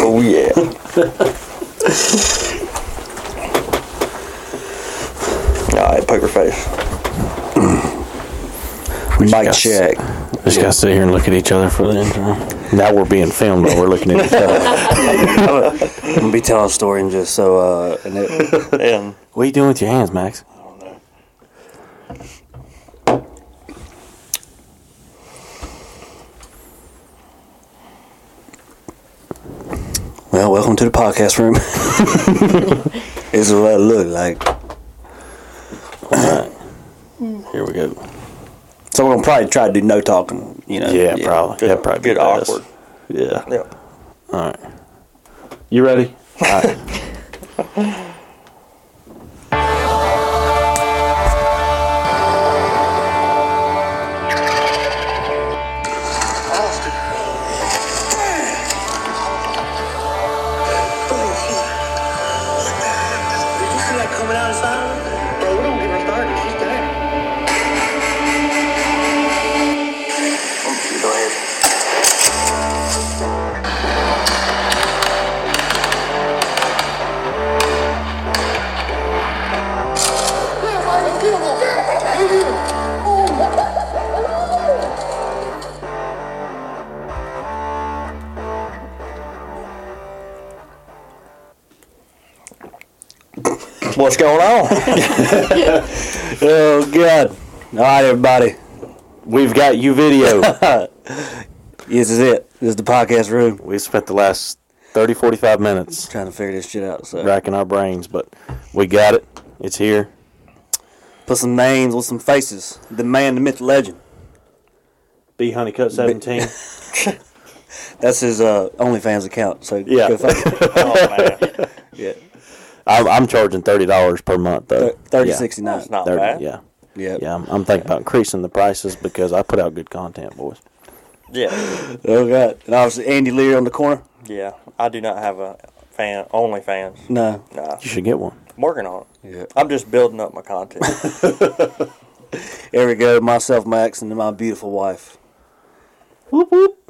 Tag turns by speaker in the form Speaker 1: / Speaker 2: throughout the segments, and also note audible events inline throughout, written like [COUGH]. Speaker 1: Oh
Speaker 2: [LAUGHS]
Speaker 1: yeah. All right, poker face. Mic
Speaker 3: got-
Speaker 1: check.
Speaker 3: Just gotta sit here and look at each other for the intro. Now we're being filmed, but we're looking at each other.
Speaker 2: I'm gonna be telling a story and just so uh and
Speaker 3: [LAUGHS]
Speaker 2: it, and
Speaker 3: [LAUGHS] What are you doing with your hands, Max?
Speaker 2: well, welcome to the podcast room. [LAUGHS] this is what it looked like.
Speaker 3: Here we go.
Speaker 2: So we're gonna probably try to do no talking, you know.
Speaker 3: Yeah, probably.
Speaker 1: Get,
Speaker 3: That'd probably be
Speaker 1: get
Speaker 3: best.
Speaker 1: awkward.
Speaker 3: Yeah.
Speaker 1: Yep.
Speaker 3: All right. You ready? All right.
Speaker 4: Bro, we don't get her started. She's dead.
Speaker 2: What's going
Speaker 3: [LAUGHS]
Speaker 2: on? [LAUGHS] oh God! All right, everybody.
Speaker 3: We've got you video.
Speaker 2: This is it. This is the podcast room.
Speaker 3: we spent the last 30, 45 minutes
Speaker 2: Trying to figure this shit out. So
Speaker 3: racking our brains, but we got it. It's here.
Speaker 2: put some names with some faces. The man, the myth, the legend.
Speaker 3: B Honeycutt 17.
Speaker 2: That's his uh, OnlyFans account. So
Speaker 3: Yeah.
Speaker 2: go
Speaker 3: [LAUGHS]
Speaker 2: find it.
Speaker 1: Oh man,
Speaker 2: yeah.
Speaker 3: [LAUGHS] I'm, I'm charging $30 per month, though.
Speaker 2: Thirty
Speaker 3: Yeah.
Speaker 2: sixty nine.
Speaker 1: that's not
Speaker 3: 30
Speaker 1: bad.
Speaker 3: Yeah.
Speaker 2: Yeah.
Speaker 3: Yeah, I'm, I'm thinking about increasing the prices because I put out good content, boys.
Speaker 1: Yeah,
Speaker 2: Oh God! And obviously Andy Lear on the corner.
Speaker 1: yeah. I do not have a fan, only fans.
Speaker 2: No.
Speaker 1: Nah,
Speaker 3: You should get one.
Speaker 1: I'm working on it.
Speaker 2: Yeah.
Speaker 1: I'm just building up my content.
Speaker 2: There we go. Myself, Max, and my beautiful wife.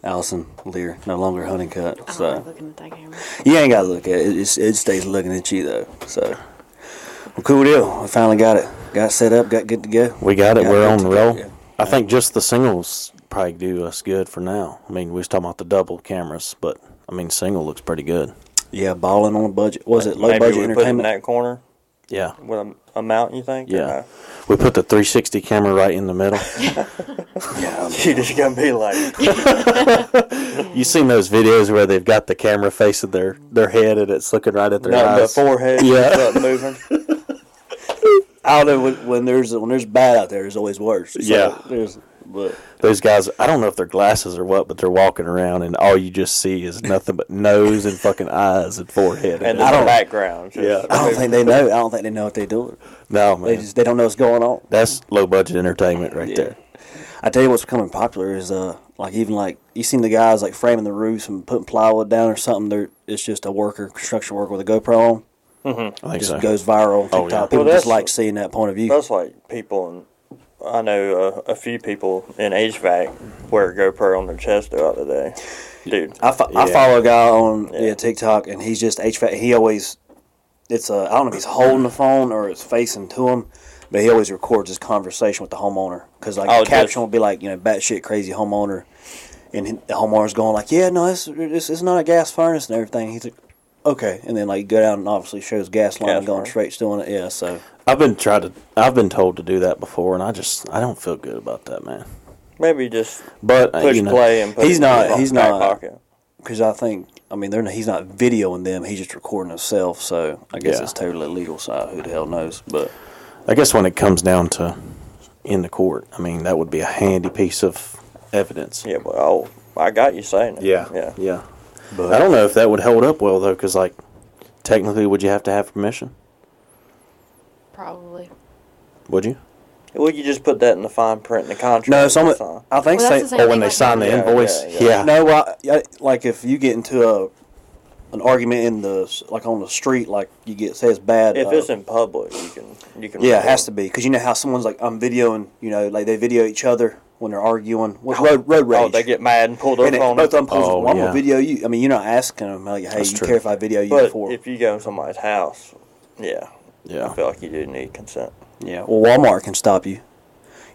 Speaker 2: Allison Lear, no longer hunting cut.
Speaker 5: I'm not
Speaker 2: So
Speaker 5: looking at that camera.
Speaker 2: you ain't got to look at it. It, it. it stays looking at you though. So well, cool deal. I finally got it. Got set up. Got good to go.
Speaker 3: We got it.
Speaker 2: Yeah,
Speaker 3: We're
Speaker 2: good
Speaker 3: on
Speaker 2: to
Speaker 3: the
Speaker 2: go,
Speaker 3: roll.
Speaker 2: yeah.
Speaker 3: I think just the singles probably do us good for now. I mean, we was talking about the double cameras, but I mean, single looks pretty good.
Speaker 2: Yeah, balling on a budget. Was it low
Speaker 1: Maybe
Speaker 2: budget
Speaker 1: we put it in
Speaker 2: entertainment?
Speaker 1: that corner
Speaker 3: Yeah,
Speaker 1: with a, a mount. You think? or
Speaker 3: yeah.
Speaker 2: Uh-huh.
Speaker 3: We put the 360 camera right in
Speaker 2: [LAUGHS]
Speaker 3: the middle.
Speaker 1: no? [LAUGHS] You just gonna be like,
Speaker 3: you seen those videos where they've got the camera facing their their head and it's looking right at their
Speaker 1: no, the
Speaker 3: eyes.
Speaker 1: forehead.
Speaker 3: Yeah.
Speaker 1: Yeah, moving.
Speaker 3: [LAUGHS]
Speaker 2: I don't know. When, when there's when there's bad out there, there's always worse. So
Speaker 3: Yeah.
Speaker 2: There's, but
Speaker 3: Those guys, I don't know if they're glasses or what, but they're walking around and all you just see is nothing but nose and fucking eyes and forehead.
Speaker 1: And
Speaker 2: I
Speaker 1: the
Speaker 2: don't-
Speaker 1: background. just
Speaker 3: Yeah.
Speaker 2: I don't
Speaker 1: moving.
Speaker 2: think they know. I don't think they know what they're doing.
Speaker 3: no
Speaker 2: They
Speaker 3: man,
Speaker 2: just they don't know what's going on.
Speaker 3: that's low budget entertainment right there.
Speaker 2: I tell you what's becoming popular is uh like even like you seen the guys like framing the roofs and putting plywood down or something. There it's just a worker, construction worker with a GoPro on.
Speaker 3: I think
Speaker 2: Just
Speaker 3: so.
Speaker 2: goes viral on TikTok.
Speaker 3: Oh, yeah.
Speaker 2: People
Speaker 1: Well,
Speaker 2: just
Speaker 1: that's-
Speaker 2: like seeing that point of view.
Speaker 1: That's like people in. I know uh, a few people in HVAC wear a GoPro on their chest throughout the day. Dude,
Speaker 2: I, fo- I
Speaker 3: Yeah.
Speaker 2: follow a guy on yeah.
Speaker 1: Yeah.
Speaker 2: TikTok and he's just HVAC. He always it's uh I don't know if he's holding the phone or it's facing to him, but he always records his conversation with the homeowner because like
Speaker 1: Oh,
Speaker 2: the caption
Speaker 1: just-
Speaker 2: will be like you know batshit crazy homeowner, and he- the homeowner's going like yeah no this this is not a gas furnace and everything. He's like okay, and then like go down and obviously shows gas line
Speaker 1: Gas
Speaker 2: going
Speaker 1: line.
Speaker 2: straight, doing it. Yeah, so
Speaker 3: I've been tried to. I've been told to do that before, and I just I don't feel good about that, man.
Speaker 1: maybe just
Speaker 3: But uh,
Speaker 1: push
Speaker 3: you know,
Speaker 1: play and put
Speaker 2: He's
Speaker 1: it
Speaker 2: not-
Speaker 1: in your
Speaker 2: he's
Speaker 1: back
Speaker 2: not-
Speaker 1: Pocket.
Speaker 2: because I think. I mean, they're not, he's not videoing them; he's just recording himself. So I guess
Speaker 3: Yeah.
Speaker 2: it's totally legal. So who the hell knows? But
Speaker 3: I guess when it comes down to in the court, I mean that would be a handy piece of evidence.
Speaker 1: Yeah, but oh, I got you saying it.
Speaker 3: yeah,
Speaker 1: yeah.
Speaker 3: yeah. But I don't know if that would hold up well though, because like technically, would you have to have permission?
Speaker 5: Probably.
Speaker 3: Would you?
Speaker 1: Well, you just put that in the fine print in the contract.
Speaker 2: no,
Speaker 1: or
Speaker 2: someone.
Speaker 1: something.
Speaker 2: I think
Speaker 5: Well,
Speaker 2: say-
Speaker 5: that's the same
Speaker 3: Or when
Speaker 5: thing
Speaker 3: they
Speaker 5: like
Speaker 3: sign the
Speaker 5: that.
Speaker 1: Yeah,
Speaker 3: invoice?
Speaker 1: yeah,
Speaker 3: Yeah.
Speaker 1: yeah.
Speaker 2: No, well, I, I, like if you get into a an argument in the like on the street, like you get say it's bad.
Speaker 1: If
Speaker 2: uh,
Speaker 1: it's in public, you can you can.
Speaker 2: yeah, it has to be because you know how someone's like I'm videoing, you know, like they video each other when they're arguing. What, road, road rage.
Speaker 1: Oh, they get mad and pull their
Speaker 2: and it,
Speaker 1: phone.
Speaker 2: both of them pulls,
Speaker 3: Oh,
Speaker 2: well, I'm
Speaker 3: yeah.
Speaker 2: gonna video you. I mean, you're not asking them like, hey,
Speaker 3: That's
Speaker 2: you
Speaker 3: true.
Speaker 2: care if I video you
Speaker 1: but
Speaker 2: before?
Speaker 1: if you go in somebody's house, yeah, I
Speaker 3: Yeah.
Speaker 1: feel like you do need consent.
Speaker 2: yeah. Well, Walmart can stop you.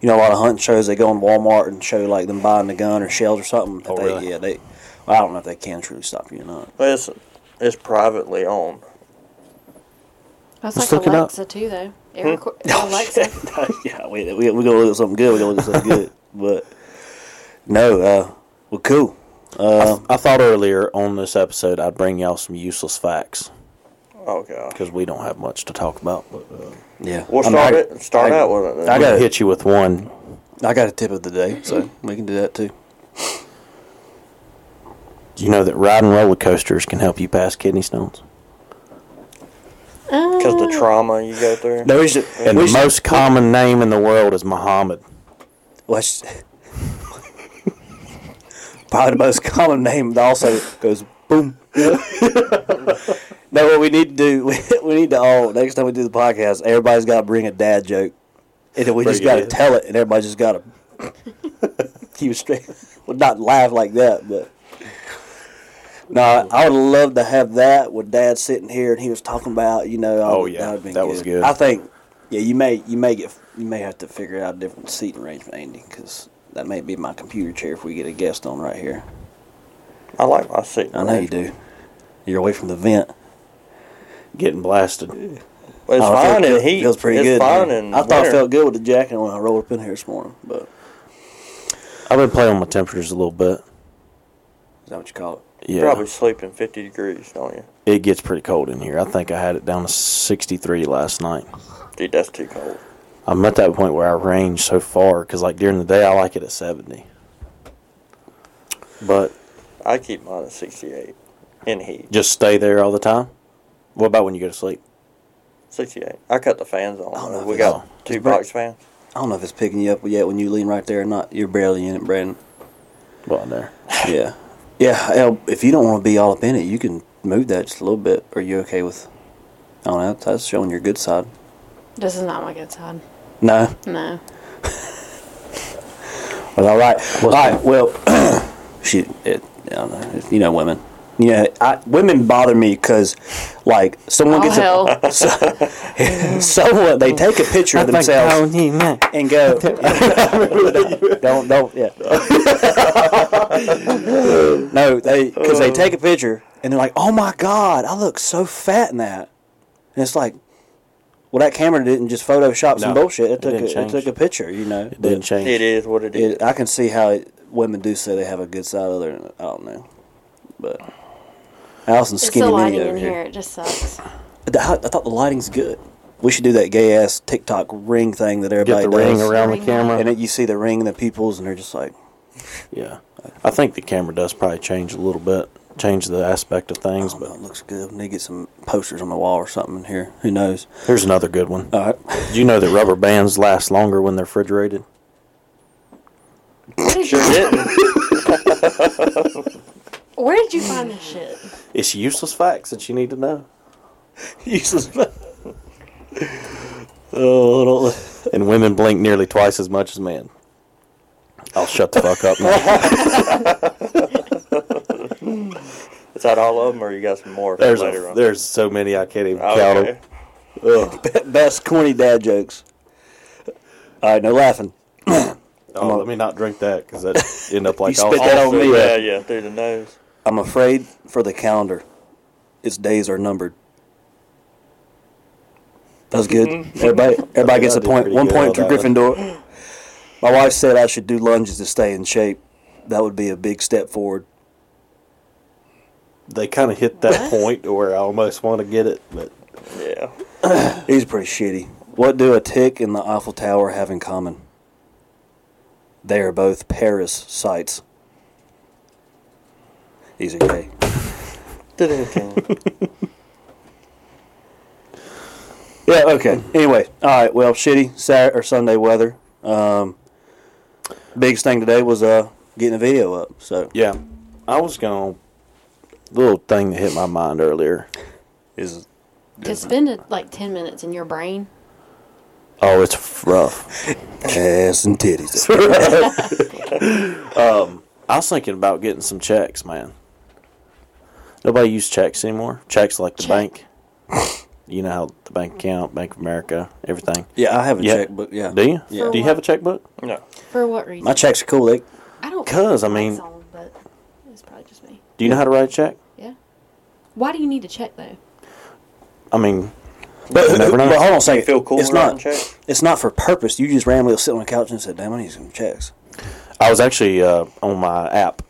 Speaker 2: You know, a lot of hunting shows they go in Walmart and show like them buying a gun or shells or something. but
Speaker 3: Oh,
Speaker 2: they,
Speaker 3: really?
Speaker 2: Yeah, they. Well, I don't know if they can truly stop you or not.
Speaker 1: But it's it's privately owned.
Speaker 5: That's
Speaker 3: Let's
Speaker 5: like
Speaker 3: look it up. Hmm? Oh,
Speaker 5: Alexa too, though.
Speaker 3: [LAUGHS]
Speaker 5: It reco- Alexa.
Speaker 2: [LAUGHS] yeah, wait, we we gonna look at something good. We are gonna look at something [LAUGHS] good. But no, uh, well, cool. Uh,
Speaker 3: I thought earlier on this episode I'd bring y'all some useless facts
Speaker 1: Oh god.
Speaker 3: because we don't have much to talk about. But, uh,
Speaker 2: yeah,
Speaker 1: We'll
Speaker 2: I mean,
Speaker 1: start
Speaker 2: I-
Speaker 1: it. Start
Speaker 2: I-
Speaker 1: out with it.
Speaker 2: I
Speaker 1: Then.
Speaker 3: I'm
Speaker 2: got
Speaker 3: gonna
Speaker 2: it.
Speaker 3: hit you with one.
Speaker 2: I got a tip of the day, so we can do that too.
Speaker 3: Do you know that riding roller coasters can help you pass kidney stones?
Speaker 1: Because the trauma you go through.
Speaker 2: No, we should.
Speaker 3: And
Speaker 2: we
Speaker 3: the
Speaker 2: should- [LAUGHS]
Speaker 3: most common name in the world is Muhammad.
Speaker 2: Let's. Probably the most common name that also goes boom. no, what we need to do, [LAUGHS] we, we need to all, next time we do the podcast, everybody's got to bring a dad joke. And then we
Speaker 3: Bring
Speaker 2: just
Speaker 3: it
Speaker 2: got to
Speaker 3: in.
Speaker 2: tell it, and everybody just got to [LAUGHS] keep it straight. Well, not laugh like that, but. No, I, I would love to have that with Dad sitting here and he was talking about, you know. I
Speaker 3: Oh,
Speaker 2: would-
Speaker 3: yeah,
Speaker 2: would've been
Speaker 3: that was good.
Speaker 2: I think, yeah, you may you may get you may have to figure out a different seating arrangement, Andy, because that may be my computer chair if we get a guest on right here.
Speaker 1: I like my seat.
Speaker 2: I know you do. You're away from the vent.
Speaker 3: Getting blasted.
Speaker 1: It's
Speaker 2: Oh, I felt
Speaker 1: fine in
Speaker 2: good-
Speaker 1: heat.
Speaker 2: Feels pretty
Speaker 1: it's
Speaker 2: good.
Speaker 1: fine
Speaker 2: man.
Speaker 1: in
Speaker 2: I thought it
Speaker 1: winter.
Speaker 2: felt good with the jacket when I rolled up in here this morning, but is
Speaker 3: I've been playing with my temperatures a little bit.
Speaker 2: that what you call it?
Speaker 3: Yeah,
Speaker 1: Probably sleeping 50 degrees, don't you?
Speaker 3: it gets pretty cold in here. I think I had it down to 63 last night.
Speaker 1: Dude, that's too cold.
Speaker 3: I'm at that point where I range so far because, like, during the day I like it at 70, but
Speaker 1: I keep mine at 68 in heat.
Speaker 3: just stay there all the time. What about when you go to sleep?
Speaker 1: 68. I cut the fans on.
Speaker 2: don't know if
Speaker 1: we
Speaker 2: it's-
Speaker 1: got two
Speaker 2: it's bright.
Speaker 1: box fans.
Speaker 2: I don't know if it's picking you up yet when you lean right there or not. You're barely in it, Brandon.
Speaker 3: Well, there.
Speaker 2: Yeah. Yeah, hell, if you don't want to be all up in it, you can move that just a little bit. Are you okay with? I don't know. That's showing your good side.
Speaker 5: This is not my good side.
Speaker 2: No.
Speaker 5: No.
Speaker 2: Well, all right. all right. Well, [CLEARS THROAT] shoot. It, I don't know. You know, women. You know, I, women bother me because, like, someone
Speaker 5: Oh,
Speaker 2: gets
Speaker 5: hell.
Speaker 2: a [LAUGHS] so, [LAUGHS]
Speaker 5: [LAUGHS]
Speaker 2: someone they take a picture of themselves and
Speaker 3: [LAUGHS]
Speaker 2: go don't don't yeah [LAUGHS] no they because they take a picture and they're like oh my god I look so fat in that and it's like well that camera didn't just Photoshop some
Speaker 3: No,
Speaker 2: bullshit
Speaker 3: it
Speaker 2: it took
Speaker 3: didn't
Speaker 2: a, it
Speaker 3: change.
Speaker 2: took a picture you know
Speaker 3: It didn't change.
Speaker 1: It is what it is.
Speaker 2: it, I can see how it, women do say they have a good side other than I don't know, but Allison's
Speaker 5: It's
Speaker 2: skinny
Speaker 5: the
Speaker 2: mini
Speaker 5: lighting in
Speaker 2: over
Speaker 5: here.
Speaker 2: here.
Speaker 5: It just sucks.
Speaker 2: But I, I thought the lighting's good. We should do that gay ass TikTok ring thing that
Speaker 3: Get
Speaker 2: everybody
Speaker 3: the
Speaker 2: does,
Speaker 3: ring around the
Speaker 5: Ring.
Speaker 3: camera.
Speaker 2: and it, you see the ring in the peoples, and they're just like,
Speaker 3: yeah, I think the camera does probably change a little bit, change the aspect of things.
Speaker 2: "Oh,
Speaker 3: But
Speaker 2: no, it looks good." We need to get some posters on the wall or something in here. Who knows?
Speaker 3: here's another good one.
Speaker 2: All right. [LAUGHS]
Speaker 3: Do you know that rubber bands last longer when they're refrigerated?
Speaker 1: [LAUGHS] Sure didn't.
Speaker 5: Where did you find this shit?
Speaker 3: It's useless facts that you need to know.
Speaker 2: Useless. oh,
Speaker 3: And women blink nearly twice as much as men. I'll shut the fuck up now.
Speaker 1: Is that all of them, or you got some more
Speaker 3: There's
Speaker 1: later
Speaker 3: a,
Speaker 1: on?
Speaker 3: there's so many I can't even
Speaker 1: Oh,
Speaker 3: count 'em.
Speaker 1: okay.
Speaker 2: little- best corny dad jokes. All right, no laughing.
Speaker 3: Oh, let me not drink that because that end up like
Speaker 2: You
Speaker 3: all
Speaker 2: spit that
Speaker 3: that
Speaker 2: out.
Speaker 1: So,
Speaker 2: me,
Speaker 1: yeah,
Speaker 2: yeah.
Speaker 1: yeah, through the nose.
Speaker 2: I'm afraid for the calendar. Its days are numbered. That was good. Everybody, everybody gets a
Speaker 3: Mm-hmm. did
Speaker 2: point.
Speaker 3: pretty
Speaker 2: One
Speaker 3: good
Speaker 2: point
Speaker 3: on
Speaker 2: to
Speaker 3: that one.
Speaker 2: Gryffindor. My wife said I should do lunges to stay in shape. That would be a big step forward.
Speaker 3: They kind of hit that point where I almost want to get it, but
Speaker 1: Yeah.
Speaker 2: He's pretty shitty. What do a tick and the Eiffel Tower have in common? They are both Paris sites. These are gay.
Speaker 1: Did anything.
Speaker 2: Yeah. Okay. Anyway. All right. Well, shitty Saturday or Sunday weather. Um, biggest thing today was uh getting a video up. So
Speaker 3: yeah, I was going. Little thing that hit my mind earlier.
Speaker 2: is
Speaker 5: To spend it like 10 minutes in your brain.
Speaker 3: Oh, it's [LAUGHS] f- rough.
Speaker 2: Ass and titties.
Speaker 3: Um, I was thinking about getting some checks, man. Nobody use checks anymore. Checks like the
Speaker 5: Check.
Speaker 3: bank. [LAUGHS] You know how the bank account, Bank of America, everything.
Speaker 2: Yeah, I have a
Speaker 3: Yeah.
Speaker 2: checkbook. Yeah.
Speaker 3: Do you?
Speaker 5: Yeah.
Speaker 3: Do you have a checkbook?
Speaker 1: No.
Speaker 5: For what reason?
Speaker 2: My checks are cool. They,
Speaker 5: I don't.
Speaker 3: 'Cause, I mean-
Speaker 5: it's on, but it's probably just me.
Speaker 3: Do you know how to write a check?
Speaker 5: Yeah. Why do you need to check though?
Speaker 3: I mean,
Speaker 2: but,
Speaker 3: You never know.
Speaker 2: but hold on a second.
Speaker 1: You feel cool
Speaker 2: It's
Speaker 1: writing
Speaker 2: not.
Speaker 1: checks?
Speaker 2: It's not for purpose. You just randomly sit on the couch and said, "Damn, I need some checks."
Speaker 3: I was actually uh, on my app,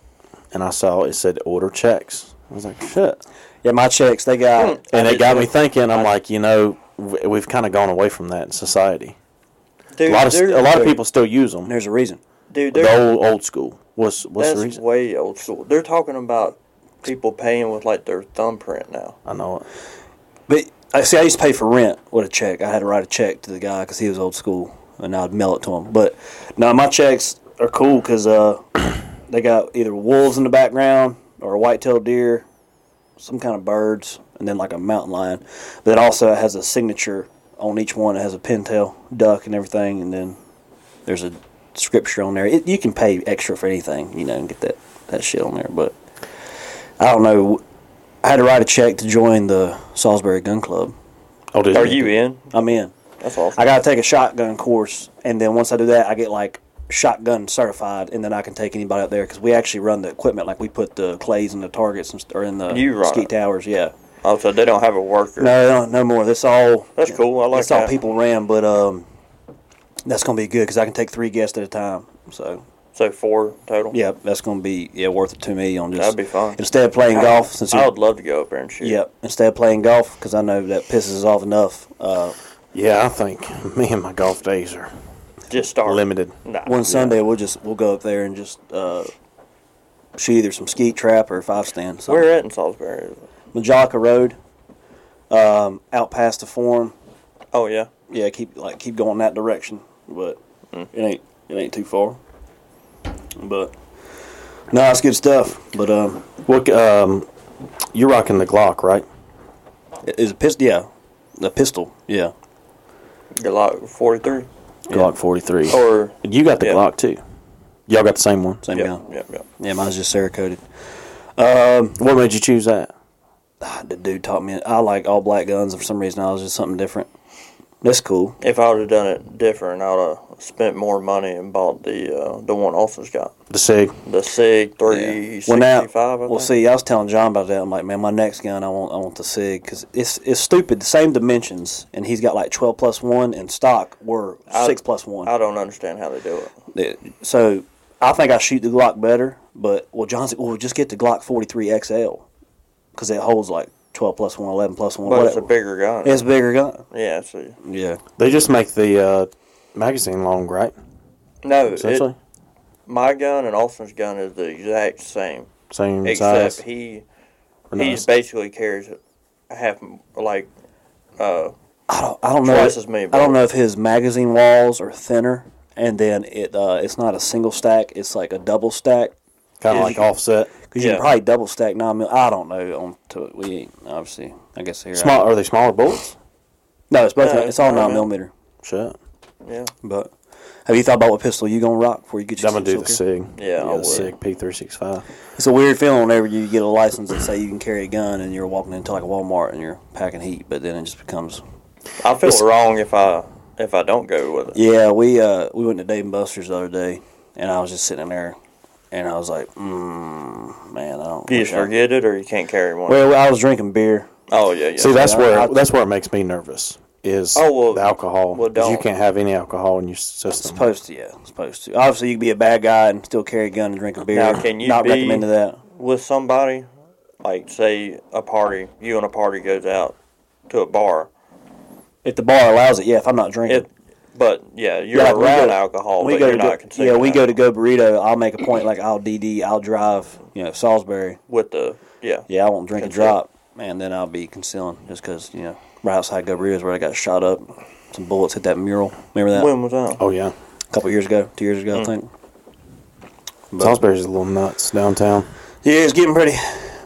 Speaker 3: and I saw it said order checks. I was like, shit.
Speaker 2: Yeah, my checks. They got.
Speaker 3: And it
Speaker 1: I did
Speaker 3: got
Speaker 1: too.
Speaker 3: me thinking. I'm like, you know, w- we've kind of gone away from that in society.
Speaker 1: Dude,
Speaker 3: A lot of
Speaker 1: there-
Speaker 3: a lot of people still use them.
Speaker 2: There's a reason.
Speaker 1: Dude,
Speaker 3: The
Speaker 1: there-
Speaker 3: old old school. What's what's
Speaker 1: that's
Speaker 3: the reason?
Speaker 1: way old school. They're talking about people paying with like their thumbprint now.
Speaker 3: I know it.
Speaker 2: But I see. I used to pay for rent with a check. I had to write a check to the guy because he was old school, and I'd mail it to him. But now my checks are cool because uh, [CLEARS THROAT] they got either wolves in the background or a white-tailed deer, some kind of birds, and then like a mountain lion. But it also has a signature on each one. It has a pintail duck and everything, and then there's a scripture on there. It, you can pay extra for anything, you know, and get that that shit on there. But I don't know. I had to write a check to join the Salisbury Gun Club.
Speaker 3: Oh, did
Speaker 1: Are you in?
Speaker 2: I'm in.
Speaker 1: That's awesome.
Speaker 2: I got to take a shotgun course, and then once I do that, I get like shotgun certified, and then I can take anybody up there because we actually run the equipment. Like we put the clays and the targets and st- or in the
Speaker 1: You run
Speaker 2: ski
Speaker 1: it.
Speaker 2: towers. Yeah.
Speaker 1: Oh, so they don't have a worker.
Speaker 2: No, no, no more. This all.
Speaker 1: That's cool. I like
Speaker 2: That's all
Speaker 1: that.
Speaker 2: people ran, but um, that's gonna be good because I can take three guests at a time. So
Speaker 1: So four total.
Speaker 2: yeah, that's gonna be yeah worth it to me on just.
Speaker 1: That'd be fun.
Speaker 2: Instead of playing golf, since
Speaker 1: I
Speaker 2: you-
Speaker 1: would love to go up there and shoot.
Speaker 2: Yep. Instead of playing golf, because I know that pisses us off enough. Uh,
Speaker 3: Yeah, I think [LAUGHS] me and my golf days are
Speaker 1: Just start
Speaker 3: limited.
Speaker 1: Nah.
Speaker 2: one Sunday we'll just we'll go up there and just uh, shoot either some skeet trap or five stand. something.
Speaker 1: Where at in Salisbury? Is it?
Speaker 2: Majaka Road, um, out past the form.
Speaker 1: Oh yeah.
Speaker 2: Yeah, keep like keep going that direction, but
Speaker 1: Hmm.
Speaker 2: it ain't it ain't too far. But no, it's good stuff. But um,
Speaker 3: What? Um, you're rocking the Glock, right?
Speaker 2: it- it's a pistol. Yeah, the pistol. Yeah,
Speaker 1: Glock 43.
Speaker 3: Glock 43.
Speaker 1: Or
Speaker 3: you got the
Speaker 1: yeah.
Speaker 3: Glock too. Y'all got the same one.
Speaker 2: same
Speaker 1: Yep,
Speaker 2: gun.
Speaker 1: yep, yep.
Speaker 2: Yeah, mine's just Cerakoted.
Speaker 3: What made you choose that?
Speaker 2: The dude taught me. I like all black guns, and for some reason, I was just something different. That's cool.
Speaker 1: If I would have done it different, I would have spent more money and bought the uh, the one Austin's got,
Speaker 3: The Sig.
Speaker 1: the Sig 365.
Speaker 2: Well, now,
Speaker 1: I
Speaker 2: well,
Speaker 1: think.
Speaker 2: see, I was telling John about that. I'm like, man, my next gun, I want, I want the Sig because it's it's stupid. The same dimensions, and he's got like 12 plus one, and stock were
Speaker 1: I-
Speaker 2: six plus one.
Speaker 1: I don't understand how they do it.
Speaker 2: It- so I think I shoot the Glock better. But well, John's like, well, just get the Glock 43 XL because it holds like 12 plus one, 11 plus one.
Speaker 1: But it's a
Speaker 2: whatever.
Speaker 1: bigger gun.
Speaker 2: It's a bigger gun.
Speaker 1: yeah, see.
Speaker 2: Yeah.
Speaker 3: They just make the uh, magazine long, right?
Speaker 1: No,
Speaker 3: Essentially,
Speaker 1: it, my gun and Austin's gun is the exact same,
Speaker 3: same
Speaker 1: except
Speaker 3: size.
Speaker 1: he
Speaker 3: or
Speaker 1: he
Speaker 3: nice.
Speaker 1: basically carries a half like uh
Speaker 2: I don't, I don't know.
Speaker 1: Twice as many
Speaker 2: I don't know if
Speaker 1: bullets.
Speaker 2: his magazine walls are thinner, and then it uh, it's not a single stack. It's like a double stack
Speaker 3: kind of
Speaker 1: is-
Speaker 3: like offset.
Speaker 2: because you
Speaker 1: Yeah.
Speaker 2: can probably double stack nine mil. I don't know. On to we ain't obviously. I guess here.
Speaker 3: Small? Are they smaller bullets?
Speaker 2: No, it's both.
Speaker 1: No,
Speaker 2: it's all
Speaker 1: no,
Speaker 2: nine
Speaker 1: man.
Speaker 2: millimeter.
Speaker 3: Shit.
Speaker 1: yeah
Speaker 2: But have you thought about what pistol you gonna rock before you get your?
Speaker 3: I'm gonna do the
Speaker 2: six-shooter?
Speaker 3: Sig.
Speaker 1: Yeah, I
Speaker 3: the
Speaker 1: would.
Speaker 3: Sig P365.
Speaker 2: It's a weird feeling whenever you get a license and say you can carry a gun, and you're walking into like a Walmart and you're packing heat, but then it just becomes
Speaker 1: I feel wrong if I if I don't go with it.
Speaker 2: Yeah, we uh we went to Dave and Buster's the other day, and I was just sitting there, and I was like, mm, man, I don't.
Speaker 1: You
Speaker 2: wish
Speaker 1: just
Speaker 2: I-
Speaker 1: forget it, or you can't carry one.
Speaker 2: Well, I was drinking beer.
Speaker 1: oh yeah, yeah.
Speaker 3: See, that's
Speaker 2: I-
Speaker 3: where
Speaker 2: I-
Speaker 3: that's where it makes me nervous. Is
Speaker 1: Oh, well,
Speaker 3: the alcohol?
Speaker 1: well,
Speaker 3: 'cause you
Speaker 1: don't.
Speaker 3: can't have any alcohol in your system.
Speaker 2: Supposed to, yeah, supposed to. Obviously, you can be a bad guy and still carry a gun and drink a beer.
Speaker 1: Now, can you
Speaker 2: Not
Speaker 1: be-
Speaker 2: recommended that.
Speaker 1: with somebody, like say a party, you and a party goes out to a bar.
Speaker 2: If the bar allows it, yeah. If I'm not drinking,
Speaker 1: It, but yeah, you're
Speaker 2: Yeah, like, we
Speaker 1: around
Speaker 2: go-
Speaker 1: alcohol,
Speaker 2: we
Speaker 1: but
Speaker 2: go
Speaker 1: you're
Speaker 2: to
Speaker 1: not
Speaker 2: go,
Speaker 1: consuming.
Speaker 2: yeah, we go to
Speaker 1: alcohol
Speaker 2: go burrito. I'll make a point like I'll DD, I'll drive, you know, Salisbury.
Speaker 1: with the yeah.
Speaker 2: Yeah, I won't drink
Speaker 1: Conceal.
Speaker 2: a drop, and then I'll be concealing just because you know right outside Go Burrito is where I got shot up. Some bullets hit that mural. Remember that?
Speaker 1: When was that?
Speaker 3: Oh yeah,
Speaker 2: couple years ago, two years ago, I think.
Speaker 3: Salisbury's a little nuts downtown.
Speaker 2: Yeah, it's getting pretty,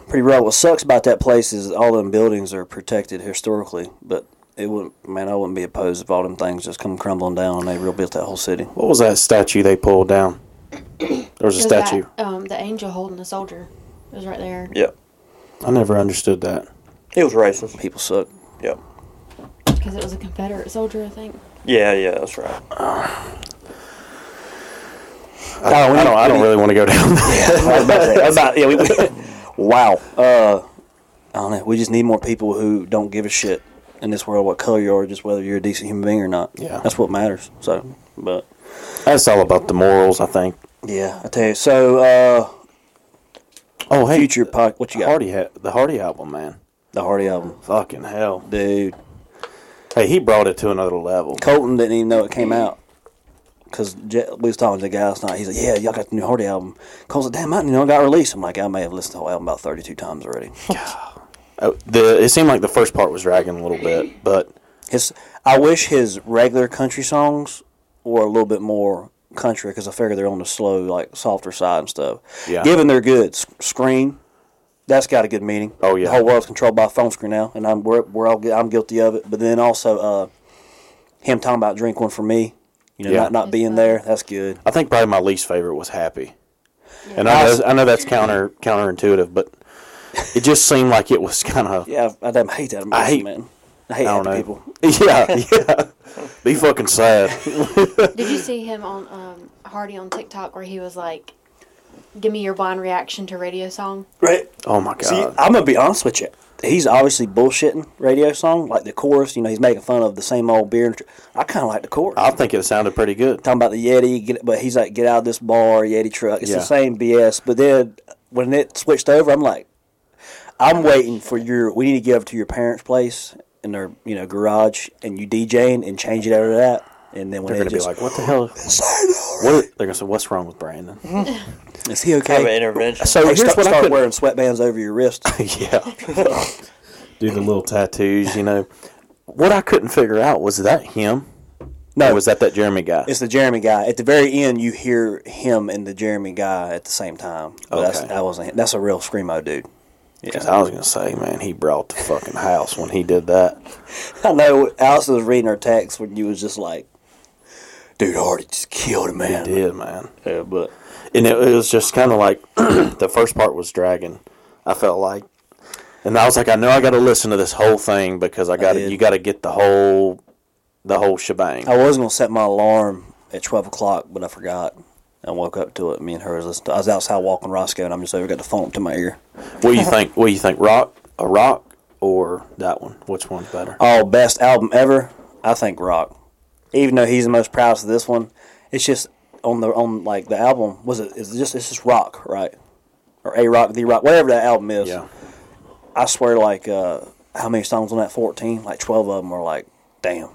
Speaker 2: pretty rough. What sucks about that place is all them buildings are protected historically, but it would man, I wouldn't be opposed if all them things just come crumbling down and they rebuilt that whole city.
Speaker 3: What was that statue they pulled down? There was a
Speaker 5: It was that,
Speaker 3: statue.
Speaker 5: um, the angel holding the soldier. It was right there.
Speaker 1: Yep.
Speaker 3: I never understood that.
Speaker 1: It was racist.
Speaker 2: People suck.
Speaker 1: Yep.
Speaker 5: Because it was a Confederate soldier, I think.
Speaker 1: Yeah, yeah, that's right.
Speaker 3: I,
Speaker 2: Oh,
Speaker 3: I don't. I don't really want to go down. there.
Speaker 2: yeah, we, [LAUGHS] wow. Uh, I don't know. We just need more people who don't give a shit in this world what color you are, just whether you're a decent human being or not.
Speaker 3: Yeah.
Speaker 2: that's what matters. So, but
Speaker 3: That's all about the morals, I think.
Speaker 2: yeah, I tell you. So, uh,
Speaker 3: Oh hey,
Speaker 2: future pod, what you got?
Speaker 3: Hardy, ha- the Hardy album, man.
Speaker 2: The Hardy album,
Speaker 3: Fucking hell.
Speaker 2: dude.
Speaker 3: Hey, he brought it to another level.
Speaker 2: Colton didn't even know it came out. Cause Je- we was talking to the guy last night. He's like, "Yeah, y'all got the new Hardy album." Cole's like, "Damn, I didn't know it got released." I'm like, "I may have listened to the whole album about 32 times [LAUGHS] already."
Speaker 3: Oh, the it seemed like the first part was dragging a little bit, but
Speaker 2: His, I wish his regular country songs were a little bit more country because I figure they're on the slow, like softer side and stuff.
Speaker 3: Yeah.
Speaker 2: Given they're good, S- Scream, that's got a good meaning.
Speaker 3: Oh, yeah.
Speaker 2: the whole world's controlled by a phone screen now, and I'm we're, we're all gu- I'm guilty of it. But then also, uh, him talking about drink one for me, you know,
Speaker 3: Yeah.
Speaker 2: not not being there, that's good.
Speaker 3: I think probably my least favorite was Happy. And I know, I know that's counter counterintuitive, but it just seemed like it was kind of
Speaker 2: Yeah, I, I damn hate that.
Speaker 3: I hate-
Speaker 2: man. I hate
Speaker 3: I don't
Speaker 2: happy
Speaker 3: know.
Speaker 2: people.
Speaker 3: [LAUGHS] Yeah, yeah.
Speaker 2: [LAUGHS]
Speaker 3: Be fucking sad.
Speaker 5: Did you see him on um, Hardy on TikTok where he was like, "Give me your blind reaction to radio song."
Speaker 2: Right.
Speaker 3: Oh my god.
Speaker 2: See, I'm gonna be honest with you. He's obviously bullshitting radio song, like the chorus. You know, he's making fun of the same old beer. and tr- I kind of like the chorus.
Speaker 3: I think it sounded pretty good.
Speaker 2: Talking about the Yeti, get, but he's like, "Get out of this bar, Yeti truck." It's
Speaker 3: Yeah.
Speaker 2: the same BS. But then when it switched over, I'm like, "I'm waiting for your. We need to get over to your parents' place in their, you know, garage, and you DJing and change it over to that." And then when
Speaker 3: They're
Speaker 2: they
Speaker 3: gonna
Speaker 2: just,
Speaker 3: be like, "What the hell?" What they're gonna say, "What's wrong
Speaker 2: [LAUGHS]
Speaker 3: with Brandon?"
Speaker 2: "Is he okay?"
Speaker 1: Have an intervention.
Speaker 3: So
Speaker 2: Hey,
Speaker 3: here's
Speaker 2: start,
Speaker 3: what I
Speaker 2: start
Speaker 3: could
Speaker 2: wearing sweatbands over your wrist.
Speaker 3: [LAUGHS] yeah. Do the little tattoos, you know. What I couldn't figure out was that him.
Speaker 2: No,
Speaker 3: Or was that that Jeremy guy?
Speaker 2: It's the Jeremy guy. At the very end, you hear him and the Jeremy guy at the same time. But that's,
Speaker 3: Okay.
Speaker 2: that wasn't. That's a real screamo dude. [LAUGHS]
Speaker 3: 'Cause I was gonna say, man, he brought the fucking house when he did that.
Speaker 2: I know. Allison was reading her text when you was just like, "Dude, Hardy just killed a man."
Speaker 3: He did, man.
Speaker 2: Yeah, but
Speaker 3: and it, it was just kind of like [CLEARS THROAT] the first part was dragging. I felt like, and I was like, I know I got to listen to this whole thing because I got to
Speaker 2: did. Oh.
Speaker 3: you got to get the whole the whole shebang.
Speaker 2: I was gonna set my alarm at twelve o'clock, but I forgot. I woke up to it. Me and her was listening. To, I was outside walking Roscoe, and I'm just over got the phone to my ear.
Speaker 3: What do you think? What do you think? Rock a rock or that one? Which one's better?
Speaker 2: Oh, best album ever. I think Rock. Even though he's the most proud of this one, it's just on the on like the album was it is just it's just Rock, right? Or A Rock, The Rock, whatever that album is.
Speaker 3: Yeah,
Speaker 2: I swear, like uh, how many songs on that fourteen? Like twelve of them are like, damn.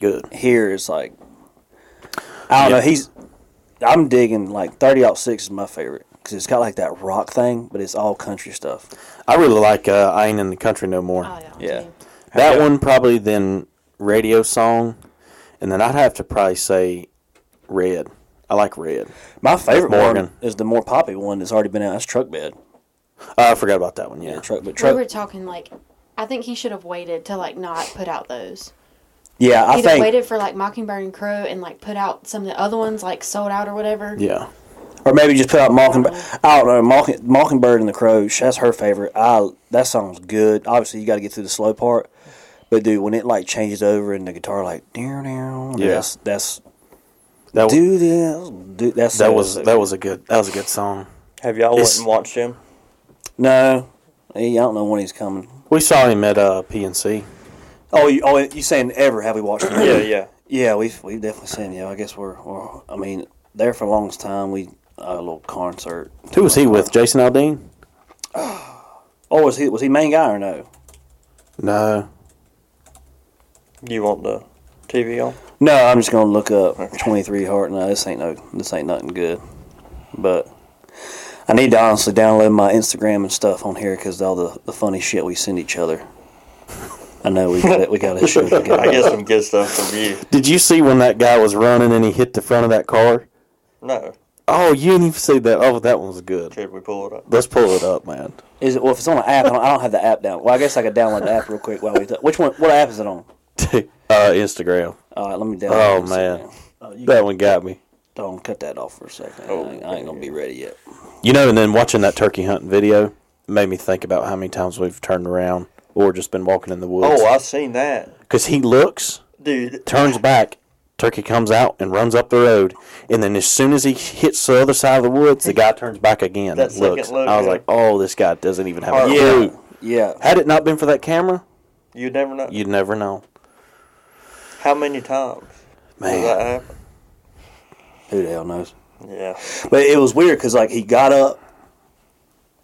Speaker 3: good.
Speaker 2: Here it's like, I don't know.
Speaker 3: Yeah.
Speaker 2: He's I'm digging like thirty out six is my favorite because it's got like that rock thing, but it's all country stuff.
Speaker 3: I really like uh, I ain't in the country no more.
Speaker 5: Oh yeah.
Speaker 2: Yeah.
Speaker 5: too.
Speaker 3: That one probably then radio song, and then I'd have to probably say red. I like red.
Speaker 2: My favorite
Speaker 3: Morgan.
Speaker 2: one is the more poppy one that's already been out. That's Truck Bed.
Speaker 3: Oh, I forgot about that one. Yeah,
Speaker 2: Truck, but
Speaker 5: We were
Speaker 2: Truck.
Speaker 5: talking like, I think he should have waited to like not put out those.
Speaker 2: Yeah, I
Speaker 5: Either
Speaker 2: think.
Speaker 5: waited for like Mockingbird and Crow and like put out some of the other ones like sold out or whatever.
Speaker 3: yeah.
Speaker 2: or maybe just put out Mockingbird. I don't know. Mocking, Mockingbird and the Crows. That's her favorite. I that song's good. Obviously, you got to get through the slow part, but dude, when it like changes over and the guitar like down down,
Speaker 3: Yeah.
Speaker 2: that's that's
Speaker 3: That was,
Speaker 2: do this. Do, that's
Speaker 3: that was that was a good that was a good song.
Speaker 1: Have y'all went
Speaker 3: It's-
Speaker 1: and watched
Speaker 2: [CLEARS THROAT]
Speaker 1: him?
Speaker 2: no. Hey, I don't know when he's coming.
Speaker 3: We saw him at uh, PNC.
Speaker 2: Oh, you, oh, you saying ever have we watched? [CLEARS THROAT] him?
Speaker 1: Yeah, yeah.
Speaker 2: Yeah, we've we've definitely seen. Yeah, I guess we're, we're I mean, there for the longest time. We uh, a little concert.
Speaker 3: Who was he with? Jason Aldean?
Speaker 2: Oh, was he was he main guy or no?
Speaker 3: No.
Speaker 1: Do you want the TV on?
Speaker 2: No, I'm just gonna look up 23 Heart. No, this ain't no, this ain't nothing good. But I need to honestly download my Instagram and stuff on here because all the, the funny shit we send each other. I know we got it. We got issues. We got
Speaker 1: I guess some good stuff from you.
Speaker 3: Did you see when that guy was running and he hit the front of that car?
Speaker 1: No.
Speaker 3: Oh, you didn't even see that. Oh, that one was good.
Speaker 1: Should we pull it up?
Speaker 3: Let's pull it up, man. [LAUGHS]
Speaker 2: Is it? Well, if it's on an app, I don't, I don't have the app down. Well, I guess I could download the app real quick while we. Talk. Which one? What app is it on?
Speaker 3: Uh, Instagram.
Speaker 2: All right, let me download
Speaker 3: Oh,
Speaker 2: this
Speaker 3: man.
Speaker 2: now. Oh, you
Speaker 3: That one got me.
Speaker 2: Don't cut that off for a second. I, ain't, I ain't gonna be ready yet.
Speaker 3: You know, and then watching that turkey hunting video made me think about how many times we've turned around or just been walking in the woods.
Speaker 1: Oh, I've seen that,
Speaker 3: Because he looks,
Speaker 1: dude.
Speaker 3: turns back, turkey comes out and runs up the road, and then as soon as he hits the other side of the woods, the guy turns back again.
Speaker 1: That
Speaker 3: and
Speaker 1: second
Speaker 3: looks.
Speaker 1: look,
Speaker 3: I was
Speaker 1: yeah.
Speaker 3: like, oh, this guy doesn't even have a
Speaker 1: Yeah.
Speaker 3: clue.
Speaker 2: Yeah,
Speaker 3: Had it not been for that camera,
Speaker 1: You never know
Speaker 3: you'd never know.
Speaker 1: how many times does that
Speaker 3: Man,
Speaker 1: happen.
Speaker 2: who the hell knows?
Speaker 1: Yeah,
Speaker 2: But it was weird because like he got up,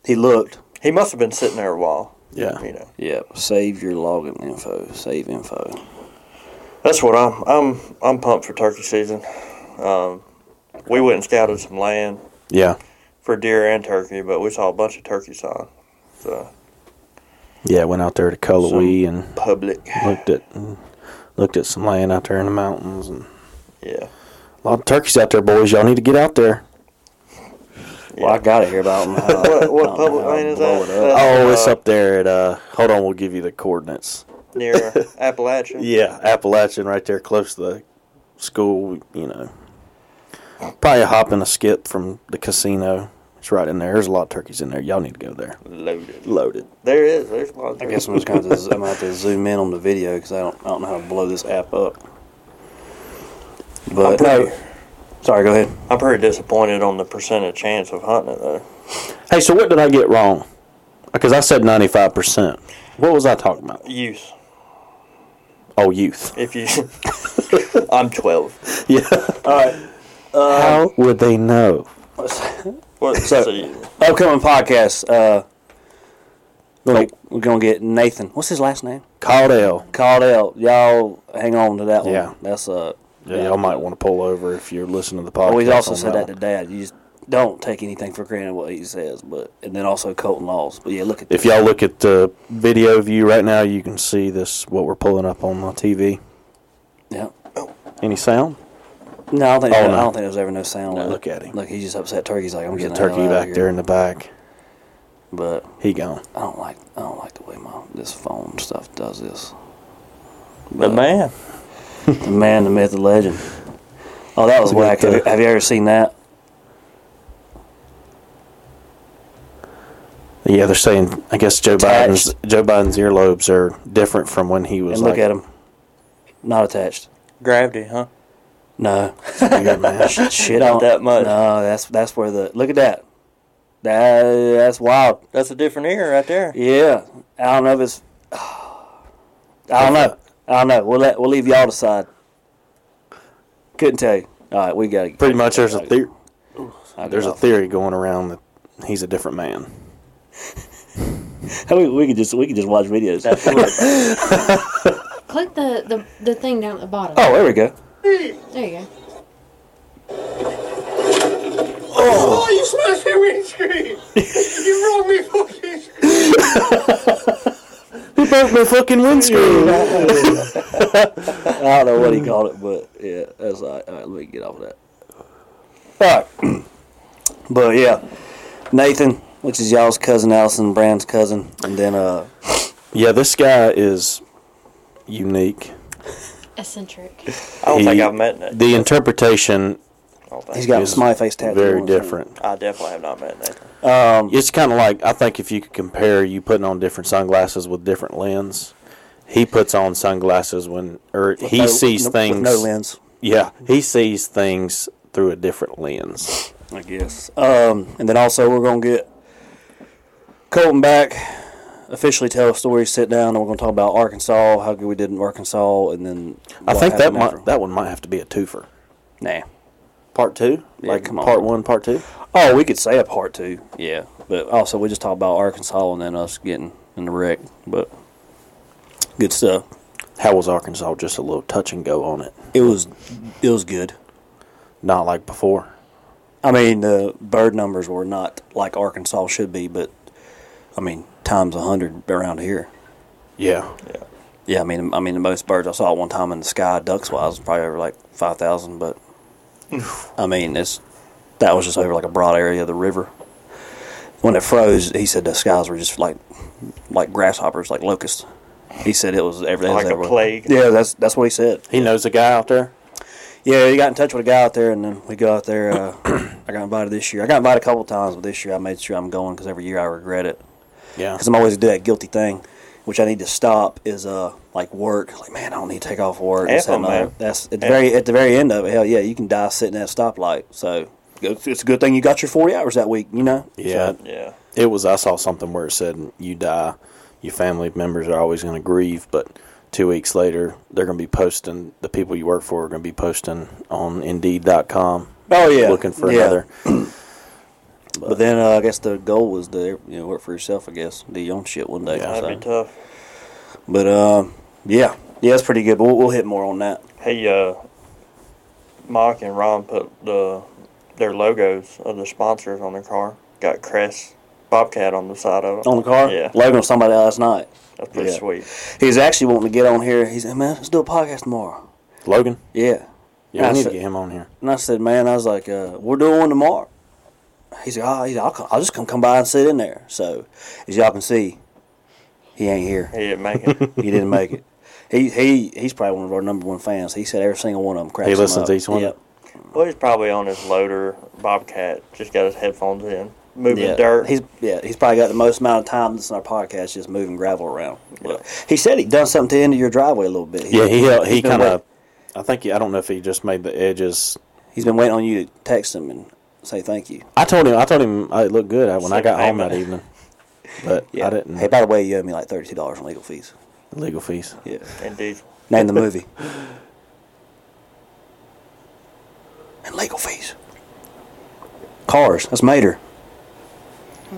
Speaker 2: he looked.
Speaker 1: he must have been sitting there a while.
Speaker 3: Yeah.
Speaker 1: you know
Speaker 2: Yeah, save your login info. Save info.
Speaker 1: that's what I'm. I'm I'm pumped for turkey season. Um, we went and scouted some land
Speaker 3: yeah,
Speaker 1: for deer and turkey, but we saw a bunch of turkeys on. So
Speaker 3: yeah. Went out there to Cullowhee and
Speaker 1: public,
Speaker 3: looked at looked at some land out there in the mountains and
Speaker 1: yeah.
Speaker 3: a lot of turkeys out there, boys. Y'all need to get out there.
Speaker 2: Well, I gotta hear [LAUGHS] about him.
Speaker 1: What what public land is that? That's,
Speaker 3: Oh, it's
Speaker 1: uh,
Speaker 3: up there at uh. Hold on, we'll give you the coordinates.
Speaker 1: near Appalachian.
Speaker 3: Yeah, Appalachian, right there, close to the school. You know, probably a hop and a skip from the casino. It's right in there. There's a lot of turkeys in there. Y'all need to go there.
Speaker 1: loaded.
Speaker 3: Loaded.
Speaker 1: There is. There's a lot. Of
Speaker 2: I guess I'm just gonna have to, I'm gonna have to zoom in on the video because I don't I don't know how to blow this app up. But
Speaker 1: pretty-
Speaker 2: no, sorry, go ahead.
Speaker 1: I'm pretty disappointed on the percentage chance of hunting it though.
Speaker 3: Hey, so what did I get wrong? Because I said ninety five percent. What was I talking about?
Speaker 1: Use
Speaker 3: Oh, youth.
Speaker 1: if you. [LAUGHS] I'm 12.
Speaker 3: Yeah. All right. How would they know?
Speaker 1: What, so,
Speaker 2: So- [LAUGHS] Upcoming podcast. Uh,
Speaker 3: Like
Speaker 2: we're gonna get Nathan. What's his last name?
Speaker 3: Caldell.
Speaker 2: Called out. Y'all hang on to that one.
Speaker 3: Yeah.
Speaker 2: That's uh.
Speaker 3: Yeah, Oh, y'all might want to pull over if you're listening to the podcast.
Speaker 2: Well, he's also
Speaker 3: on
Speaker 2: said that
Speaker 3: one.
Speaker 2: to Dad. You just don't take anything for granted what he says. But and then also Colton Laws. But yeah, look at
Speaker 3: If y'all look at the video view right now, you can see this what we're pulling up on my TV.
Speaker 2: yeah.
Speaker 3: Any sound?
Speaker 2: No, I don't think
Speaker 3: Oh,
Speaker 2: I
Speaker 3: no.
Speaker 2: don't think there's ever no sound.
Speaker 3: No,
Speaker 2: with it.
Speaker 3: look at him.
Speaker 2: Look, he's just upset. Turkey's like I'm
Speaker 3: There's a
Speaker 2: getting the hell
Speaker 3: turkey
Speaker 2: outta
Speaker 3: back
Speaker 2: here.
Speaker 3: there in the back.
Speaker 2: But
Speaker 3: He gone.
Speaker 2: I don't like I don't like the way my this phone stuff does this.
Speaker 1: the man.
Speaker 2: The man, the myth, the legend. Oh, that was
Speaker 3: Look
Speaker 2: whack.
Speaker 3: at
Speaker 2: Have you,
Speaker 3: that.
Speaker 2: have you ever seen that?
Speaker 3: Yeah, they're saying I guess Joe
Speaker 2: Attached.
Speaker 3: Biden's Joe Biden's earlobes are different from when he was.
Speaker 2: And look
Speaker 3: like,
Speaker 2: at him. Not attached.
Speaker 1: Gravity, huh?
Speaker 3: [LAUGHS]
Speaker 2: No.
Speaker 3: Weird, man.
Speaker 2: [LAUGHS] Shit
Speaker 1: Not
Speaker 2: on
Speaker 1: that much.
Speaker 2: No, that's that's where the look at that. That that's wild.
Speaker 1: That's a different ear right there. [LAUGHS]
Speaker 2: Yeah. I don't know if it's [SIGHS] I don't know. I don't know. We'll let we'll leave y'all to decide. Couldn't tell you. All right, we gotta
Speaker 3: Pretty much, there's a theory.
Speaker 2: I
Speaker 3: There's a
Speaker 2: know.
Speaker 3: theory going around that he's a different man.
Speaker 2: [LAUGHS] we, we could just we could just watch videos.
Speaker 5: Click the, the, the thing down at the bottom.
Speaker 2: [LAUGHS] oh, there we go.
Speaker 5: There you go.
Speaker 4: Oh, you smashed my windscreen! [LAUGHS] you rolled me fucking
Speaker 3: He broke my fucking windscreen.
Speaker 2: I don't know
Speaker 3: Mm.
Speaker 2: what he called it, but yeah, that's all right. All right, let me get off of that. All right. [CLEARS THROAT] But yeah, Nathan, which is y'all's cousin, Allison Brand's cousin, and then uh,
Speaker 3: Yeah, this guy is unique.
Speaker 5: Eccentric.
Speaker 1: I don't
Speaker 3: He-
Speaker 1: think I've met Nathan.
Speaker 3: The interpretation
Speaker 1: I don't think.
Speaker 2: he's got a
Speaker 3: It's
Speaker 2: smiley face tattoo.
Speaker 3: very
Speaker 2: on his hand.
Speaker 3: different.
Speaker 1: I definitely have not met Nathan.
Speaker 3: It's kind of like I think if you could compare you putting on different sunglasses with different lens. He puts on sunglasses when, or he
Speaker 2: No-
Speaker 3: sees
Speaker 2: no- with
Speaker 3: things.
Speaker 2: No lens,
Speaker 3: Yeah, he sees things through a different lens.
Speaker 2: I guess. Um, and then also we're gonna get Colton back. Officially tell a story, sit down, and we're gonna talk about Arkansas, how good we did in Arkansas, and then
Speaker 3: I
Speaker 2: what
Speaker 3: think that
Speaker 2: happened
Speaker 3: might
Speaker 2: after.
Speaker 3: that one might have to be a twofer.
Speaker 2: nah.
Speaker 3: Part two,
Speaker 2: Yeah,
Speaker 3: like
Speaker 2: come on.
Speaker 3: part one, part two.
Speaker 2: Oh, we could say a part two. Yeah, but also we just talked about Arkansas and then us getting in the wreck. But good stuff.
Speaker 3: How was Arkansas? Just a little touch and go on it.
Speaker 2: It was it was good.
Speaker 3: Not like before.
Speaker 2: I mean, the bird numbers were not like Arkansas should be, but I mean times a hundred around here.
Speaker 3: Yeah,
Speaker 2: Yeah, I mean, I mean the most birds I saw at one time in the sky, ducks wise, was probably over like five thousand. But I mean, it's that was just over like a broad area of the river. When it froze, he said the skies were just like like grasshoppers, like locusts. He said it was everything.
Speaker 1: Like
Speaker 2: was
Speaker 1: a
Speaker 2: everywhere.
Speaker 1: plague.
Speaker 2: Yeah, that's that's what he said.
Speaker 3: He knows a guy out there.
Speaker 2: Yeah, he got in touch with a guy out there, and then we go out there. Uh, [COUGHS] I got invited this year. I got invited a couple times, but this year I made sure I'm going because every year I regret it
Speaker 3: Yeah.
Speaker 2: because I'm always do that guilty thing, which I need to stop is uh like work. Like man, I don't need to take off work. This,
Speaker 1: F 'em,
Speaker 2: that, and other.
Speaker 1: man.
Speaker 2: That's at the very at the very end of it. Hell yeah, you can die sitting at a stoplight. So it's it's a good thing you got your 40 hours that week. You know.
Speaker 3: Yeah.
Speaker 2: So,
Speaker 1: Yeah.
Speaker 3: It was. I saw something where it said, "You die, your family members are always going to grieve, but two weeks later, they're going to be posting. The people you work for are going to be posting on Indeed.com.
Speaker 2: oh yeah,
Speaker 3: looking for
Speaker 2: Yeah.
Speaker 3: another.
Speaker 2: But then uh, I guess the goal was to you know work for yourself. I guess do your own shit one day.
Speaker 1: That'd be
Speaker 2: so.
Speaker 1: tough.
Speaker 2: But um, yeah, yeah, that's pretty good. But we'll, we'll hit more on that.
Speaker 1: Hey, uh, Mock and Ron put the their logos of the sponsors on their car. Got Crest Bobcat on the side of it.
Speaker 2: On the car,
Speaker 1: Yeah,
Speaker 2: Logan was talking about that last night.
Speaker 1: that's pretty
Speaker 2: yeah.
Speaker 1: sweet.
Speaker 2: He's actually wanting to get on here. He's man, let's do a podcast tomorrow.
Speaker 3: Logan.
Speaker 2: Yeah,
Speaker 3: Yeah,
Speaker 2: I
Speaker 3: we need to
Speaker 2: said-
Speaker 3: get him on here.
Speaker 2: And I said, man, I was like, uh, we're doing one tomorrow. He's like, oh, he's like, I'll, come, I'll just come, come by and sit in there. So, as y'all can see, he ain't here.
Speaker 1: He
Speaker 2: [LAUGHS]
Speaker 1: didn't make it.
Speaker 2: He didn't make it. He he he's probably one of our number one fans. He said every single one of them. Cracks
Speaker 3: He
Speaker 2: him
Speaker 3: listens
Speaker 2: up.
Speaker 3: to each one?
Speaker 2: Yep.
Speaker 1: well, he's probably on his loader Bobcat. Just got his headphones in, moving
Speaker 2: Yeah.
Speaker 1: dirt.
Speaker 2: He's yeah. He's probably got the most amount of time listening to our podcast, just moving gravel around. But he said he done something to the end of your driveway a little bit.
Speaker 3: Yeah, he hel- he
Speaker 2: he's been
Speaker 3: kind of.
Speaker 2: wait-
Speaker 3: I think he, I don't know if he just made the edges.
Speaker 2: he's been waiting on you to text him and say thank you.
Speaker 3: I told him. I told him I looked good when I
Speaker 1: Said
Speaker 3: got home
Speaker 1: payment.
Speaker 3: that evening, [LAUGHS] but I didn't.
Speaker 2: Hey, by the way, you owe me like thirty two dollars in legal fees.
Speaker 3: legal fees.
Speaker 2: Yeah.
Speaker 1: Indeed.
Speaker 2: Name the movie. and legal fees. Cars. That's Mater.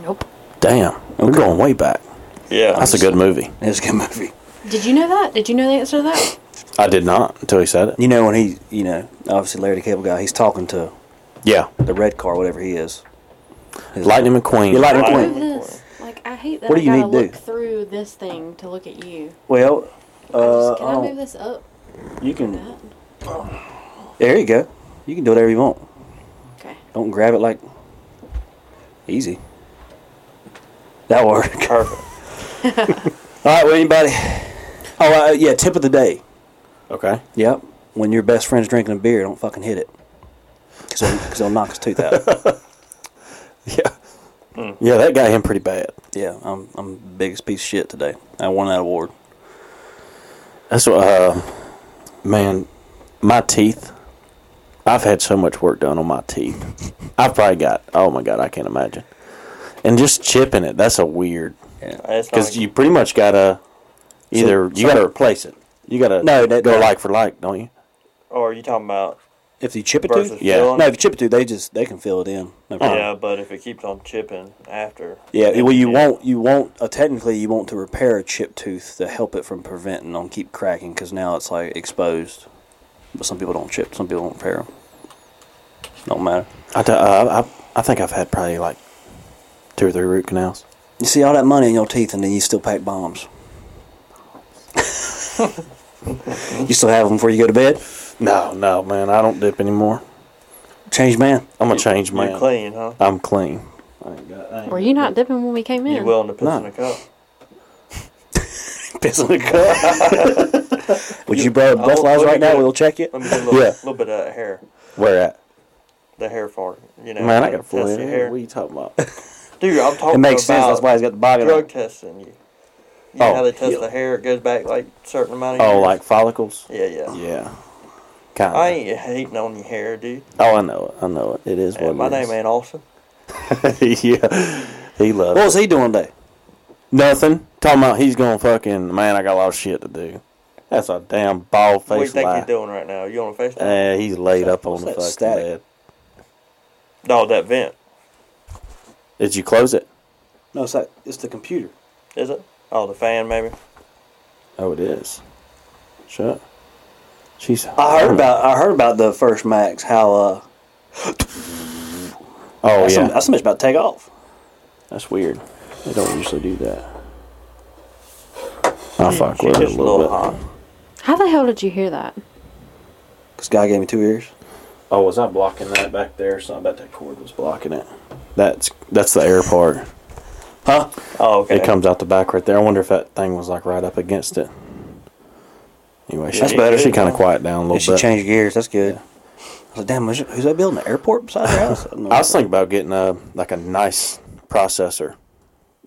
Speaker 5: Nope.
Speaker 3: Damn, we're going way back.
Speaker 1: Yeah,
Speaker 3: That's a good movie.
Speaker 2: It's a good movie.
Speaker 5: Did you know that? Did you know the answer to that?
Speaker 3: I did not until he said it.
Speaker 2: You know when he, you know, obviously Larry the Cable Guy, he's talking to
Speaker 3: Yeah,
Speaker 2: the red car, whatever he is. His-
Speaker 3: Lightning McQueen.
Speaker 2: Yeah, Lightning
Speaker 1: Lightning
Speaker 5: Prove
Speaker 2: McQueen.
Speaker 5: this. Like I hate that
Speaker 2: What do
Speaker 5: I
Speaker 2: you
Speaker 5: gotta
Speaker 2: need to
Speaker 5: look
Speaker 2: do?
Speaker 5: through this thing to look at you.
Speaker 2: Well,
Speaker 5: I
Speaker 2: uh,
Speaker 5: just, can
Speaker 2: I
Speaker 5: I
Speaker 2: don't-
Speaker 5: move this up?
Speaker 2: you can.
Speaker 5: That?
Speaker 2: There you go. You can do whatever you want.
Speaker 5: Okay.
Speaker 2: Don't grab it like. Easy. That [LAUGHS] worked.
Speaker 1: perfect.
Speaker 2: All right, well, anybody. Oh, uh, yeah. Tip of the day.
Speaker 3: Okay.
Speaker 2: Yep. When your best friend's drinking a beer, don't fucking hit it. Because they'll, 'cause they'll knock his tooth
Speaker 1: [LAUGHS]
Speaker 2: out.
Speaker 3: [LAUGHS] Yeah.
Speaker 1: Hmm.
Speaker 3: Yeah, that got him pretty bad.
Speaker 2: yeah, I'm, I'm the biggest piece of shit today. I won that award.
Speaker 3: That's what. Uh, man, my teeth. I've had so much work done on my [LAUGHS] teeth. I've probably got. Oh my god, I can't imagine. And just chipping it. That's a weird.
Speaker 2: [LAUGHS]
Speaker 1: That's not
Speaker 3: Because you pretty much gotta either
Speaker 2: So-
Speaker 3: you gotta replace it. You gotta
Speaker 2: No, that-
Speaker 3: go
Speaker 2: that-
Speaker 3: like for like, don't you?
Speaker 1: or oh, are you talking about?
Speaker 2: If you chip it
Speaker 1: Versus
Speaker 2: tooth?
Speaker 3: Yeah.
Speaker 1: filling?
Speaker 2: No, if you chip it tooth, they just they can fill it in. No problem.
Speaker 1: Yeah, but if it keeps on chipping after.
Speaker 2: Yeah, well, you
Speaker 1: Yeah.
Speaker 2: want you want uh, technically you want to repair a chipped tooth to help it from preventing on keep cracking because now it's like exposed. But some people don't chip. Some people don't repair them. Don't matter.
Speaker 3: I, d- uh, I I think I've had probably like two or three root canals.
Speaker 2: You see all that money in your teeth, and then you still pack bombs. you still have them before you go to bed.
Speaker 3: No, no, man, I don't dip anymore.
Speaker 2: Change man.
Speaker 3: I'm a change
Speaker 1: You're
Speaker 3: man.
Speaker 1: clean, huh?
Speaker 3: I'm clean.
Speaker 5: Were you not dipping when we came in?
Speaker 1: You willing to piss in
Speaker 3: No.
Speaker 1: a cup?
Speaker 2: Piss in the cup. [LAUGHS] Would you borrow
Speaker 1: I'll-
Speaker 2: Buffalo's
Speaker 1: let me
Speaker 2: right now?
Speaker 1: get-
Speaker 2: We'll check it.
Speaker 1: Let me get a little,
Speaker 3: Yeah.
Speaker 1: little bit of that hair.
Speaker 3: Where at?
Speaker 1: The hair fart. You know,
Speaker 3: Man, I got a
Speaker 1: test
Speaker 3: full
Speaker 1: your
Speaker 3: head.
Speaker 1: hair.
Speaker 3: What are you talking [LAUGHS] about?
Speaker 1: Dude, I'm
Speaker 2: It
Speaker 1: talking
Speaker 2: makes
Speaker 1: about
Speaker 2: sense. That's why he's got the bobby.
Speaker 1: drug
Speaker 2: on.
Speaker 1: testing you. You know
Speaker 3: Oh,
Speaker 1: how they test
Speaker 3: yeah.
Speaker 1: the hair? It goes back like certain amount of
Speaker 3: oh,
Speaker 1: years.
Speaker 3: like follicles?
Speaker 1: yeah, yeah,
Speaker 3: Yeah. Kind
Speaker 1: I
Speaker 3: of.
Speaker 1: ain't hating on your hair, dude.
Speaker 3: Oh, I know it. I know it. It is
Speaker 1: Yeah,
Speaker 3: what
Speaker 1: my
Speaker 3: it
Speaker 1: name ain't Austin.
Speaker 3: is. [LAUGHS] yeah. He loves
Speaker 2: What was he doing today?
Speaker 3: Nothing. Talking about he's going to fucking, man, I got a lot of shit to do. That's a damn bald
Speaker 1: What do you
Speaker 3: faced
Speaker 1: think
Speaker 3: lie.
Speaker 1: you're doing right now? You on a FaceTime?
Speaker 3: Eh, he's laid up on
Speaker 2: What's
Speaker 3: the
Speaker 2: that
Speaker 3: fucking
Speaker 2: static?
Speaker 3: bed.
Speaker 1: no, Oh, that vent.
Speaker 3: Did you close it?
Speaker 2: No, it's like, it's the computer.
Speaker 1: Is it? Oh, the fan maybe.
Speaker 3: Oh, it is. Shut. She's.
Speaker 2: I heard about I heard about the first Max how uh
Speaker 3: Oh
Speaker 2: that's,
Speaker 3: yeah,
Speaker 2: some- that's something about to take off.
Speaker 3: that's weird. They don't usually do that. I fuck
Speaker 1: She
Speaker 3: with it a
Speaker 1: just
Speaker 3: little, bit.
Speaker 1: hot.
Speaker 5: How the hell did you hear that?
Speaker 2: This guy gave me two ears.
Speaker 3: Oh, was I blocking that back there? So I bet that cord was blocking it. That's that's the air part.
Speaker 2: Huh?
Speaker 1: Oh, okay.
Speaker 3: It comes out the back right there. I wonder if that thing was like right up against it. Anyway, she,
Speaker 2: That's better.
Speaker 3: She kind of quiet down a little
Speaker 2: Yeah, she
Speaker 3: bit.
Speaker 2: changed gears. That's good. I was like, damn, who's who's that building? An airport beside the house? I, don't know.
Speaker 3: I was thinking about getting a like a nice processor,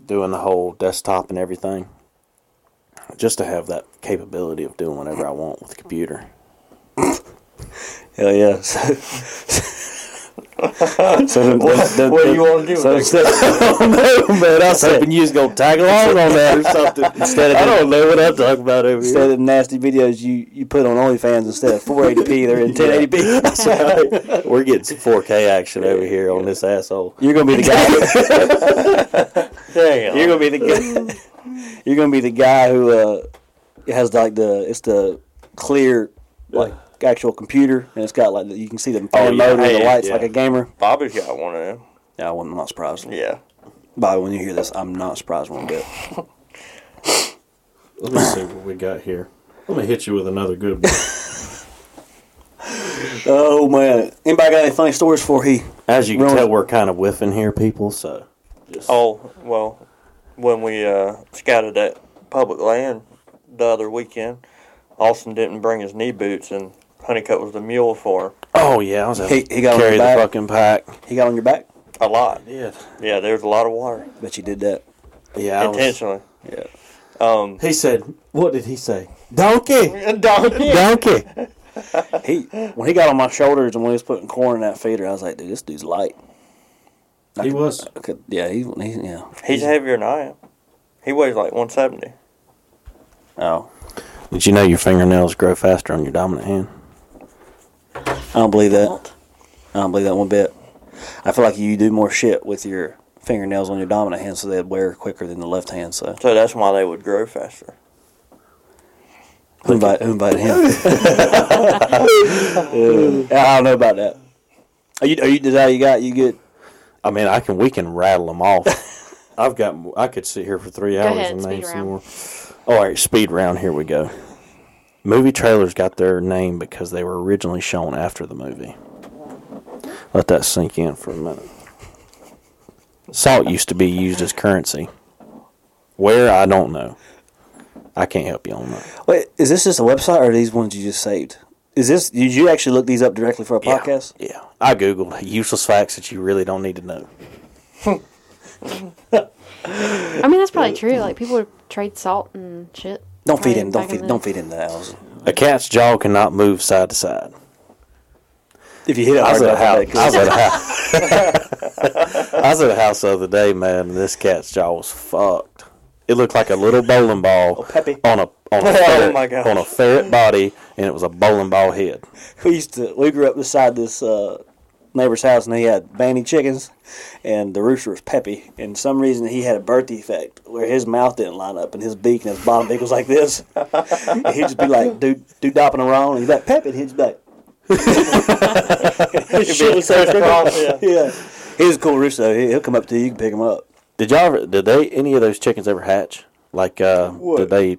Speaker 3: doing the whole desktop and everything, just to have that capability of doing whatever I want with the computer.
Speaker 2: Hell yeah. [LAUGHS] So, so
Speaker 1: What- what do you wanna do with that?
Speaker 2: [LAUGHS]
Speaker 3: oh, man, I was hoping you was gonna tag along on that or something.
Speaker 2: Instead of
Speaker 3: I don't know what I'm talking about over
Speaker 2: instead
Speaker 3: here.
Speaker 2: of nasty videos you, you put on OnlyFans instead of 480p, [LAUGHS] they're in 1080p.
Speaker 3: [LAUGHS] We're getting some 4K action over here on this asshole.
Speaker 2: You're gonna be the [LAUGHS] guy.
Speaker 1: Damn.
Speaker 2: you're gonna be the
Speaker 3: Uh,
Speaker 2: guy. You're gonna be the guy who uh, has like the it's the clear like actual computer and it's got like the, you can see the fan
Speaker 1: Oh, yeah.
Speaker 2: motor and the
Speaker 1: Hey,
Speaker 2: lights
Speaker 1: yeah.
Speaker 2: like a gamer.
Speaker 1: Bobby's got one of them.
Speaker 2: Yeah, I wouldn't- I'm not surprised.
Speaker 1: Yeah.
Speaker 2: Bobby, when you hear this, I'm not surprised one bit.
Speaker 3: Let me see what we got here. Let me hit you with another good one.
Speaker 2: Oh man, anybody got any funny stories for he?
Speaker 3: As you can
Speaker 2: Really?
Speaker 3: tell, we're kind of whiffing here, people. So
Speaker 1: Oh well, when we uh, scouted that public land the other weekend, Austin didn't bring his knee boots, and Honeycutt was the mule for him.
Speaker 3: Oh yeah, I was having
Speaker 2: He- he got on
Speaker 3: carry
Speaker 2: the
Speaker 3: the
Speaker 2: back.
Speaker 3: fucking pack.
Speaker 2: He got on your back?
Speaker 1: a lot.
Speaker 3: Yeah,
Speaker 1: Yeah, there was a lot of water
Speaker 2: Bet you did that.
Speaker 3: yeah. I was-
Speaker 1: intentionally.
Speaker 2: Yeah.
Speaker 1: Um,
Speaker 3: he said, "What did he say?
Speaker 2: [LAUGHS]
Speaker 3: Donkey, donkey."
Speaker 2: He when he got on my shoulders and when he was putting corn in that feeder, I was like, dude, this dude's light.
Speaker 3: he was.
Speaker 2: I could, yeah, he, he yeah.
Speaker 1: he's heavier than I am. He weighs like 170.
Speaker 2: Oh,
Speaker 3: Did you know your fingernails grow faster on your dominant hand?
Speaker 2: I don't believe that. I don't believe that one bit. I feel like you do more shit with your fingernails on your dominant hand, so they wear quicker than the left hand. So
Speaker 1: So that's why they would grow faster.
Speaker 2: who invited, who invited him? [LAUGHS] Yeah, I don't know about that. Are you? Are you? Is that you got? You get?
Speaker 3: I mean, I can. We can rattle them off.
Speaker 2: [LAUGHS]
Speaker 3: I've got. I could sit here for three hours
Speaker 5: ahead,
Speaker 3: and
Speaker 5: speed
Speaker 3: name some
Speaker 5: round.
Speaker 3: more. All right, speed round. Here we go. Movie trailers got their name because they were originally shown after the movie. Let that sink in for a minute. Salt used to be used as currency. Where I don't know. I can't help you on that.
Speaker 2: Wait, is this just a website or are these ones you just saved? Is this? Did you actually look these up directly for a podcast?
Speaker 3: Yeah, yeah. I googled useless facts that you really don't need to know.
Speaker 5: I mean, that's [LAUGHS] probably true. Like people would trade salt and shit.
Speaker 2: Don't feed
Speaker 5: Right,
Speaker 2: him. Don't
Speaker 5: back in
Speaker 2: feed.
Speaker 5: the-
Speaker 2: Don't feed him that. Allison.
Speaker 3: A cat's jaw cannot move side to side.
Speaker 2: If you hit it
Speaker 3: I
Speaker 2: hard
Speaker 3: was at a
Speaker 2: enough, that
Speaker 3: house.
Speaker 2: could-
Speaker 3: I was at a house. I was at a house [LAUGHS] the other day, man. And this cat's jaw was fucked. It looked like a little bowling ball
Speaker 2: Pepe. [LAUGHS]
Speaker 3: on a on a
Speaker 1: Oh,
Speaker 3: ferret,
Speaker 1: my gosh.
Speaker 3: on a ferret body, and it was a bowling ball head.
Speaker 2: [LAUGHS] we used to we grew up beside this uh, neighbor's house and he had banty chickens and the rooster was peppy and some reason he had a birth defect where his mouth didn't line up and his beak and his bottom beak was like this [LAUGHS] and he'd just be like do do dopping around and he'd be like peppy and he'd just be like
Speaker 1: [LAUGHS] Shit, crisscross, yeah.
Speaker 2: yeah he was a cool rooster though He- he'll come up to you you can pick him up
Speaker 3: Did y'all ever? Did they? Any of those chickens ever hatch? Like, uh, did they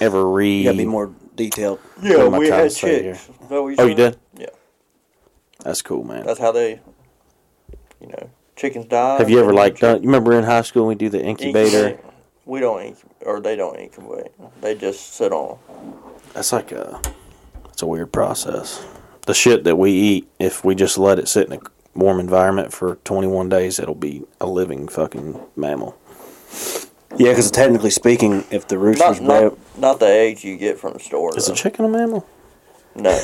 Speaker 3: ever re?
Speaker 2: you gotta be more detailed
Speaker 1: [LAUGHS] Yeah,
Speaker 3: am I
Speaker 1: we
Speaker 3: trying
Speaker 1: had
Speaker 3: to say
Speaker 1: chicks.
Speaker 3: here?
Speaker 1: Is that what
Speaker 3: Oh, you
Speaker 1: said?
Speaker 3: did?
Speaker 1: Yeah,
Speaker 3: That's cool, man.
Speaker 1: that's how they, you know, chickens die.
Speaker 3: Have you ever
Speaker 1: and
Speaker 3: like
Speaker 1: chickens
Speaker 3: done? You remember in high school we do the incubator?
Speaker 1: incubate. We don't incubate, or they don't incubate. They just sit on. 'em.
Speaker 3: That's like a it's a weird process. The shit that we eat, if we just let it sit in a warm environment for 21 days, it'll be a living fucking mammal.
Speaker 2: yeah because technically speaking if the rooster's
Speaker 1: Not,
Speaker 2: bred
Speaker 1: not, not the eggs you get from the store.
Speaker 3: Is
Speaker 1: though.
Speaker 3: a chicken a mammal?
Speaker 1: No.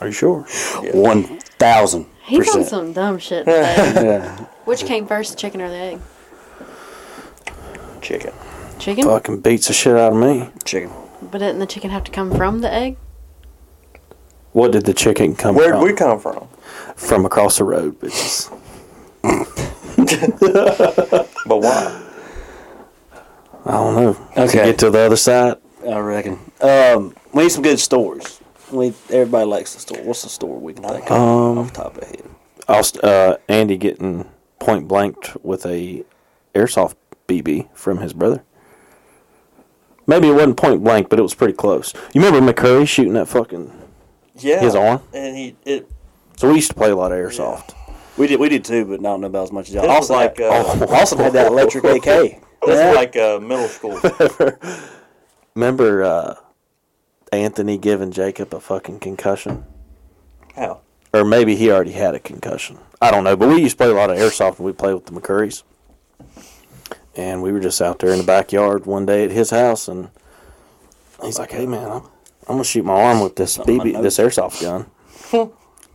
Speaker 3: Are you sure?
Speaker 2: one thousand
Speaker 5: He's on
Speaker 2: percent
Speaker 5: some
Speaker 2: [LAUGHS]
Speaker 5: dumb shit. today.
Speaker 2: yeah
Speaker 5: Which came first, chicken or the egg?
Speaker 1: Chicken.
Speaker 5: Chicken.
Speaker 3: Fucking beats the shit out of me.
Speaker 2: chicken
Speaker 5: But didn't the chicken have to come from
Speaker 2: [LAUGHS]
Speaker 5: the egg?
Speaker 3: What did the chicken come
Speaker 1: Where'd
Speaker 3: from?
Speaker 1: we come from?
Speaker 3: from across the road, bitches.
Speaker 1: But why?
Speaker 3: I don't know. To
Speaker 2: Okay.
Speaker 3: get to the other side.
Speaker 2: I reckon. Um, we need some good stories. We everybody likes the story. What's the story we can think of off the top of head?
Speaker 3: Aust- uh, Andy getting point blanked with a airsoft BB from his brother. Maybe it wasn't point blank, but it was pretty close. You remember McCurry shooting that fucking?
Speaker 1: Yeah.
Speaker 3: His arm?
Speaker 1: And he it
Speaker 3: So we used to play a lot of airsoft.
Speaker 2: We did, we did too, but I don't know about as much as y'all.
Speaker 1: This is
Speaker 2: Austin,
Speaker 1: like,
Speaker 2: had,
Speaker 1: uh,
Speaker 2: Austin had [LAUGHS] that electric AK.
Speaker 1: this
Speaker 2: Yeah.
Speaker 1: is like uh, middle school.
Speaker 3: Remember uh, Anthony giving Jacob a fucking concussion?
Speaker 1: How?
Speaker 3: Or maybe he already had a concussion. I don't know. But we used to play a lot of airsoft when we played with the McCurries. And we were just out there in the backyard one day at his house, and he's like, "Hey man, I'm, I'm gonna shoot my arm with this BB, this airsoft gun,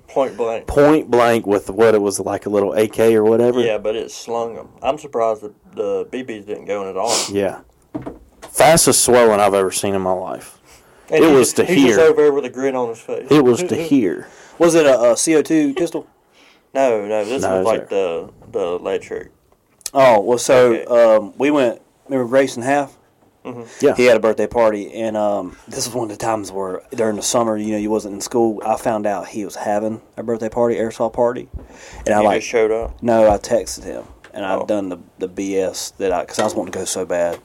Speaker 1: Point blank.
Speaker 3: point blank with what it was like a little AK or whatever."
Speaker 1: Yeah, but it slung him. I'm surprised that the BBs didn't go in at all.
Speaker 3: yeah. Fastest swelling I've ever seen in my life.
Speaker 1: And
Speaker 3: It
Speaker 1: he
Speaker 3: was
Speaker 1: just-
Speaker 3: to
Speaker 1: he was
Speaker 3: hear.
Speaker 1: over there with a grin on his face.
Speaker 3: It was [LAUGHS] to hear.
Speaker 2: Was it a, a CO2 pistol?
Speaker 1: No, no, this
Speaker 3: No,
Speaker 1: was
Speaker 3: it's
Speaker 1: like the the electric.
Speaker 2: Oh, well, so
Speaker 1: Okay.
Speaker 2: um, we went, remember Grayson Half?
Speaker 3: Yeah.
Speaker 2: He had a birthday party, and um, this is one of the times where during the summer, you know, you wasn't in school. I found out he was having a birthday party, airsoft party, and I
Speaker 1: He
Speaker 2: like
Speaker 1: just showed up.
Speaker 2: No, I texted him, and
Speaker 1: Oh.
Speaker 2: I've done the, the BS that I because I was wanting to go so bad,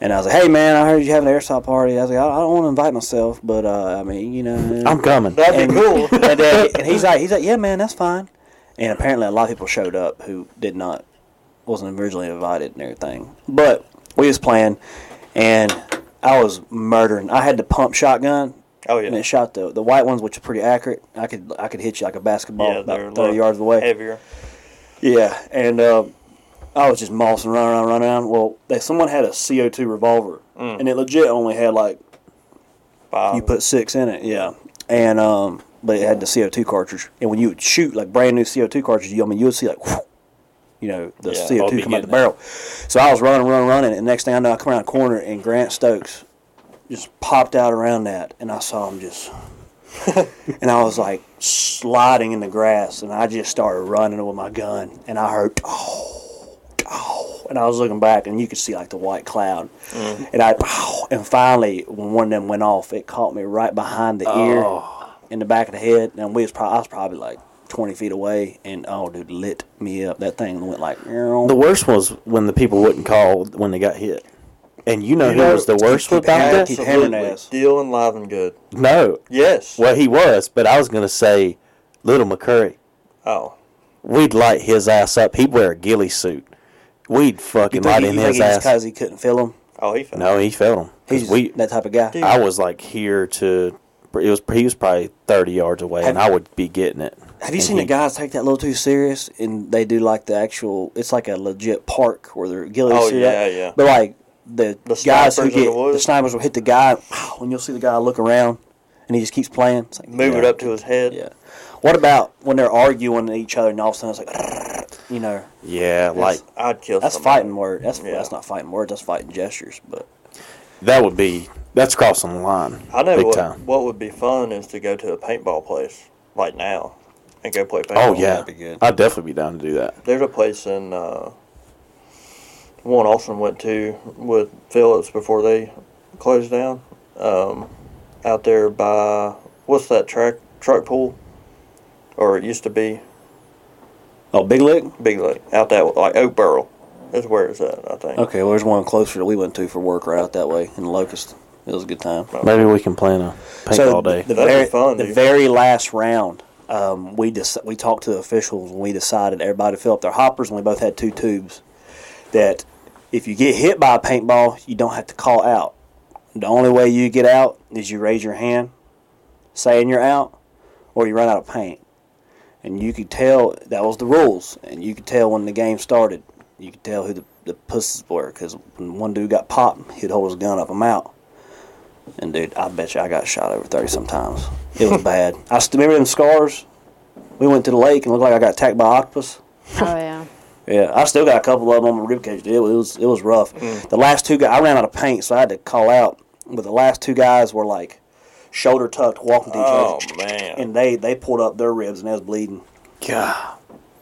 Speaker 2: and I was like, "Hey man, I heard you having an airsoft party." I was like, "I, I don't want to invite myself, but uh, I mean, you know,
Speaker 3: I'm coming.
Speaker 1: That'd
Speaker 2: and,
Speaker 1: be [LAUGHS] cool.
Speaker 2: and, uh, and he's like, he's like, "Yeah, man, that's fine." And apparently, a lot of people showed up who did not wasn't originally invited and everything. But we was playing, and I was murdering. I had the pump shotgun.
Speaker 1: Oh, yeah.
Speaker 2: and it shot the the white ones, which are pretty accurate. I could I could hit you like a basketball
Speaker 1: yeah, they're a
Speaker 2: about thirty
Speaker 1: lot
Speaker 2: yards away.
Speaker 1: Heavier.
Speaker 2: Yeah, and uh, I was just mossing, running around, running around. Well, they, someone had a CO two revolver, and it legit only had like
Speaker 1: Mm. Five.
Speaker 2: you put six in it. Yeah, and um, but it had the CO two cartridge, and when you would shoot like brand new CO two cartridge, you I mean you would see like. you know, the
Speaker 1: Yeah,
Speaker 2: CO
Speaker 3: I'll be
Speaker 2: two come out the
Speaker 3: getting
Speaker 2: barrel. So I was running, running, running, and next thing I know, I come around a corner and Grant Stokes just popped out around that, and I saw him just, and I was like sliding in the grass, and I just started running with my gun, and I heard oh, oh, and I was looking back, and you could see like the white cloud,
Speaker 3: Mm.
Speaker 2: and I oh, and finally when one of them went off, it caught me right behind the
Speaker 3: Oh.
Speaker 2: ear, in the back of the head, and we was probably I was probably like. 20 feet away, and oh, dude, lit me up. That thing went like,
Speaker 3: The worst was when the people wouldn't call when they got hit. And you know who
Speaker 1: know,
Speaker 3: was the worst
Speaker 2: keep
Speaker 3: about
Speaker 2: it
Speaker 3: that?
Speaker 2: active. Keep hammering
Speaker 1: Absolutely.
Speaker 2: ass.
Speaker 1: Deal and live and good.
Speaker 3: No.
Speaker 1: Yes.
Speaker 3: Well, he was, but I was going to say Little McCurry.
Speaker 1: Oh.
Speaker 3: We'd light his ass up. He'd wear a ghillie suit. We'd fucking light in his ass.
Speaker 2: because he couldn't feel him.
Speaker 1: Oh, he found
Speaker 3: no, he felt him. 'Cause
Speaker 2: He's
Speaker 3: we,
Speaker 2: that type of guy.
Speaker 3: I was like here to. It was he was probably thirty yards away, and I would be getting it.
Speaker 2: Have you
Speaker 3: And
Speaker 2: seen
Speaker 3: he-
Speaker 2: the guys take that a little too serious, and they do like the actual? It's like a legit park where they're ghillie
Speaker 1: Oh,
Speaker 2: suit
Speaker 1: yeah,
Speaker 2: out.
Speaker 1: yeah.
Speaker 2: But like the,
Speaker 1: The
Speaker 2: guys who
Speaker 1: snipers in
Speaker 2: get
Speaker 1: the
Speaker 2: the,
Speaker 1: woods?
Speaker 2: snipers will hit the guy, [SIGHS] and you'll see the guy look around, and he just keeps playing. It's like,
Speaker 1: Move
Speaker 2: yeah,
Speaker 1: it up to his head.
Speaker 2: Yeah. What about when they're arguing at each other, and all of a sudden it's like, you know,
Speaker 3: Yeah, like
Speaker 1: I'd kill
Speaker 2: that's
Speaker 1: somebody.
Speaker 2: fighting word. That's
Speaker 1: Yeah.
Speaker 2: that's not fighting words. That's fighting gestures. But
Speaker 3: that would be that's crossing the line.
Speaker 1: I know
Speaker 3: big
Speaker 1: what,
Speaker 3: time.
Speaker 1: what would be fun is to go to a paintball place, like now, and go play paintball.
Speaker 3: Oh yeah,
Speaker 2: that'd be good.
Speaker 3: I'd definitely be down to do that.
Speaker 1: There's a place in uh, one Austin went to with Phillips before they closed down. Um, out there by what's that track truck pool, or it used to be
Speaker 2: oh, big lick.
Speaker 1: Big Lake. Out that like Oakboro is where it's at. I think.
Speaker 2: Okay, well, there's one closer that we went to for work right out that way in Locust. It was a good
Speaker 1: Oh,
Speaker 2: time.
Speaker 3: Maybe we can plan a paintball
Speaker 2: so
Speaker 3: day.
Speaker 2: The, the
Speaker 1: That'd be
Speaker 2: very,
Speaker 1: fun,
Speaker 2: the
Speaker 1: dude.
Speaker 2: very last round, um, we dec- we talked to the officials and we decided everybody to fill up their hoppers, and we both had two tubes. That if you get hit by a paintball, you don't have to call out. The only way you get out is you raise your hand, saying you're out, or you run out of paint. And you could tell that was the rules, and you could tell when the game started. You could tell who the, the pussies were, because when one dude got popped, he'd hold his gun up, I'm out. And dude, I bet you I got shot over thirty sometimes. It was bad. I still remember them scars. We went to the lake and looked like I got attacked by octopus.
Speaker 5: Oh yeah.
Speaker 2: Yeah, I still got a couple of them on my ribcage. It was it was rough.
Speaker 1: Mm.
Speaker 2: The last two guys, I ran out of paint, so I had to call out. But the last two guys were like shoulder tucked, walking to each
Speaker 1: Oh
Speaker 2: other,
Speaker 1: man.
Speaker 2: and they they pulled up their ribs and they was bleeding.
Speaker 3: God.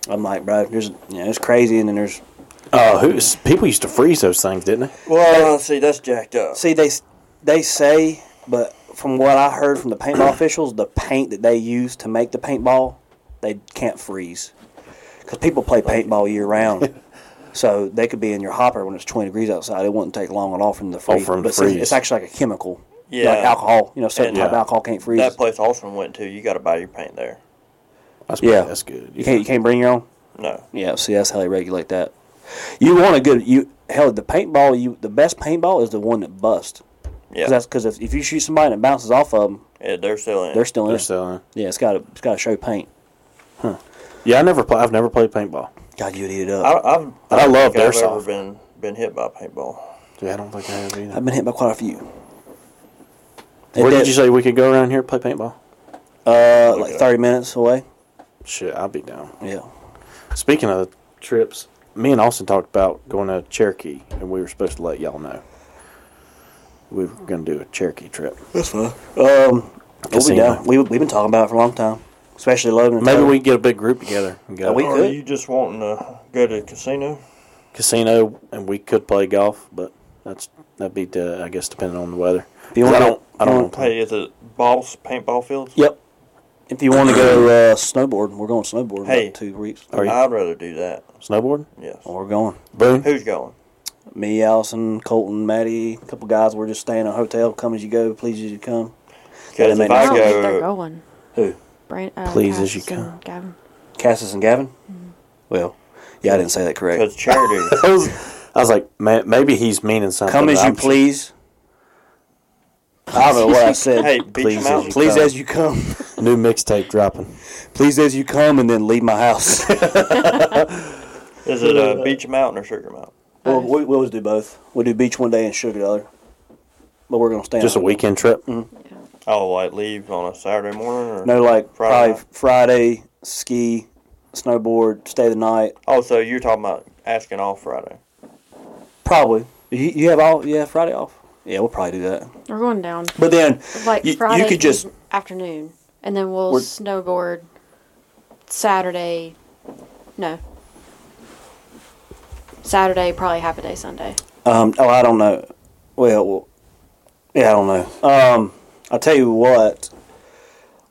Speaker 2: I'm like, bro, there's you know, it's crazy, and then there's
Speaker 3: Oh, who's people used to freeze those things, didn't they?
Speaker 1: well, uh, see, that's jacked up.
Speaker 2: see they they say, but from what I heard from the paintball officials, the paint that they use to make the paintball, they can't freeze because people play paintball year round.
Speaker 3: [LAUGHS]
Speaker 2: So they could be in your hopper when it's 20 degrees outside. It wouldn't take long at all from the freeze.
Speaker 3: Oh, for 'em to
Speaker 2: But see,
Speaker 3: freeze.
Speaker 2: It's actually like a chemical.
Speaker 1: Yeah.
Speaker 2: Like alcohol. You know, certain
Speaker 1: And-
Speaker 2: type of alcohol can't freeze.
Speaker 1: that place Austin went to, you got to buy your paint there.
Speaker 3: That's
Speaker 2: Yeah.
Speaker 3: that's good.
Speaker 2: You can't you can't bring your own.
Speaker 1: No.
Speaker 2: Yeah, see, that's how they regulate that. You want a good you hell the paintball. You the best paintball is the one that busts.
Speaker 1: Yeah.
Speaker 2: Cause that's because if, if you shoot somebody and it bounces off of them,
Speaker 1: yeah. They're still in.
Speaker 2: they're still in.
Speaker 3: They're
Speaker 2: it.
Speaker 3: still in.
Speaker 2: Yeah, it's got to it's got to show paint.
Speaker 3: Yeah, I never play, I've never played paintball.
Speaker 2: God, you'd eat it up.
Speaker 1: I, I've,
Speaker 3: But I
Speaker 1: don't
Speaker 3: love
Speaker 1: think I've
Speaker 3: airsoft.
Speaker 1: ever been been hit by a paintball.
Speaker 3: Yeah, I don't think I have either.
Speaker 2: I've been hit by quite a few.
Speaker 3: Where
Speaker 2: That-
Speaker 3: did you say we could go around here and play paintball?
Speaker 2: Uh, like thirty minutes away.
Speaker 3: Shit, I'd be down.
Speaker 2: Yeah.
Speaker 3: Speaking of trips, me and Austin talked about going to Cherokee, and we were supposed to let y'all know we were going to do a Cherokee trip.
Speaker 2: Um, we'll be
Speaker 3: Casino.
Speaker 2: down. We we've been talking about it for a long time, especially Logan. and
Speaker 3: Maybe
Speaker 2: Tyler.
Speaker 3: we can get a big group together and go
Speaker 2: Yeah, we
Speaker 1: Or
Speaker 2: could.
Speaker 1: Are you just wanting to go to a casino?
Speaker 3: casino, and we could play golf, but that's that'd be uh, I guess depending on the weather.
Speaker 2: If you
Speaker 3: 'Cause
Speaker 2: wanna-
Speaker 3: I don't I
Speaker 2: if you
Speaker 3: don't
Speaker 2: wanna-
Speaker 3: want to play.
Speaker 1: Hey, is it balls paintball fields?
Speaker 2: Yep. If you want to go uh, snowboarding, we're going snowboarding
Speaker 1: Hey.
Speaker 2: in about two weeks.
Speaker 3: Are you-
Speaker 1: I'd rather do that.
Speaker 3: snowboard.
Speaker 1: Yes.
Speaker 2: We're going.
Speaker 3: Boom.
Speaker 1: Who's going?
Speaker 2: Me, Allison, Colton, Maddie, a couple guys. We're just staying at a hotel. Come as you go. Please as you come. Wait a
Speaker 1: Because if
Speaker 2: minute.
Speaker 5: I
Speaker 1: I
Speaker 5: don't think they're
Speaker 1: go,
Speaker 5: going.
Speaker 2: Who?
Speaker 5: Brand, uh,
Speaker 3: Please, as you
Speaker 5: Cass and
Speaker 3: can.
Speaker 5: Gavin.
Speaker 2: Cassis and Gavin. Well, yeah, I didn't say that correct. [LAUGHS]
Speaker 1: because charity.
Speaker 3: I was, I was like, man, maybe he's meaning something.
Speaker 2: Come as
Speaker 3: but
Speaker 2: you
Speaker 3: I'm sure-
Speaker 2: please. I don't know what I said.
Speaker 1: hey, beat
Speaker 3: Please,
Speaker 1: your mountain.
Speaker 2: please as you come. [LAUGHS]
Speaker 3: New mixtape dropping.
Speaker 2: Please as you come, and then leave my house. [LAUGHS]
Speaker 1: Is it a beach mountain or sugar mountain?
Speaker 2: well, we, we always do both. We do beach one day and sugar the other. But we're gonna stay
Speaker 3: Just a
Speaker 2: on-
Speaker 3: weekend trip.
Speaker 1: Oh, like leave on a Saturday morning or
Speaker 2: No, like
Speaker 1: Friday
Speaker 2: probably Friday ski, snowboard, stay the night.
Speaker 1: Oh, so you're talking about asking off Friday?
Speaker 2: Probably. You, you have all yeah Friday off. Yeah, we'll probably do that.
Speaker 5: We're going down.
Speaker 2: But then
Speaker 5: Like
Speaker 2: you,
Speaker 5: Friday
Speaker 2: you could just
Speaker 5: afternoon, and then we'll
Speaker 2: We're-
Speaker 5: snowboard Saturday. No. Saturday, probably half a day Sunday.
Speaker 2: um oh I don't know. Well, well yeah I don't know. Um I'll tell you what.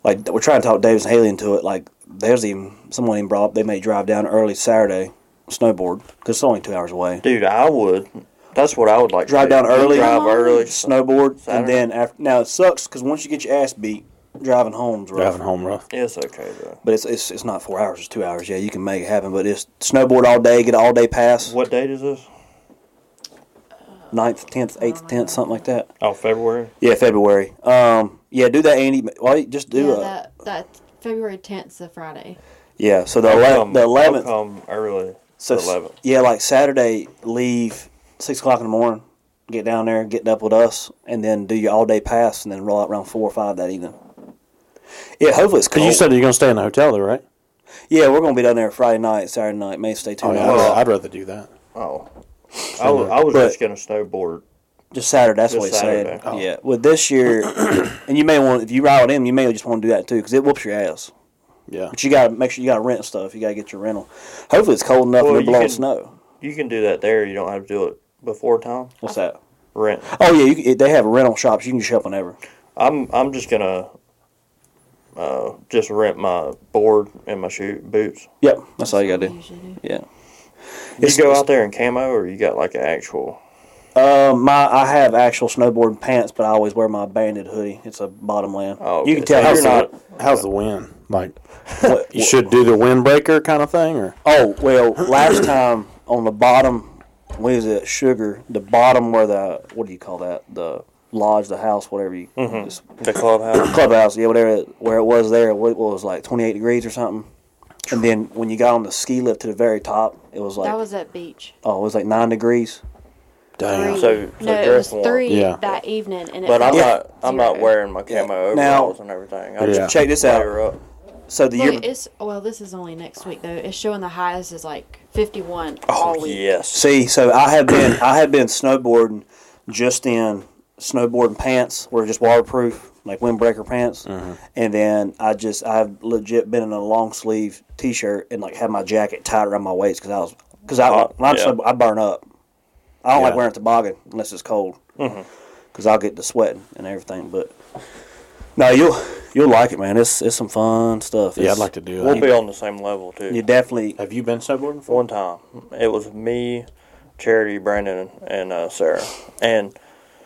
Speaker 2: Like we're trying to talk Davis and Haley into it. Like there's even someone even brought up they may drive down early Saturday snowboard because it's only two hours away.
Speaker 1: Dude, I would. That's what I would like. to
Speaker 2: drive
Speaker 1: do.
Speaker 2: down early,
Speaker 1: Drive early.
Speaker 2: snowboard, and
Speaker 1: Saturday.
Speaker 2: then after. Now it sucks because once you get your ass beat, driving home's rough.
Speaker 3: Driving home rough.
Speaker 1: It's okay though.
Speaker 2: But it's, it's it's not four hours; it's two hours. Yeah, you can make it happen. But it's snowboard all day, get an all day pass.
Speaker 1: What date is this?
Speaker 2: Ninth, tenth, eighth, tenth, something like that.
Speaker 1: Oh, February.
Speaker 2: Yeah, February. Um, yeah, do that, Andy. Well, just do
Speaker 5: yeah,
Speaker 2: a
Speaker 5: that that February tenth is a Friday.
Speaker 2: yeah. So the
Speaker 1: I'll
Speaker 2: ele-
Speaker 1: come-
Speaker 2: the
Speaker 1: I'll
Speaker 2: eleventh.
Speaker 1: Come early.
Speaker 2: So
Speaker 1: the
Speaker 2: s-
Speaker 1: 11th.
Speaker 2: yeah, like Saturday, leave six o'clock in the morning, get down there, get up with us, and then do your all day pass, and then roll out around four or five that evening. Yeah, hopefully it's
Speaker 3: Because
Speaker 2: cold.
Speaker 3: you said you're going to stay in the hotel, though, right?
Speaker 2: yeah, we're gonna be down there Friday night, Saturday night. May stay two
Speaker 3: Oh, yeah, I'd,
Speaker 2: nights.
Speaker 3: rather, I'd rather do that.
Speaker 1: Oh, I was, I was
Speaker 2: But-
Speaker 1: just gonna snowboard.
Speaker 2: Just Saturday. That's
Speaker 1: Just
Speaker 2: what he said.
Speaker 1: Saturday. Oh.
Speaker 2: Yeah. Well, this
Speaker 5: [COUGHS]
Speaker 2: year, and you may want if you ride with him, you may just want to do that too because it whoops your ass.
Speaker 3: Yeah.
Speaker 2: But you gotta make sure you gotta rent stuff. You gotta get your rental. Hopefully, it's cold enough
Speaker 1: Well,
Speaker 2: and
Speaker 1: you
Speaker 2: it'll blow
Speaker 1: can-
Speaker 2: snow.
Speaker 1: You can do that there. You don't have to do it before time.
Speaker 2: What's that?
Speaker 1: Rent.
Speaker 2: Oh yeah, you, can- they have rental shops. You can just shop whenever.
Speaker 1: I'm I'm just gonna uh, just rent my board and my shoe boots.
Speaker 2: Yep, that's all you
Speaker 5: what
Speaker 2: gotta
Speaker 5: we
Speaker 2: do.
Speaker 5: usually do.
Speaker 2: Yeah.
Speaker 1: You
Speaker 2: It's-
Speaker 1: go out there in camo, or you got like an actual.
Speaker 2: Uh, my I have actual snowboard pants, but I always wear my banded hoodie. It's a bottom land.
Speaker 1: Oh,
Speaker 2: you can
Speaker 1: okay.
Speaker 2: tell
Speaker 1: So
Speaker 2: how
Speaker 3: How's,
Speaker 1: you're
Speaker 3: the,
Speaker 1: not-
Speaker 3: how's the wind? Like, [LAUGHS] you should do the windbreaker kind of thing, or
Speaker 2: Oh well, last time on the bottom, what is it? Sugar. The bottom where the what do you call that? The lodge, the house, whatever you.
Speaker 1: Mm-hmm.
Speaker 2: Just,
Speaker 1: The clubhouse.
Speaker 2: clubhouse, yeah, whatever. it- Where it was there, what what was it, like twenty eight degrees or something. And then when you got on the ski lift to the very top, it was like
Speaker 5: that was at beach.
Speaker 2: oh, it was like nine degrees.
Speaker 5: Three.
Speaker 3: damn,
Speaker 1: So- so
Speaker 5: no, it
Speaker 1: dress
Speaker 5: was
Speaker 1: warm.
Speaker 5: three
Speaker 3: Yeah.
Speaker 5: that evening, and it
Speaker 1: But I'm
Speaker 5: felt
Speaker 1: not. I'm not
Speaker 5: zero.
Speaker 1: wearing my camo
Speaker 2: Now-
Speaker 1: overalls and everything. I'm
Speaker 3: Yeah.
Speaker 1: just
Speaker 2: Check this out.
Speaker 1: layer up.
Speaker 2: So the
Speaker 5: Look,
Speaker 2: year
Speaker 5: it's well. This is only next week though. It's showing the highest is like fifty-one all
Speaker 1: Oh
Speaker 5: week.
Speaker 1: yes.
Speaker 2: See, so I have been I have been snowboarding just in snowboarding pants, where just waterproof, like windbreaker pants,
Speaker 3: Mm-hmm.
Speaker 2: and then I just I've legit been in a long sleeve t shirt and like had my jacket tied around my waist because I was because I
Speaker 1: Oh,
Speaker 2: when I'm
Speaker 1: yeah.
Speaker 2: snowbo- I burn up. I don't like
Speaker 3: Uh, Yeah. Mm-hmm.
Speaker 2: wearing toboggan unless it's cold because I'll get to sweating and everything. But no, you'll you'll like it, man. It's it's some fun stuff.
Speaker 3: yeah, I'd
Speaker 2: It's-
Speaker 3: like to do
Speaker 1: We'll be
Speaker 3: that.
Speaker 1: on the same level too.
Speaker 2: You definitely
Speaker 3: Have you been snowboarding before?
Speaker 1: One time, it was me, Charity, Brandon, and uh, Sarah, and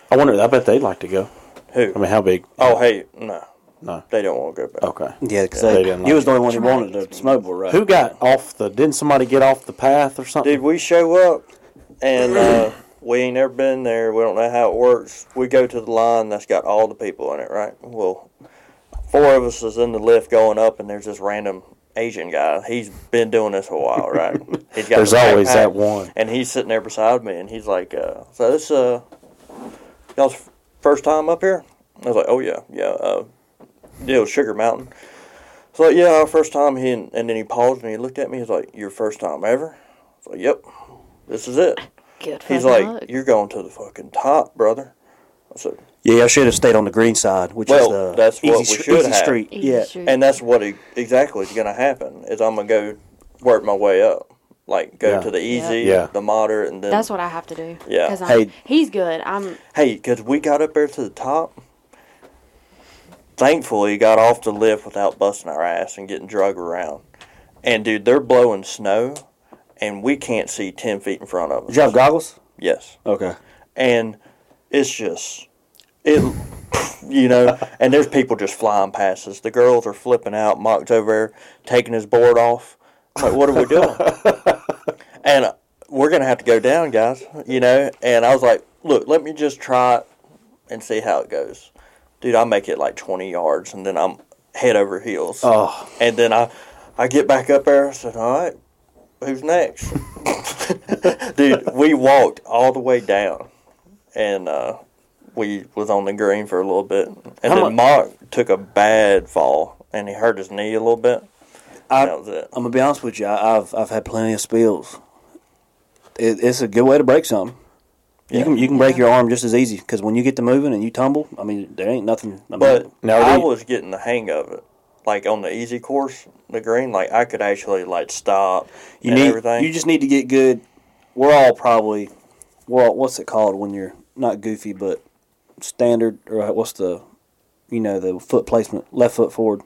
Speaker 3: I wonder. I bet they'd like to go.
Speaker 1: who?
Speaker 3: I mean, how big?
Speaker 1: oh, hey, no,
Speaker 3: No.
Speaker 1: They don't want to go back.
Speaker 3: Okay.
Speaker 2: Yeah, because
Speaker 3: They didn't
Speaker 2: he
Speaker 3: like
Speaker 2: was the only one who
Speaker 5: Traumatic
Speaker 2: wanted a snowboard ride.
Speaker 3: Who got off the? Didn't somebody get off the path or something?
Speaker 1: Dude, we show up and uh, we ain't never been there. We don't know how it works. We go to the line that's got all the people in it, right? Well, four of us is in the lift going up, and there's this random Asian guy. He's been doing this for a while,
Speaker 3: [LAUGHS]
Speaker 1: right? He's got
Speaker 3: There's
Speaker 1: the
Speaker 3: always
Speaker 1: backpack,
Speaker 3: that one.
Speaker 1: And he's sitting there beside me, and he's like, uh, "So this uh, y'all's first time up here?" I was like, "Oh yeah, yeah." Uh, yeah, it was Sugar Mountain. So like, yeah, our first time. He and, and then he paused and he looked at me. He's like, "Your first time ever?" I was like, "Yep, this is it."
Speaker 5: Good for
Speaker 1: He's
Speaker 5: luck.
Speaker 1: like, "You're going to the fucking top, brother." I said,
Speaker 2: Yeah, I should have stayed on the green side, which
Speaker 1: Well,
Speaker 2: is the
Speaker 1: that's what
Speaker 2: easy,
Speaker 1: we
Speaker 2: str-
Speaker 1: should
Speaker 2: easy
Speaker 1: have.
Speaker 2: street.
Speaker 5: Easy
Speaker 2: yeah,
Speaker 5: street.
Speaker 1: and that's what e- exactly is going to happen. Is I'm gonna go work my way up, like go
Speaker 3: Yeah.
Speaker 1: to the easy,
Speaker 3: Yeah.
Speaker 1: the moderate, and then
Speaker 5: That's what I have to do.
Speaker 1: Yeah.
Speaker 5: 'Cause I'm-
Speaker 2: Hey.
Speaker 5: he's good. I'm.
Speaker 1: Hey, because we got up there to the top. Thankfully, got off the lift without busting our ass and getting drug around. And dude, they're blowing snow, and we can't see ten feet in front of us.
Speaker 2: Did you have goggles?
Speaker 1: Yes,
Speaker 2: Okay.
Speaker 1: and it's just it, you know. And there's people just flying past us. The girls are flipping out. Mock's over there taking his board off. Like, what are we doing? and we're gonna have to go down, guys. You know. And I was like, look, let me just try it and see how it goes, dude. I make it like 20 yards, and then I'm head over heels.
Speaker 3: Oh.
Speaker 1: And then I, I get back up there. I said, all right,
Speaker 2: [LAUGHS]
Speaker 1: who's next? dude, we walked all the way down, and uh, we was on the green for a little bit, and
Speaker 3: How
Speaker 1: then
Speaker 3: mu-
Speaker 1: Mark took a bad fall, and he hurt his knee a little bit.
Speaker 2: I,
Speaker 1: and that was it.
Speaker 2: I'm gonna be honest with you. I, I've I've had plenty of spills. It, it's a good way to break something. You can you can break your arm just as easy because when you get to moving and you tumble, I mean there ain't nothing. I mean,
Speaker 1: But
Speaker 3: Now,
Speaker 1: I
Speaker 3: the-
Speaker 1: was getting the hang of it, like on the easy course, the green. Like I could actually like stop
Speaker 2: you
Speaker 1: and
Speaker 2: need
Speaker 1: everything.
Speaker 2: you just need to get good. We're all probably well, what's it called when you're not goofy but standard or what's the you know the foot placement left foot forward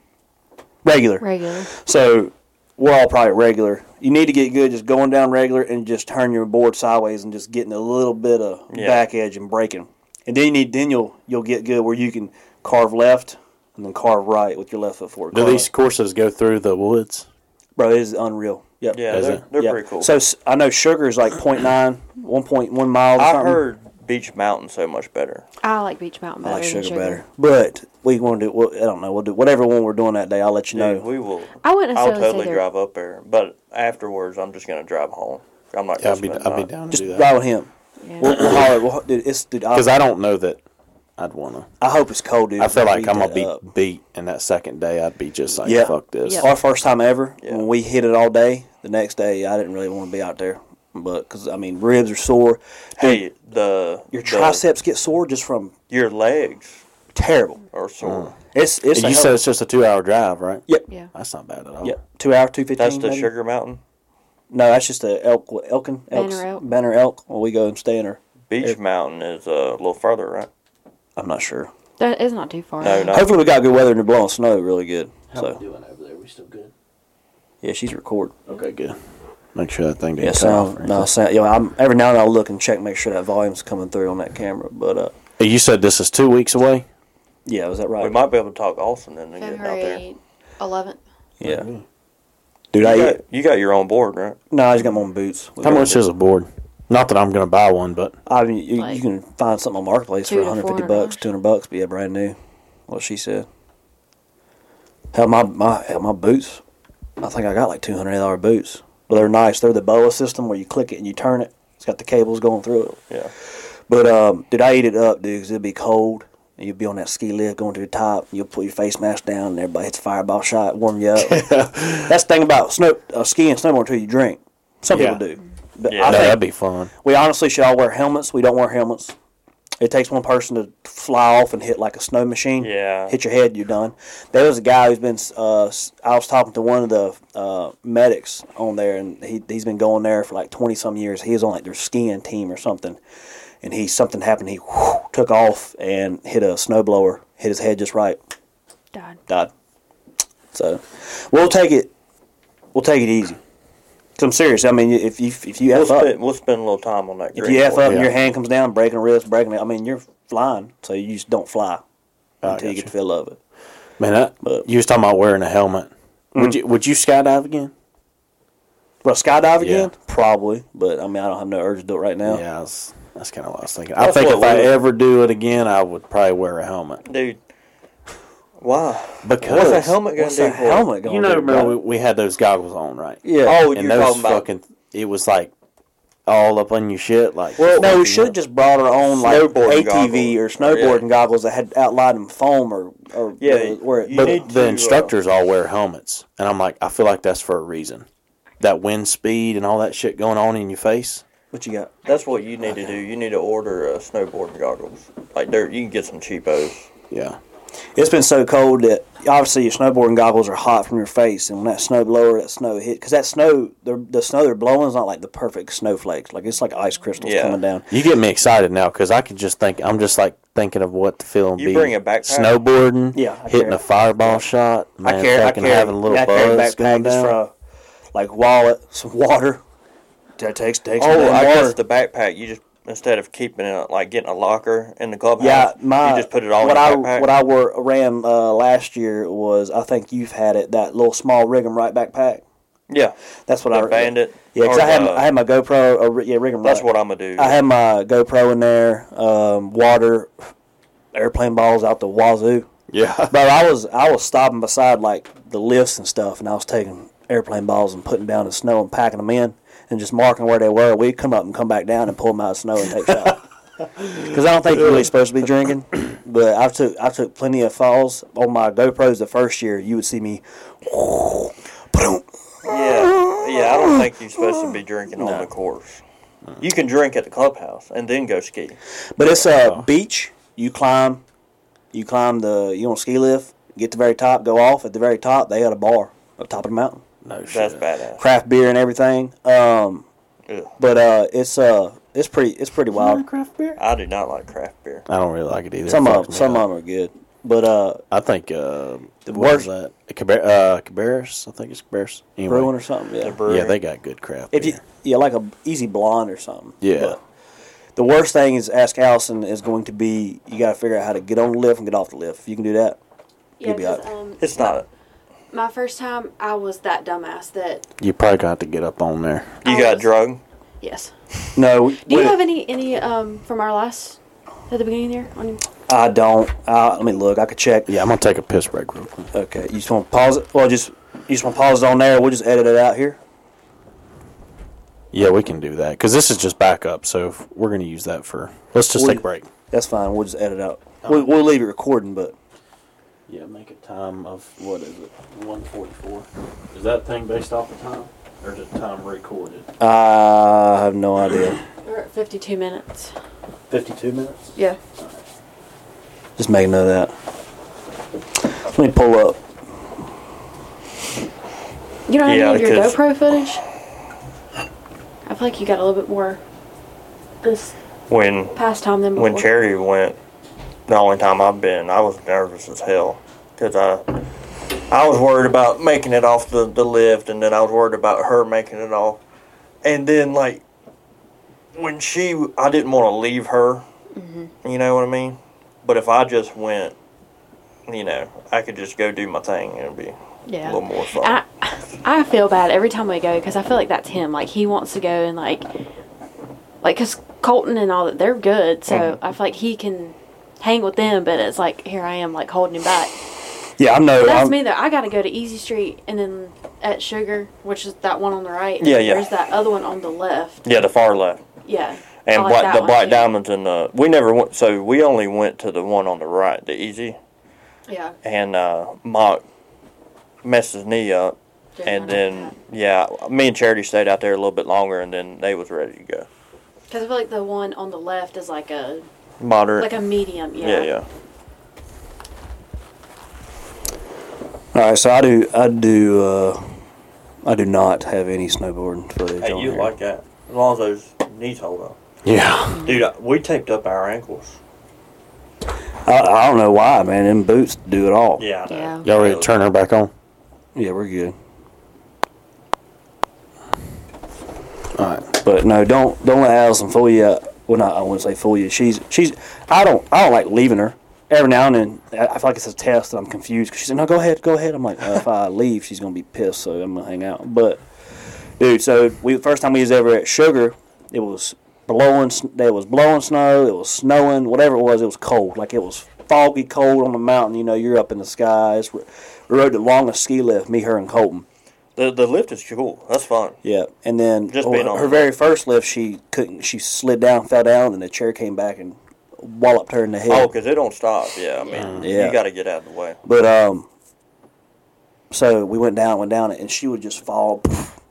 Speaker 2: regular
Speaker 5: Regular.
Speaker 2: So we're all probably regular. You need to get good just going down regular and just turn your board sideways and just getting a little bit of
Speaker 1: Yeah.
Speaker 2: back edge and breaking. And then you need then you'll you'll get good where you can carve left and then carve right with your left foot forward.
Speaker 3: Do
Speaker 2: Carve-
Speaker 3: these courses go through the woods?
Speaker 2: bro, it is unreal. Yep.
Speaker 1: yeah,
Speaker 3: Is
Speaker 1: they're,
Speaker 3: it?
Speaker 1: they're
Speaker 2: Yep.
Speaker 1: pretty cool.
Speaker 2: So s- I know sugar is like 0.9, 1.1 miles. or
Speaker 1: I
Speaker 2: something.
Speaker 1: heard Beach Mountain so much better.
Speaker 5: I like Beach Mountain
Speaker 2: I
Speaker 5: better.
Speaker 2: like
Speaker 5: than
Speaker 2: sugar, better, but we want to do. Well, I don't know. We'll do whatever one we're doing that day. I'll let you
Speaker 1: Dude,
Speaker 2: know.
Speaker 1: we will.
Speaker 5: I wouldn't
Speaker 1: I'll
Speaker 5: necessarily say
Speaker 1: totally
Speaker 5: they're-
Speaker 1: drive up there, but afterwards, I'm just gonna drive home. I'm not.
Speaker 3: Yeah,
Speaker 1: gonna
Speaker 3: I'd be
Speaker 1: spend
Speaker 3: I'd be
Speaker 1: night.
Speaker 3: down to
Speaker 2: just
Speaker 3: do
Speaker 2: ride
Speaker 3: that
Speaker 2: with him.
Speaker 5: Yeah.
Speaker 2: We'll, we'll holler. We'll, dude, it's dude. I,
Speaker 3: because I don't know that I'd wanna.
Speaker 2: I hope it's cold, dude.
Speaker 3: I feel like
Speaker 2: Beat
Speaker 3: I'm gonna
Speaker 2: that
Speaker 3: be
Speaker 2: up.
Speaker 3: beat, and that second day I'd be just like,
Speaker 2: Yeah.
Speaker 3: fuck this.
Speaker 5: Yeah.
Speaker 2: Our first time ever.
Speaker 1: Yeah.
Speaker 2: When we hit it all day, the next day I didn't really want to be out there, but because I mean ribs are sore.
Speaker 1: Hey, the
Speaker 2: Your
Speaker 1: the-
Speaker 2: triceps get sore just from
Speaker 1: your legs
Speaker 2: terrible.
Speaker 1: are sore.
Speaker 2: It's it's
Speaker 3: And you said it's just a two-hour drive, right?
Speaker 2: Yep.
Speaker 5: [COUGHS] Yeah.
Speaker 3: That's not bad at all.
Speaker 2: yeah two hour two fifteen.
Speaker 1: That's the
Speaker 2: maybe?
Speaker 1: Sugar Mountain
Speaker 2: No, that's just the elk elkin elks,
Speaker 5: Banner elk.
Speaker 2: banner elk. Well, we go and stay in her.
Speaker 1: Beach Mountain is uh, a little further, right?
Speaker 2: I'm not sure.
Speaker 5: That is not too far.
Speaker 1: No,
Speaker 5: away.
Speaker 1: no.
Speaker 2: Hopefully, we got good weather and they're blowing snow really good. so
Speaker 3: doing over there? We still good?
Speaker 2: yeah, she's recording.
Speaker 3: Okay, good. Make sure that thing didn't
Speaker 2: Yeah,
Speaker 3: cut off
Speaker 2: sound
Speaker 3: or
Speaker 2: no
Speaker 3: anything.
Speaker 2: sound. You know, I'm every now and then I'll look and check, make sure that volume's coming through on that camera. But uh,
Speaker 3: You said this is two weeks away.
Speaker 2: yeah, was that right?
Speaker 1: We might be able to talk Austin and then get out there.
Speaker 5: February 11th.
Speaker 2: yeah, dude. I
Speaker 1: You got, you got your own board, right?
Speaker 2: No, I just got my own boots.
Speaker 3: How much is a board? Not that I'm going to buy one, but
Speaker 2: I mean, you,
Speaker 5: Like,
Speaker 2: you can find something on marketplace
Speaker 5: two
Speaker 2: for
Speaker 5: to
Speaker 2: 150
Speaker 5: $400.
Speaker 2: bucks, 200 bucks, but yeah, brand new. What she said. Hell, my my hell, my boots. I think I got like 200 dollar boots. Well, they're nice. They're the boa system where you click it and you turn it. It's got the cables going through it.
Speaker 1: Yeah.
Speaker 2: But um, dude, I eat it up, dude, 'cause it'd be cold. And you'll be on that ski lift going to the top. You'll put your face mask down, and everybody hits a fireball shot, warm you
Speaker 3: [LAUGHS]
Speaker 2: up. That's the thing about snow uh, skiing, and snowboarding too. You drink. Some
Speaker 3: Yeah.
Speaker 2: people do. But
Speaker 1: Yeah.
Speaker 2: I
Speaker 3: no,
Speaker 2: think
Speaker 3: that'd be fun.
Speaker 2: we honestly should all wear helmets. We don't wear helmets. It takes one person to fly off and hit like a snow machine.
Speaker 1: Yeah.
Speaker 2: Hit your head, you're done. There was a guy who's been. Uh, s- I was talking to one of the uh, medics on there, and he he's been going there for like twenty some years. He was on like their skiing team or something, and he something happened. He whew, took off and hit a snowblower. Hit his head just right.
Speaker 5: Died.
Speaker 2: Died. So we'll take it. We'll take it easy. i I'm serious. I mean, if you if you
Speaker 1: We'll
Speaker 2: f up,
Speaker 1: spend, we'll spend a little time on that.
Speaker 2: if
Speaker 1: green
Speaker 2: you F
Speaker 1: board.
Speaker 2: up and
Speaker 3: Yeah.
Speaker 2: your hand comes down, breaking a wrist, breaking it, I mean, you're flying. So you just don't fly
Speaker 3: I
Speaker 2: until you
Speaker 3: got
Speaker 2: get
Speaker 3: you.
Speaker 2: the feel of it.
Speaker 3: Man, I,
Speaker 2: But- Mm.
Speaker 3: you was talking about wearing a helmet. Would you would you skydive again?
Speaker 2: Bro, skydive again?
Speaker 3: Yeah.
Speaker 2: Probably, but I mean, I don't have no urge to do it right now.
Speaker 3: Yeah, I was, that's kind of what I was thinking. I
Speaker 2: That's
Speaker 3: think
Speaker 2: what
Speaker 3: if I
Speaker 2: we-
Speaker 3: ever do it again, I would probably wear a helmet
Speaker 1: dude. Why?
Speaker 3: because
Speaker 1: What's a helmet gonna
Speaker 2: What's a
Speaker 1: do for you?
Speaker 2: helmet going
Speaker 3: You know, remember we, we had those goggles on, right?
Speaker 2: Yeah.
Speaker 1: Oh,
Speaker 3: and
Speaker 1: you're
Speaker 3: those
Speaker 1: talking about
Speaker 3: fucking it was like all up on your shit, like
Speaker 2: Well, no, we
Speaker 3: fucking
Speaker 2: should have just brought our own like
Speaker 1: Snowboarding
Speaker 2: ATV or
Speaker 1: goggles.
Speaker 2: snowboarding
Speaker 1: Yeah.
Speaker 2: goggles that had outlined in foam or, or
Speaker 1: Yeah,
Speaker 2: uh, where it,
Speaker 1: you
Speaker 2: but
Speaker 1: need-
Speaker 3: But the
Speaker 1: to, uh,
Speaker 3: instructors all wear helmets, and I'm like, I feel like that's for a reason. That wind speed and all that shit going on in your face.
Speaker 2: what you got?
Speaker 1: That's what you need to do. You need to order uh, snowboarding goggles. Like there, you can get some cheapos.
Speaker 3: Yeah,
Speaker 2: It's been so cold that obviously your snowboarding goggles are hot from your face, and when that snow blower, that snow hit, because that snow, the, the snow they're blowing is not like the perfect snowflakes. Like it's like ice crystals
Speaker 1: Yeah.
Speaker 2: coming down.
Speaker 3: you get me excited now because I could just think. I'm just like thinking of what the feeling
Speaker 1: You
Speaker 3: be.
Speaker 1: bring a backpack?
Speaker 3: snowboarding.
Speaker 2: Yeah, I
Speaker 3: hitting
Speaker 2: carry-
Speaker 3: a fireball shot. Man,
Speaker 2: I carry, I
Speaker 3: fucking
Speaker 2: carry,
Speaker 3: having a little
Speaker 2: yeah, I carry
Speaker 3: buzz going
Speaker 2: backpack just
Speaker 3: down.
Speaker 2: for uh, like wallet, some water. That takes takes.
Speaker 1: Oh,
Speaker 2: water.
Speaker 1: I guess the backpack. You just instead of keeping it like getting a locker in the clubhouse,
Speaker 2: Yeah, my
Speaker 1: uh, you just put it all
Speaker 2: what
Speaker 1: in
Speaker 2: I
Speaker 1: the backpack.
Speaker 2: what I wore ran uh, last year was I think you've had it that little small Rig'em right backpack.
Speaker 1: yeah,
Speaker 2: That's what
Speaker 1: The
Speaker 2: I re-
Speaker 1: Bandit
Speaker 2: Yeah, because
Speaker 1: or
Speaker 2: I had
Speaker 1: the-
Speaker 2: I had my GoPro. Uh, yeah, Rig'em.
Speaker 1: that's
Speaker 2: right.
Speaker 1: what I'm gonna do.
Speaker 2: I had my GoPro in there, um, water, airplane balls out the wazoo.
Speaker 3: yeah,
Speaker 2: [LAUGHS] Bro, I was I was stopping beside like the lifts and stuff, and I was taking airplane balls and putting down in snow and packing them in and just marking where they were. We'd come up and come back down and pull them out of snow and take shots. Because I don't think you're really supposed to be drinking, but I took I took plenty of falls on my GoPros the first year. You would see me,
Speaker 1: yeah, yeah. I don't think you're supposed to be drinking on the course. You can drink at the clubhouse and then go ski.
Speaker 2: but it's a beach. You climb, you climb the you on a ski lift, get to the very top, go off at the very top. They got a bar up top of the mountain,
Speaker 3: no shit.
Speaker 1: That's badass.
Speaker 2: craft beer and everything. Um,
Speaker 1: Ugh.
Speaker 2: but uh, it's uh, it's pretty it's pretty wild.
Speaker 1: I do not like craft beer.
Speaker 3: I don't really like it either.
Speaker 2: Some
Speaker 3: It
Speaker 2: of
Speaker 3: fucks me
Speaker 2: some
Speaker 3: up.
Speaker 2: of them are good, but uh,
Speaker 3: I think uh, the
Speaker 2: worst-
Speaker 3: worst that Cabar- uh, Cabarrus. I think it's Cabarrus. Anyway,
Speaker 2: brewing or something. Yeah,
Speaker 1: The brewery.
Speaker 3: yeah, they got good craft.
Speaker 2: if you
Speaker 3: beer.
Speaker 2: yeah, like a easy blonde or something.
Speaker 3: Yeah.
Speaker 2: the worst thing is ask Allison is going to be you got to figure out how to get on the lift and get off the lift. If you can do that,
Speaker 5: Yeah,
Speaker 2: be
Speaker 5: 'cause,
Speaker 2: out.
Speaker 5: um,
Speaker 1: it's not.
Speaker 5: my first time, I was that dumbass that
Speaker 3: you probably got to get up on there.
Speaker 1: You got drug.
Speaker 5: yes.
Speaker 2: no. we-
Speaker 5: Do you
Speaker 2: we-
Speaker 5: have any any um from our last at the beginning there? On,
Speaker 2: I don't. Uh, let me look. I could check.
Speaker 3: Yeah, I'm gonna take a piss break real quick.
Speaker 2: Okay. You just want to pause it? Well, just you just want to pause it on there. We'll just edit it out here.
Speaker 3: Yeah, we can do that because this is just backup. So if we're gonna use that for. Let's just
Speaker 2: We-
Speaker 3: take a break.
Speaker 2: That's fine. We'll just edit out. We, we'll leave it recording, but
Speaker 3: Yeah, make a time of what is it? One forty-four. Is that thing based off of time, or is it time recorded?
Speaker 2: I have no idea.
Speaker 5: we're at 52 minutes.
Speaker 3: Fifty-two minutes.
Speaker 5: Yeah.
Speaker 2: Just make note of that. Let me pull up.
Speaker 5: You don't have
Speaker 1: Yeah,
Speaker 5: any of your
Speaker 1: 'cause-
Speaker 5: GoPro footage? I feel like you got a little bit more this
Speaker 1: When
Speaker 5: past time than before.
Speaker 1: when Cherry went, the only time I've been, I was nervous as hell because I, I was worried about making it off the, the lift, and then I was worried about her making it off, and then like when she, I didn't want to leave her,
Speaker 5: Mm-hmm.
Speaker 1: you know what I mean. But if I just went, you know, I could just go do my thing, and it'd be
Speaker 5: yeah.
Speaker 1: a little more fun.
Speaker 5: I, I feel bad every time we go because I feel like that's him. Like he wants to go and like, like because Colton and all that they're good, so
Speaker 1: Mm-hmm.
Speaker 5: I feel like he can hang with them. But it's like here I am like holding him back.
Speaker 2: Yeah, I know.
Speaker 5: That's
Speaker 2: I'm-
Speaker 5: me though. I gotta go to Easy Street and then at Sugar, which is that one on the right. and
Speaker 1: Yeah, yeah.
Speaker 5: There's that other one on the left.
Speaker 1: yeah, the far left.
Speaker 5: Yeah. I
Speaker 1: And
Speaker 5: like
Speaker 1: black,
Speaker 5: that
Speaker 1: the
Speaker 5: one,
Speaker 1: black
Speaker 5: too.
Speaker 1: diamonds and the we never went so we only went to the one on the right the easy
Speaker 5: Yeah.
Speaker 1: and uh, Mock messed his knee up,
Speaker 5: Didn't
Speaker 1: and
Speaker 5: know
Speaker 1: then yeah, me and Charity stayed out there a little bit longer, and then they was ready to go.
Speaker 5: Because I feel like the one on the left is like a
Speaker 1: Moderate.
Speaker 5: like a medium. Yeah.
Speaker 1: yeah, yeah.
Speaker 2: All right, so I do, I do, uh, I do not have any snowboarding footage. on here.
Speaker 1: that? As long as those knees hold up,
Speaker 3: Yeah.
Speaker 1: dude. I- We taped up our ankles.
Speaker 2: I, I don't know why, man. Them boots do it all.
Speaker 1: Yeah. I know.
Speaker 5: Yeah.
Speaker 3: Y'all ready to turn her back on?
Speaker 2: yeah, we're good.
Speaker 3: All right.
Speaker 2: But no, don't don't let Allison fool you. Well, not I wouldn't say fool you. She's she's. I don't I don't like leaving her. every now and then, I I feel like it's a test, and I'm confused because she said, "No, go ahead, go ahead." I'm like, well, if I [LAUGHS] leave, she's gonna be pissed, so I'm gonna hang out. But dude, so we first time we was ever at Sugar, it was blowing, s- it was blowing snow, it was snowing, whatever it was, it was cold, like it was foggy cold on the mountain. You know, you're up in the skies. We we rode the longest ski lift, me, her, and Colton.
Speaker 1: The the lift is cool. That's fine.
Speaker 2: Yeah, and then
Speaker 1: Just
Speaker 2: oh,
Speaker 1: being on
Speaker 2: her
Speaker 1: it.
Speaker 2: very first lift, she couldn't. She slid down, fell down, and the chair came back and walloped her in the head.
Speaker 1: Oh, because it don't stop. Yeah, I mean,
Speaker 2: Yeah.
Speaker 1: you got to get out of the way.
Speaker 2: But um, so we went down, went down it, and she would just fall,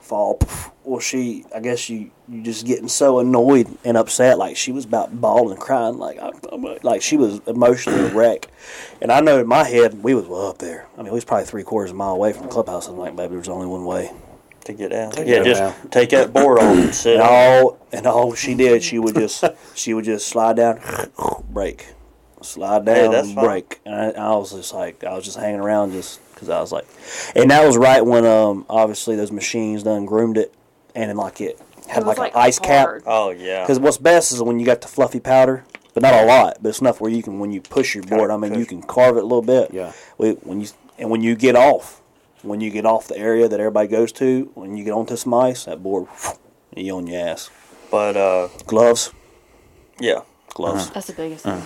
Speaker 2: fall. Well, she, I guess you, you just getting so annoyed and upset, like she was about bawling, crying, like I, I'm- like she was emotionally a wreck. And I know in my head we was well up there. I mean, we was probably three quarters of a mile away from the clubhouse. I'm like, baby, there's only one way.
Speaker 1: To get out. yeah,
Speaker 3: it
Speaker 1: just
Speaker 3: out.
Speaker 1: take that board off and sit.
Speaker 2: And
Speaker 1: on it.
Speaker 2: all and all she did, she would just she would just slide down, [LAUGHS] break, slide down,
Speaker 1: that's fine.
Speaker 2: break. And I, I was just like, I was just hanging around just because I was like, and that was right when um obviously those machines done groomed it, and then like it had
Speaker 5: It was,
Speaker 2: like, an ice cap.
Speaker 5: hard.
Speaker 1: Oh, yeah.
Speaker 2: Because what's best is when you got the fluffy powder, but not a lot, but it's enough where you can when you push your board. I mean, you
Speaker 1: push.
Speaker 2: can carve it a little bit.
Speaker 3: Yeah.
Speaker 2: Wait, When you and when you get off, when you get off the area that everybody goes to, when you get onto some ice, that board, [SNIFFS] you on your ass.
Speaker 1: But, uh,
Speaker 2: Gloves,
Speaker 1: yeah.
Speaker 2: gloves.
Speaker 1: Uh-huh.
Speaker 5: That's the biggest thing.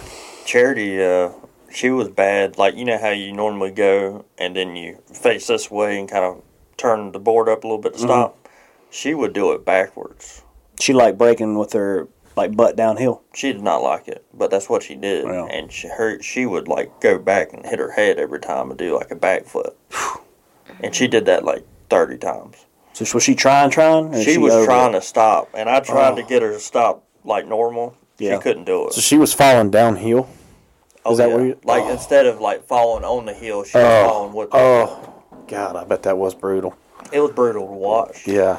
Speaker 1: Charity, uh, she was bad. Like, you know how you normally go and then you face this way and kind of turn the board up a little bit to stop? She would do it backwards.
Speaker 2: She like breaking with her like butt downhill.
Speaker 1: She did not like it, but that's what she did.
Speaker 2: Wow.
Speaker 1: And she, her, she would, like, go back and hit her head every time and do, like, a backflip. and she did that, like, 30 times.
Speaker 2: So she- was she trying, trying? Or
Speaker 1: she, was
Speaker 2: over it?
Speaker 1: trying to stop, and I tried
Speaker 2: Oh.
Speaker 1: to get her to stop like normal.
Speaker 2: Yeah.
Speaker 1: She couldn't do it.
Speaker 3: So she was falling downhill.
Speaker 1: oh,
Speaker 3: that
Speaker 1: yeah.
Speaker 3: what you-
Speaker 1: like
Speaker 3: Oh.
Speaker 1: instead of like falling on the hill, she was falling with.
Speaker 3: Oh, God, I bet that was brutal.
Speaker 1: It was brutal to watch.
Speaker 3: Yeah.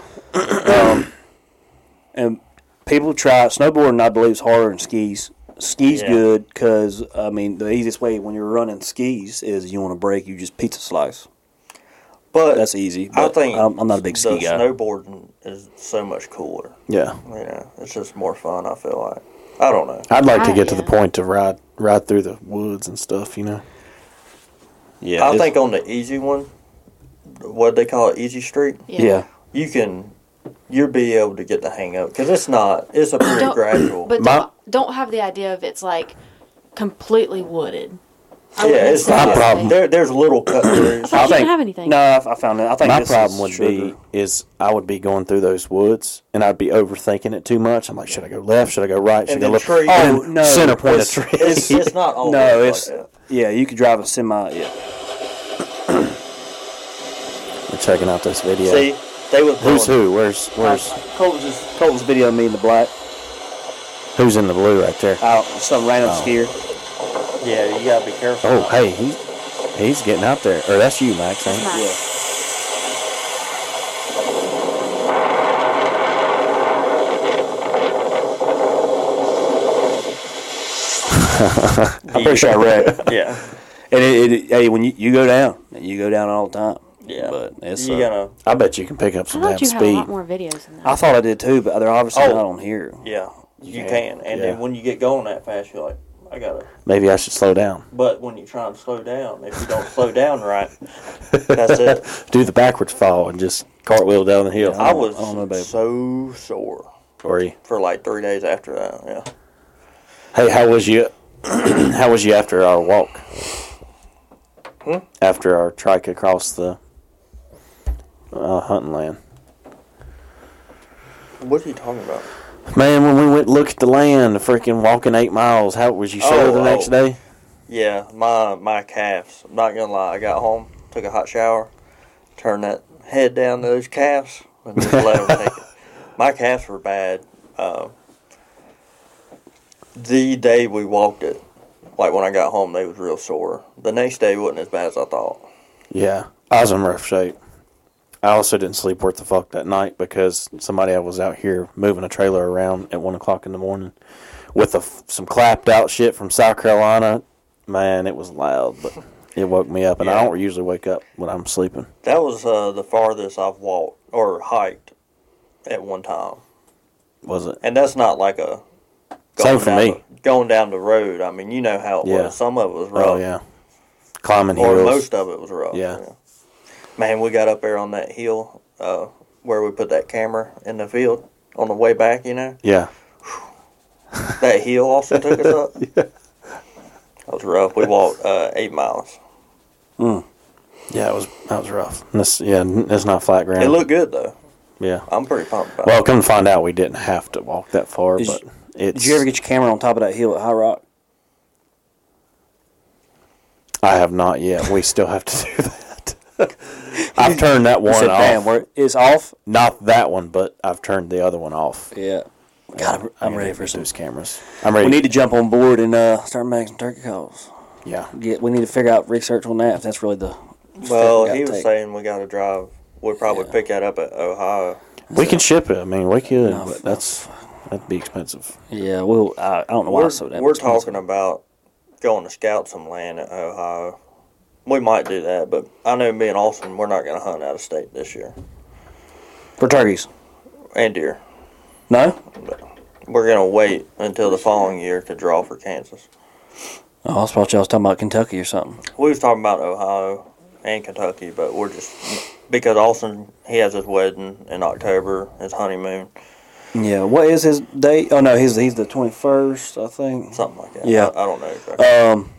Speaker 2: and people try snowboarding. I believe is harder than skis. Skis
Speaker 1: Yeah.
Speaker 2: good because I mean the easiest way when you're running skis is you want to break, you just pizza slice.
Speaker 1: but
Speaker 2: That's easy.
Speaker 1: I
Speaker 2: But I
Speaker 1: think
Speaker 2: am I'm not a big ski
Speaker 1: the
Speaker 2: guy.
Speaker 1: Snowboarding is so much cooler.
Speaker 3: Yeah.
Speaker 1: You know, it's just more fun. I feel like. I don't know.
Speaker 3: I'd like to get to the
Speaker 5: Yeah.
Speaker 3: point to ride ride through the woods and stuff, you know.
Speaker 2: yeah,
Speaker 1: I
Speaker 2: it's-
Speaker 1: think on the easy one, what they call it, easy street,
Speaker 5: Yeah.
Speaker 2: Yeah,
Speaker 1: you can. You'll be able to get the hang of because it's not. It's a pretty
Speaker 5: Don't-
Speaker 1: gradual.
Speaker 5: But
Speaker 3: My-
Speaker 5: don't, don't have the idea of it's like completely wooded. I
Speaker 1: yeah,
Speaker 5: wouldn't
Speaker 1: it's
Speaker 5: say
Speaker 1: not
Speaker 5: that.
Speaker 3: a problem.
Speaker 1: There, there's
Speaker 2: [COUGHS]
Speaker 1: little cut throughs.
Speaker 5: I
Speaker 2: I
Speaker 5: thought you
Speaker 2: think
Speaker 5: didn't have anything.
Speaker 2: No, I, I found it. I think
Speaker 3: [LAUGHS] My
Speaker 2: this
Speaker 3: problem
Speaker 2: is
Speaker 3: would
Speaker 2: sugar.
Speaker 3: be is I would be going through those woods and I'd be overthinking it too much. I'm like, should I go left? Should I go right? Should
Speaker 1: And
Speaker 3: I go
Speaker 1: the
Speaker 3: left?
Speaker 1: tree-
Speaker 3: oh
Speaker 2: no,
Speaker 3: center point of
Speaker 2: it's-
Speaker 3: tree.
Speaker 1: it's,
Speaker 3: [LAUGHS]
Speaker 2: [LAUGHS]
Speaker 1: it's not always
Speaker 2: no,
Speaker 1: like
Speaker 2: it's
Speaker 1: that.
Speaker 2: Oh, yeah. You could drive a semi. Yeah,
Speaker 3: We're checking out this video.
Speaker 1: See, they was
Speaker 3: who's
Speaker 1: blowing-
Speaker 3: who? Where's where's
Speaker 2: Colton's just Colton's video of me in the black
Speaker 3: who's in the blue right there?
Speaker 2: out some random
Speaker 3: Oh.
Speaker 2: skier.
Speaker 1: Yeah, you gotta be careful.
Speaker 3: Oh hey, he he's getting out there. Or that's you, Max. Ain't
Speaker 5: It's
Speaker 3: it?
Speaker 5: not.
Speaker 2: Yeah. I'm pretty sure I read.
Speaker 1: Yeah,
Speaker 2: And it, it, hey, when you, you go down, and you go down all the time.
Speaker 1: yeah.
Speaker 2: but it's.
Speaker 1: you
Speaker 2: uh,
Speaker 1: gotta.
Speaker 3: [LAUGHS] I bet you can pick up
Speaker 5: I
Speaker 3: some damn
Speaker 5: thought you had a
Speaker 3: speed.
Speaker 5: lot more videos than that.
Speaker 2: I thought I did too, but they're obviously
Speaker 1: Oh.
Speaker 2: not on here.
Speaker 1: Yeah, you
Speaker 3: can.
Speaker 1: can. And
Speaker 3: Yeah.
Speaker 1: then when you get going that fast, you're like, I gotta.
Speaker 3: Maybe I should slow down.
Speaker 1: But when you try and slow down, if you don't slow down right, that's it.
Speaker 3: Do the backwards fall and just cartwheel down the hill.
Speaker 1: I
Speaker 2: don't-
Speaker 1: was
Speaker 2: [LAUGHS] I don't know, babe.
Speaker 1: so sore
Speaker 3: Or you-
Speaker 1: for like three days after that. Yeah,
Speaker 3: Hey, how was you? [CLEARS THROAT] how was you after our walk?
Speaker 1: Hmm?
Speaker 3: After our trike across the uh, hunting land,
Speaker 1: what are you talking about?
Speaker 3: man. When we went look at the land, freaking walking eight miles. How was you sore
Speaker 1: Oh,
Speaker 3: the next
Speaker 1: oh.
Speaker 3: day?
Speaker 1: Yeah, my my calves. I'm not gonna lie. I got home, took a hot shower, turned that head down to those calves, and just let 'em
Speaker 2: [LAUGHS]
Speaker 1: take it. My calves were bad. Um, the day we walked it, like when I got home, they was real sore. The next day wasn't as bad as I thought.
Speaker 3: Yeah, I was in rough shape. I also didn't sleep worth the fuck that night because somebody I was out here moving a trailer around at one o'clock in the morning with a, f- some clapped out shit from South Carolina. Man, it was loud, but it woke me up, and I
Speaker 1: Yeah.
Speaker 3: don't usually wake up when I'm sleeping.
Speaker 1: That was uh, the farthest I've walked or hiked at one time,
Speaker 3: Was it?
Speaker 1: and that's not like a
Speaker 3: Same for
Speaker 1: down
Speaker 3: me.
Speaker 1: the- going down the road, I mean, you know how it
Speaker 3: Yeah.
Speaker 1: was. Some of it was rough,
Speaker 3: Oh yeah, climbing
Speaker 1: or
Speaker 3: hills.
Speaker 1: most of it was rough.
Speaker 3: Yeah.
Speaker 1: Man, we got up there on that hill uh, where we put that camera in the field on the way back. You know
Speaker 3: yeah,
Speaker 1: that hill also took
Speaker 3: [LAUGHS]
Speaker 1: us up. That was rough. We walked uh, eight miles.
Speaker 3: yeah, it was that was rough. That's, yeah, it's not flat ground.
Speaker 1: It looked good though.
Speaker 3: yeah.
Speaker 2: uh,
Speaker 1: I'm pretty pumped about
Speaker 3: Well,
Speaker 1: it.
Speaker 3: come to find out, we didn't have to walk that far,
Speaker 2: Did
Speaker 3: but
Speaker 2: you-
Speaker 3: it's.
Speaker 2: Did you ever get your camera on top of that hill at High Rock?
Speaker 3: I have not yet. We still have to [LAUGHS] do
Speaker 2: [LAUGHS]
Speaker 3: that. I've turned that
Speaker 2: You
Speaker 3: one
Speaker 2: said,
Speaker 3: off.
Speaker 2: "Damn, we're, it's off."
Speaker 3: Not that one, but I've turned the other one off.
Speaker 2: Yeah. God, I'm, I'm
Speaker 3: I
Speaker 2: ready
Speaker 3: need
Speaker 2: for
Speaker 3: to get
Speaker 2: some.
Speaker 3: those cameras. I'm ready.
Speaker 2: We need to jump on board and uh, start making some turkey calls.
Speaker 3: yeah.
Speaker 2: Get, we need to figure out research on that. If that's really the. step we
Speaker 1: Well,
Speaker 2: gotta
Speaker 1: he was
Speaker 2: take.
Speaker 1: saying we got to drive. We'll probably pick that up at Ohio.
Speaker 3: We can ship it. I mean, we could,
Speaker 2: No,
Speaker 3: but that's that'd be expensive.
Speaker 2: Yeah, well, I, I don't know why
Speaker 1: We're,
Speaker 2: it's so damn
Speaker 1: we're
Speaker 2: expensive.
Speaker 1: talking about going to scout some land at Ohio. We might do that, but I know me and Austin, we're not going to hunt out of state this year.
Speaker 2: for turkeys.
Speaker 1: And deer.
Speaker 2: No.
Speaker 1: But we're going to wait until the following year to draw for Kansas.
Speaker 2: Oh, I thought y'all was talking about Kentucky or something.
Speaker 1: We was talking about Ohio and Kentucky, but we're just because Austin he has his wedding in October, his honeymoon,
Speaker 2: Yeah. What is his date? Oh no, he's he's the twenty first, I think.
Speaker 1: something like that.
Speaker 2: Yeah.
Speaker 1: I, I don't know. Exactly.
Speaker 2: Um,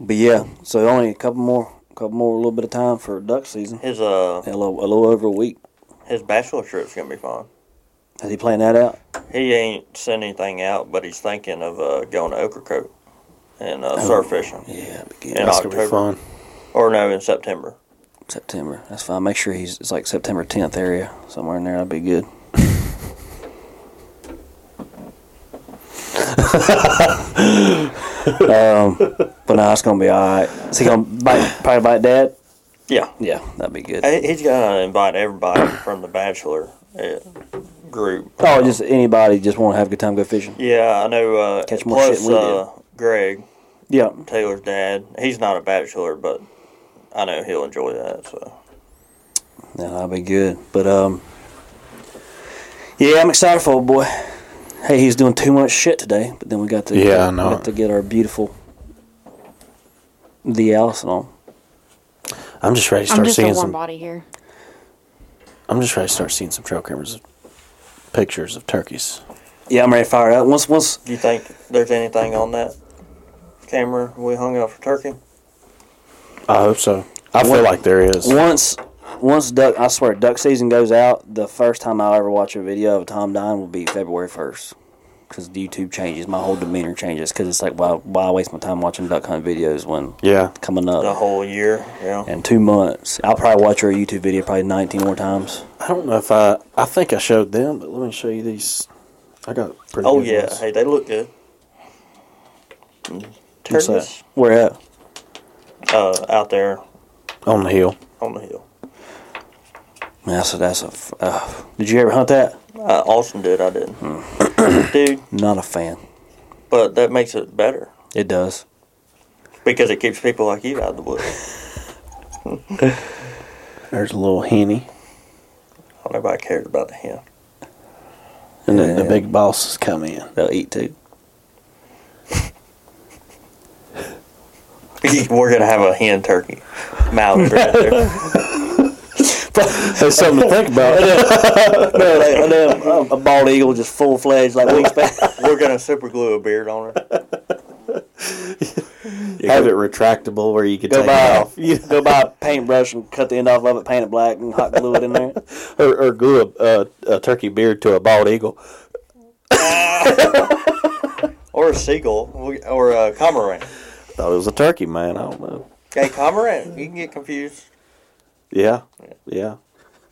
Speaker 2: but yeah, so only a couple more, couple more, a little bit of time for duck season.
Speaker 1: his uh
Speaker 2: A little, a little over a week.
Speaker 1: his bachelor trip's gonna be fun.
Speaker 2: Is he playing that out?
Speaker 1: He ain't sent anything out, but he's thinking of uh, going to Ocracoke and uh,
Speaker 2: Oh,
Speaker 1: surf fishing,
Speaker 2: Yeah,
Speaker 1: In
Speaker 2: begin
Speaker 3: That's gonna be
Speaker 1: October.
Speaker 3: fun.
Speaker 1: or no, in September.
Speaker 2: September. That's fine. Make sure he's it's like September tenth area somewhere in there. That'd be good. [LAUGHS] um, but no, it's gonna be all right. Is he gonna bite, probably bite dad?
Speaker 1: Yeah,
Speaker 2: Yeah, that'd be good.
Speaker 1: He- he's gonna invite everybody [COUGHS] from the bachelor uh, group.
Speaker 2: Oh, just anybody just want to have a good time, go fishing.
Speaker 1: yeah, I know. Uh,
Speaker 2: Catch more shit
Speaker 1: plus,
Speaker 2: than we did.
Speaker 1: uh, Greg
Speaker 2: Yeah,
Speaker 1: Taylor's dad. He's not a bachelor, but I know he'll enjoy that. So
Speaker 2: yeah that'd be good. But um, yeah, I'm excited for old boy. Hey, he's doing too much shit today, but then we got to
Speaker 3: Yeah, I
Speaker 2: we
Speaker 3: know
Speaker 2: got
Speaker 3: it.
Speaker 2: to get our beautiful the Allison on.
Speaker 3: I'm just ready to
Speaker 5: I'm
Speaker 3: start
Speaker 5: just a
Speaker 3: seeing
Speaker 5: warm
Speaker 3: some.
Speaker 5: body here.
Speaker 3: I'm just ready to start seeing some trail cameras, pictures of turkeys.
Speaker 2: Yeah, I'm ready to fire it up. Once, once,
Speaker 1: do you think there's anything on that camera we hung up for turkey?
Speaker 3: I hope so. I feel like there is.
Speaker 2: once, once duck. I swear, duck season goes out. The first time I'll ever watch a video of Tom Dine will be February first, because YouTube changes. My whole demeanor changes. Because it's like, why, why waste my time watching duck hunt videos when
Speaker 3: Yeah.
Speaker 2: coming
Speaker 1: The
Speaker 2: up
Speaker 1: whole year, yeah.
Speaker 2: in two months? I'll probably watch her YouTube video probably 19 more times.
Speaker 3: I don't know if I. I think I showed them, but let me show you these. I got pretty.
Speaker 1: Oh
Speaker 3: good
Speaker 1: yeah,
Speaker 3: ones.
Speaker 1: hey, they look good.
Speaker 2: What's that?
Speaker 1: Turkeys
Speaker 2: Where at?
Speaker 1: uh, out there
Speaker 3: on the hill.
Speaker 1: on the hill.
Speaker 2: Man, that's a, that's a. f- Uh, did you ever hunt that?
Speaker 1: Uh, Austin did, I didn't,
Speaker 2: Hmm.
Speaker 1: dude.
Speaker 2: Not a fan.
Speaker 1: But that makes it better
Speaker 2: It does.
Speaker 1: because it keeps people like you out of the woods.
Speaker 3: There's a little henny,
Speaker 1: I don't know if I cared about the hen. [LAUGHS]
Speaker 3: and then the
Speaker 2: Yeah.
Speaker 3: big bosses come in. [LAUGHS]
Speaker 2: They'll eat too.
Speaker 1: We're gonna have a hen turkey mound
Speaker 2: [LAUGHS]
Speaker 1: right there.
Speaker 3: That's something to think about. [LAUGHS]
Speaker 2: No, they, they- a, a bald eagle just full fledged like wingspan.
Speaker 1: We're gonna super glue a beard on her.
Speaker 3: Have it retractable where you can
Speaker 2: Go [LAUGHS]
Speaker 3: take
Speaker 2: buy
Speaker 3: it off, [LAUGHS]
Speaker 2: go buy a paintbrush and cut the end off of it, paint it black, and hot glue it in there.
Speaker 3: or, or glue a, uh, a turkey beard to a bald eagle.
Speaker 1: Or a seagull, We- or a cormorant.
Speaker 3: Thought it was a turkey, man. I don't know.
Speaker 1: Hey, cormorant, you can get confused.
Speaker 3: Yeah, [LAUGHS] yeah.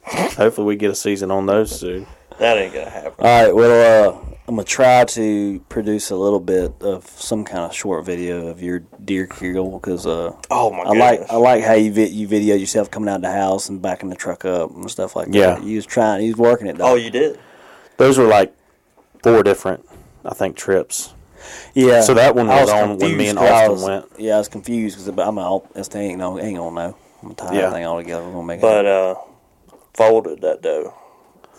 Speaker 3: Hopefully, we get a season on those soon.
Speaker 1: That ain't gonna happen.
Speaker 2: [LAUGHS] All right, well, uh, I'm gonna try to produce a little bit of some kind of short video of your deer kill because uh,
Speaker 1: Oh my
Speaker 2: I like
Speaker 1: goodness.
Speaker 2: I like how you vi- you video yourself coming out of the house and backing the truck up and stuff like
Speaker 3: Yeah.
Speaker 2: that. You was trying, you was working it.
Speaker 1: Oh,
Speaker 2: Though.
Speaker 1: you did.
Speaker 3: Those were like four different, I think, trips.
Speaker 2: yeah.
Speaker 3: So that one
Speaker 2: I
Speaker 3: was,
Speaker 2: was
Speaker 3: on when me
Speaker 2: confused
Speaker 3: and
Speaker 2: 'cause I
Speaker 3: Austin
Speaker 2: was-
Speaker 3: went.
Speaker 2: Yeah, I was confused because I'm all this thing ain't gonna, ain't gonna know. I'm gonna tie
Speaker 3: Yeah.
Speaker 2: yeah. thing all together. We're gonna make it.
Speaker 1: But uh, folded that dough.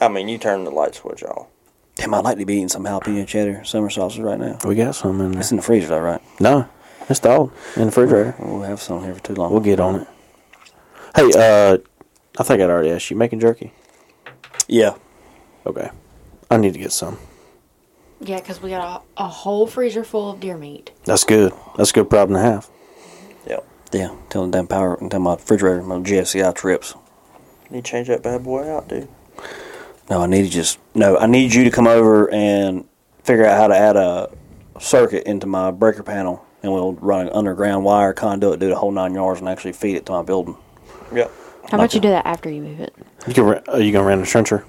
Speaker 1: I mean, you turned the light switch off.
Speaker 2: Damn, I'd like to be eating some jalapeno cheddar summer sausage right now.
Speaker 3: We got some in there.
Speaker 2: It's in the freezer, though, right?
Speaker 3: No, it's all in the refrigerator.
Speaker 2: We'll have some here for too long.
Speaker 3: We'll get on it. Hey, uh, I think I'd already asked you making jerky.
Speaker 2: yeah.
Speaker 3: Okay, I need to get some.
Speaker 5: Yeah, because we got a, a whole freezer full of deer meat.
Speaker 3: That's good. That's a good problem to have.
Speaker 1: Yep.
Speaker 2: Yeah. Till the damn power, until my refrigerator, my GFCI trips.
Speaker 1: You change that bad boy out, dude.
Speaker 2: No, I need to just, no, I need you to come over and figure out how to add a circuit into my breaker panel. And we'll run an underground wire conduit, do the whole nine yards, and actually feed it to my building.
Speaker 1: Yep.
Speaker 5: How about you do that after you move it?
Speaker 3: You can. re- Are you gonna rent a trencher?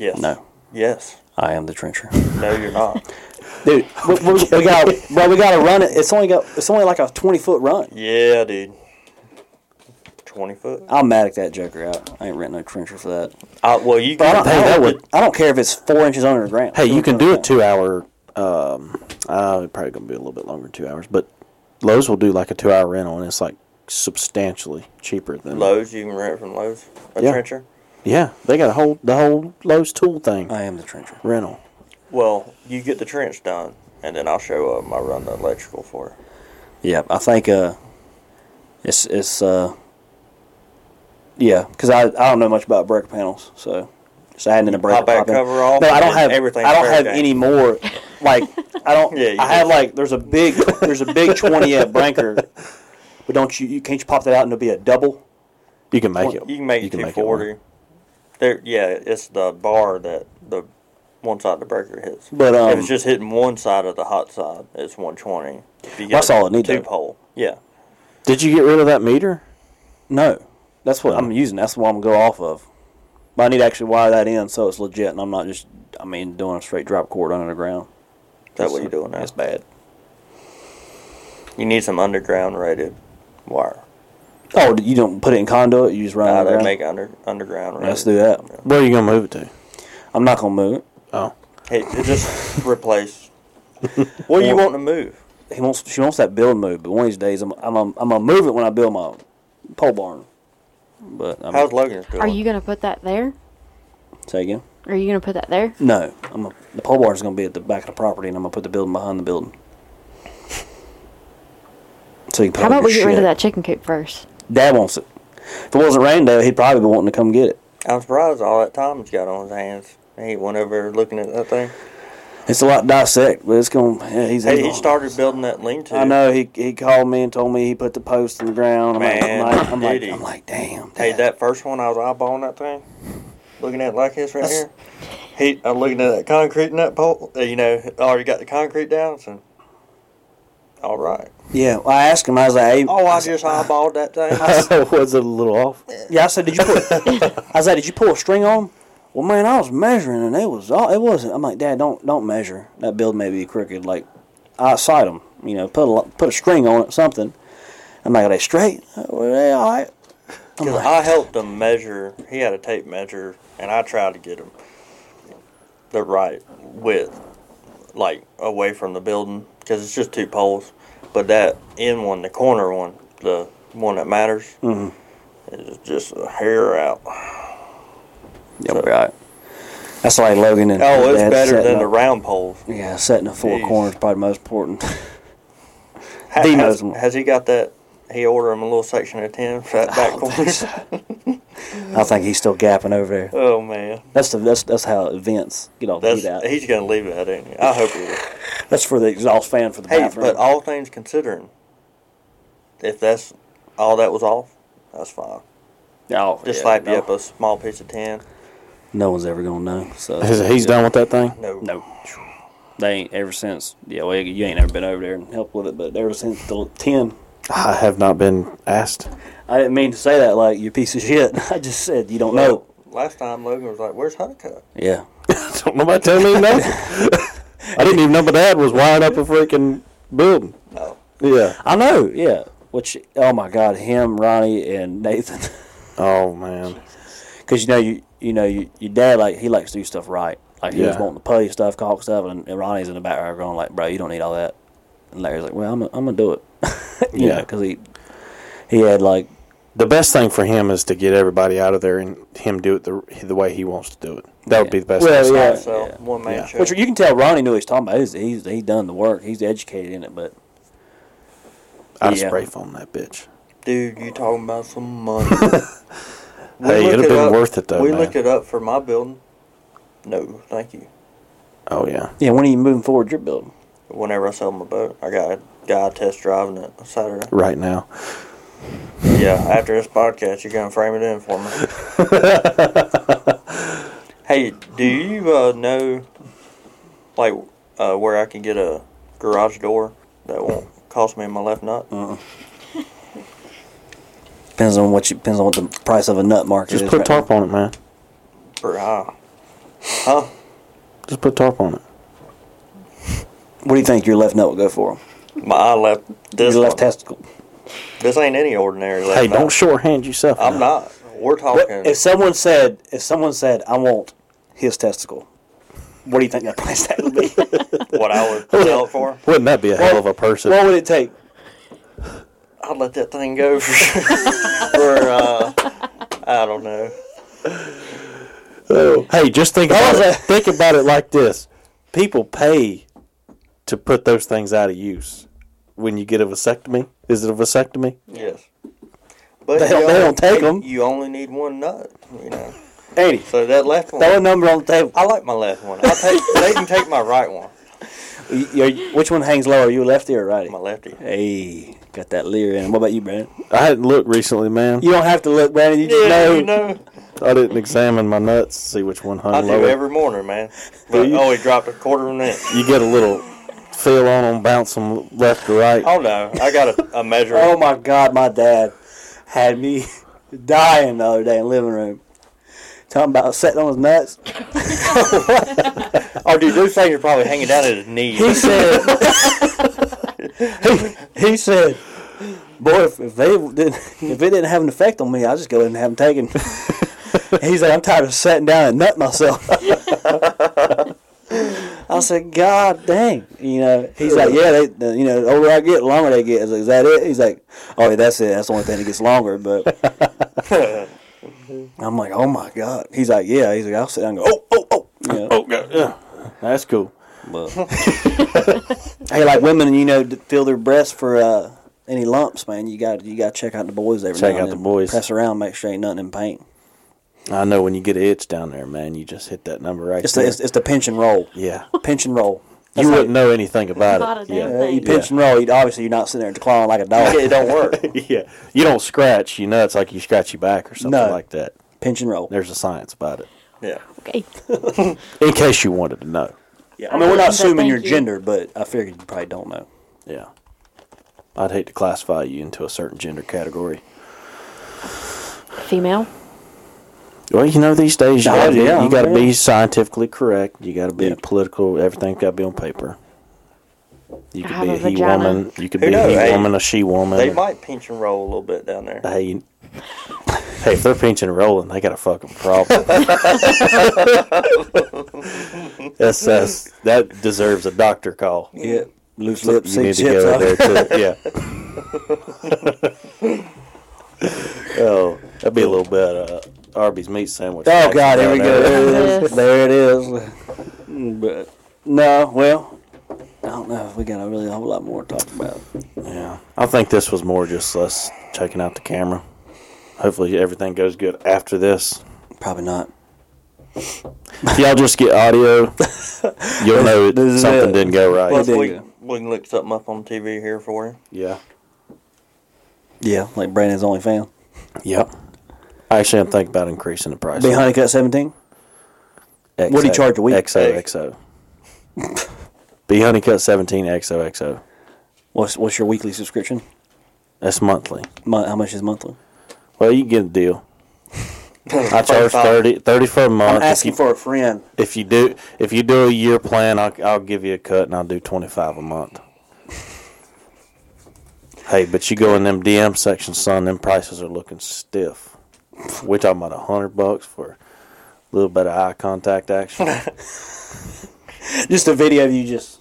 Speaker 1: Yes.
Speaker 2: No.
Speaker 1: Yes.
Speaker 2: I am the [LAUGHS] trencher.
Speaker 1: No, you're not.
Speaker 2: Dude, we, we, we got, bro, we got to run it. It's only got, it's only like a 20 foot run.
Speaker 1: yeah, dude. Twenty foot.
Speaker 2: I'll matic that joker out. I ain't renting no trencher for that.
Speaker 1: Uh, well, you
Speaker 2: But I
Speaker 1: can.
Speaker 2: don't, I,
Speaker 3: that
Speaker 2: don't,
Speaker 3: would-
Speaker 2: I don't care if it's four inches under the ground.
Speaker 3: Hey, you can do a two hour. Um, uh, it's probably gonna be a little bit longer than two hours, but Lowe's will do like a two hour rental, and it's like substantially cheaper than
Speaker 1: Lowe's. You can rent from Lowe's. A
Speaker 3: Yeah.
Speaker 1: trencher.
Speaker 3: Yeah, they got a whole the whole Lowe's tool thing
Speaker 2: I am the trencher.
Speaker 3: rental.
Speaker 1: Well, you get the trench done, and then I'll show up. I run the electrical for. It.
Speaker 2: Yeah, I think uh, it's it's uh, yeah, because I, I don't know much about breaker panels, so just adding in a breaker
Speaker 1: pop that
Speaker 2: in.
Speaker 1: cover off
Speaker 2: No, I don't
Speaker 1: and
Speaker 2: have
Speaker 1: everything's
Speaker 2: I don't
Speaker 1: fair
Speaker 2: have
Speaker 1: game.
Speaker 2: any more. Like I don't.
Speaker 1: [LAUGHS] Yeah, you
Speaker 2: I have
Speaker 1: don't.
Speaker 2: like there's a big there's a big twenty at
Speaker 1: [LAUGHS]
Speaker 2: breaker, but don't you, you can't you pop that out and it'll be a double.
Speaker 3: You can make it.
Speaker 1: You can make it two forty. There, yeah, it's the bar that the one side of the breaker hits.
Speaker 2: But,
Speaker 1: if
Speaker 2: um,
Speaker 1: it's just hitting one side of the hot side, it's one twenty.
Speaker 2: That's all I need,
Speaker 1: Two
Speaker 2: though.
Speaker 1: pole. Yeah.
Speaker 3: Did you get rid of that meter?
Speaker 2: No, that's what I'm using. That's what I'm gonna go off of. But I need to actually wire that in so it's legit, and I'm not just I mean doing a straight drop cord under the ground.
Speaker 1: That's what you're doing now.
Speaker 2: That's bad.
Speaker 1: You need some underground rated wire.
Speaker 2: Oh, you don't put it in conduit. You just run
Speaker 1: Uh,
Speaker 2: out
Speaker 1: they
Speaker 2: of
Speaker 1: make
Speaker 2: make.
Speaker 1: under underground rated.
Speaker 2: Let's do that.
Speaker 3: Where are you gonna move it to?
Speaker 2: I'm not gonna move it.
Speaker 3: Oh,
Speaker 1: Hey,
Speaker 2: [LAUGHS]
Speaker 1: it just replace. What you want to move?
Speaker 2: He wants she wants that build move, but one of these days I'm I'm I'm gonna move it when I build my pole barn. But I'm
Speaker 1: How's Logan's doing?
Speaker 5: Are you gonna put that there?
Speaker 2: say again?
Speaker 5: Are you gonna put that there?
Speaker 2: No, I'm gonna the pole barn's gonna be at the back of the property, and I'm gonna put the building behind the building. So you can put
Speaker 5: How
Speaker 2: all your
Speaker 5: about we get rid of
Speaker 2: shit.
Speaker 5: that chicken coop first?
Speaker 2: Dad wants it. If it wasn't rain though, he'd probably be wanting to come get it.
Speaker 1: I'm surprised all that time he's got on his hands. He ain't went over looking at that thing.
Speaker 2: It's a lot to dissect, but it's going. Yeah, he's.
Speaker 1: Hey, he
Speaker 2: he's-
Speaker 1: started building that lean-to.
Speaker 2: I know he he called me and told me he put the post in the ground. I'm like,
Speaker 1: Man,
Speaker 2: I'm like, I'm
Speaker 1: did
Speaker 2: like,
Speaker 1: he?
Speaker 2: I'm like, damn.
Speaker 1: Hey,
Speaker 2: Dad.
Speaker 1: that first one, I was eyeballing that thing, looking at it like this right here. He, I'm looking at that concrete in that pole. uh, You know, already got the concrete down, so all right.
Speaker 2: Yeah, well, I asked him. I was like, hey,
Speaker 1: Oh, I
Speaker 2: [LAUGHS]
Speaker 1: just eyeballed that
Speaker 3: [LAUGHS]
Speaker 1: thing.
Speaker 3: was it a little off?
Speaker 2: yeah. I said, did you
Speaker 1: [LAUGHS]
Speaker 2: put? I was like, did you pull a string on? 'em?" Well, man, I was measuring and it was all. It wasn't. I'm like, Dad, don't don't measure. That build may be crooked. Like, I sight him. You know, put a lo- put a string on it, something. I'm like, are they straight? Well, they all right.
Speaker 1: 'Cause I helped him measure. He had a tape measure, and I tried to get him the right width, like away from the building, because it's just two poles. But that end one, the corner one, the one that matters, is just a hair out.
Speaker 2: Yeah, we're all right. That's like Logan and
Speaker 1: Oh, it's
Speaker 2: Dad
Speaker 1: better
Speaker 2: setting
Speaker 1: than the
Speaker 2: up-
Speaker 1: round poles.
Speaker 2: Yeah, setting the four
Speaker 1: Jeez.
Speaker 2: corners is probably most important. [LAUGHS]
Speaker 1: Ha-
Speaker 2: The
Speaker 1: has,
Speaker 2: most-
Speaker 1: has he got that? He ordered him a little section of ten for that
Speaker 2: [LAUGHS]
Speaker 1: back corner.
Speaker 2: I think he's still gapping over there.
Speaker 1: Oh man,
Speaker 2: That's the that's that's how vents get all the
Speaker 1: that's
Speaker 2: heat out.
Speaker 1: he's gonna leave that, ain't he? I hope he. Will.
Speaker 2: That's for the exhaust fan for the
Speaker 1: Hey,
Speaker 2: bathroom.
Speaker 1: but all things considering, if that's all that was off, that's fine.
Speaker 2: oh,
Speaker 1: Just
Speaker 2: yeah,
Speaker 1: slap
Speaker 2: no.
Speaker 1: you up a small piece of tin.
Speaker 2: No one's ever gonna know. So
Speaker 3: he's done with that thing.
Speaker 1: No,
Speaker 2: no, they ain't ever since. Yeah, well, you ain't ever been over there and helped with it, but ever since the ten,
Speaker 3: I have not been asked.
Speaker 2: I didn't mean to say that like you piece of shit. [LAUGHS] I just said you don't know.
Speaker 1: Well, Last time Logan was like, "Where's Honeycutt?"
Speaker 2: Yeah,
Speaker 3: [LAUGHS] Don't nobody tell [LAUGHS] me nothing. I didn't even know my dad was wiring up a freaking building.
Speaker 1: No,
Speaker 3: Yeah.
Speaker 2: I know. Yeah, which oh my god, him, Ronnie, and Nathan. [LAUGHS]
Speaker 3: Oh man.
Speaker 2: because you know you you know you, your dad like he likes to do stuff right. Like he was
Speaker 3: Yeah.
Speaker 2: wanting to pay stuff, caulk stuff, and, and Ronnie's in the background going like, "Bro, you don't need all that." And Larry's like, "Well, I'm gonna, I'm gonna do it." [LAUGHS] you yeah,
Speaker 3: Yeah.
Speaker 2: because he he had like
Speaker 3: the best thing for him is to get everybody out of there and him do it the the way he wants to do it. That would be the best.
Speaker 2: Well,
Speaker 3: thing.
Speaker 2: yeah.
Speaker 1: So one man
Speaker 3: Yeah.
Speaker 1: show.
Speaker 2: Which you can tell Ronnie knew what he's talking about. He's, he's he done the work. He's educated in it, but
Speaker 3: I'd
Speaker 2: yeah.
Speaker 3: spray foam that bitch.
Speaker 1: Dude, you talking about
Speaker 3: [LAUGHS]
Speaker 1: some money? We
Speaker 3: Hey,
Speaker 1: looked
Speaker 3: it'd have been
Speaker 1: up-
Speaker 3: worth it though,
Speaker 1: We
Speaker 3: man.
Speaker 1: looked it up for my building. No, thank you.
Speaker 3: Oh yeah,
Speaker 2: yeah, when are you moving forward your building?
Speaker 1: Whenever I sell my boat, I got a guy test driving it on Saturday.
Speaker 3: right now.
Speaker 1: Yeah, after this podcast, you're gonna frame it in for me.
Speaker 2: [LAUGHS]
Speaker 1: hey, do you uh, know, like, uh, where I can get a garage door that won't cost me my left nut?
Speaker 2: Uh. Depends on what you depends on what the price of a nut market
Speaker 3: Just
Speaker 2: is.
Speaker 3: put
Speaker 2: right
Speaker 3: tarp on it, man.
Speaker 1: Or, uh, huh?
Speaker 3: Just put tarp on it.
Speaker 2: now. What do you think your left nut will go for?
Speaker 1: My left. This
Speaker 2: Your left
Speaker 1: one.
Speaker 2: testicle.
Speaker 1: This ain't any ordinary left
Speaker 3: Hey,
Speaker 1: nut.
Speaker 3: don't shorthand yourself.
Speaker 1: I'm
Speaker 3: now.
Speaker 1: not. We're talking.
Speaker 2: [LAUGHS] if someone said if someone said I want his testicle, what do you think that [LAUGHS] price tag would
Speaker 1: [LAUGHS]
Speaker 2: be?
Speaker 1: what I would sell it for.
Speaker 3: Wouldn't that be a hell of a person?
Speaker 2: what would it take?
Speaker 1: I'd let that thing go for sure. [LAUGHS] for uh, I don't know.
Speaker 3: Hey, just think
Speaker 2: [LAUGHS]
Speaker 3: about it. think about it like this: people pay to put those things out of use. When you get a vasectomy, is it a vasectomy?
Speaker 1: Yes. But
Speaker 2: They don't-
Speaker 1: you
Speaker 2: they
Speaker 1: only-
Speaker 2: don't take 'em.
Speaker 1: You only need one nut, you know.
Speaker 2: Eighty.
Speaker 1: So that left
Speaker 2: Throw a
Speaker 1: one,
Speaker 2: number on the table.
Speaker 1: I like my left one. I [LAUGHS] take they can take my right one,
Speaker 2: You- you're- which one hangs lower? You a lefty or a righty?
Speaker 1: my lefty.
Speaker 2: Hey, got that leer in. What about you, Brandon?
Speaker 3: I hadn't looked recently, man.
Speaker 2: You don't have to look, Brandon. You just know.
Speaker 1: you know,
Speaker 3: I didn't examine my nuts to see which one hung
Speaker 1: I do
Speaker 3: lower.
Speaker 1: every morning, [LAUGHS] man. But
Speaker 3: you?
Speaker 1: oh, he dropped a quarter of an inch. [LAUGHS]
Speaker 3: you get a little feel on them, bounce them left to right.
Speaker 1: Oh no, I got a, a measure.
Speaker 2: Oh my God, my dad had me [LAUGHS] dying the other day in the living room. Talking about sitting on his nuts. [LAUGHS]
Speaker 1: Oh, dude, those things are probably hanging down at his
Speaker 2: He
Speaker 1: knees.
Speaker 2: said, [LAUGHS] he, he said, boy, if, if they didn't, if it didn't have an effect on me, I'll just go ahead and have [LAUGHS] them taken. He's like, I'm tired of sitting down and nutting myself. I said, God dang, you know. He's like, yeah, they, the, you know, the older I get, the longer they get. I was like, is that it? He's like, oh, yeah, that's it. That's the only thing that gets longer. [LAUGHS] But I'm like, oh my God. He's like, yeah. He's like, I'll sit down and go, oh, oh, oh. You know?
Speaker 3: That's cool.
Speaker 2: Hey, like women, you know, to feel their breasts for uh, any lumps, man. You got you got to check out the boys every
Speaker 3: Check
Speaker 2: now and
Speaker 3: out the
Speaker 2: then.
Speaker 3: boys.
Speaker 2: Press around, make sure ain't nothing in paint.
Speaker 3: I know when you get an itch down there, man, you just hit that number right
Speaker 2: It's the
Speaker 3: there.
Speaker 2: it's, it's the pinch and roll, [LAUGHS]
Speaker 3: yeah.
Speaker 2: pinch and roll.
Speaker 3: You wouldn't know anything
Speaker 5: A lot
Speaker 3: about it.
Speaker 5: of
Speaker 3: Yeah.
Speaker 5: damn
Speaker 2: Uh, you
Speaker 5: things.
Speaker 2: pinch and roll. You obviously you're not sitting there clawing like a
Speaker 3: [LAUGHS]
Speaker 2: dog.
Speaker 1: it don't work.
Speaker 3: yeah. You don't scratch your nuts like you scratch your back or something
Speaker 2: No.
Speaker 3: like that.
Speaker 2: Pinch and roll.
Speaker 3: There's a science about it.
Speaker 1: Yeah.
Speaker 5: Okay.
Speaker 3: In case you wanted to know.
Speaker 2: I mean, we're
Speaker 5: But
Speaker 2: not assuming
Speaker 5: thank
Speaker 2: your
Speaker 5: you.
Speaker 2: gender, but I figured you probably don't know.
Speaker 3: Yeah. I'd hate to classify you into a certain gender category.
Speaker 5: Female.
Speaker 3: Well, you know, these days you
Speaker 2: Oh,
Speaker 3: gotta,
Speaker 2: yeah,
Speaker 3: be, you gotta
Speaker 2: yeah.
Speaker 3: be scientifically correct. You gotta be
Speaker 2: Yeah.
Speaker 3: political. Everything's gotta be on paper. You could
Speaker 5: I have
Speaker 3: be
Speaker 5: a
Speaker 3: a he
Speaker 5: vagina.
Speaker 3: woman. You could
Speaker 1: Who
Speaker 3: be a
Speaker 1: knows?
Speaker 3: he
Speaker 1: Hey,
Speaker 3: woman, a she woman.
Speaker 1: They might pinch and roll a little bit down there.
Speaker 3: Hey, you- [LAUGHS] hey, if they're pinching and rolling, they got a fucking
Speaker 1: [LAUGHS]
Speaker 3: problem. that's, that's that deserves a doctor call.
Speaker 2: Yeah, loose lips,
Speaker 3: You need
Speaker 2: six
Speaker 3: to
Speaker 2: chips.
Speaker 3: go
Speaker 2: Out. [LAUGHS]
Speaker 3: there too. Yeah. oh, that'd be a little bit uh, Arby's meat sandwich.
Speaker 2: Oh God, here we go. There it
Speaker 5: Yes.
Speaker 2: is. There it is. Mm, But no, well, I don't know. if We got a really a whole lot more to talk about.
Speaker 3: Yeah, I think this was more just us checking out the camera. Hopefully everything goes good after this.
Speaker 2: Probably not.
Speaker 3: If y'all just
Speaker 2: [LAUGHS]
Speaker 3: get audio, you'll know it,
Speaker 2: This is
Speaker 3: something
Speaker 2: it.
Speaker 3: didn't go right.
Speaker 1: Plus,
Speaker 2: there
Speaker 1: we,
Speaker 2: you go.
Speaker 1: we can look something up on TV here for you.
Speaker 3: Yeah.
Speaker 2: Yeah, like Brandon's only fan.
Speaker 3: Yep. Actually, I'm thinking about increasing the price.
Speaker 2: Be Honeycutt 17?
Speaker 3: XO,
Speaker 2: what do you charge a week? [LAUGHS]
Speaker 3: XOXO. Be Honeycut 17 XOXO.
Speaker 2: What's what's your weekly subscription?
Speaker 3: That's monthly.
Speaker 2: Mon- how much is monthly?
Speaker 3: Well, you can get a
Speaker 2: [LAUGHS]
Speaker 3: deal. I charge 30, 30 for a month.
Speaker 2: I'm asking
Speaker 3: if, you,
Speaker 2: for a friend.
Speaker 3: if you do if you do a year plan, I'll, I'll give you a cut and I'll do 25 a month. Hey, but you go in them DM sections, son, them prices are looking stiff. We're talking about 100 bucks for a little bit of eye
Speaker 2: [LAUGHS]
Speaker 3: contact action.
Speaker 2: Just a video of you just.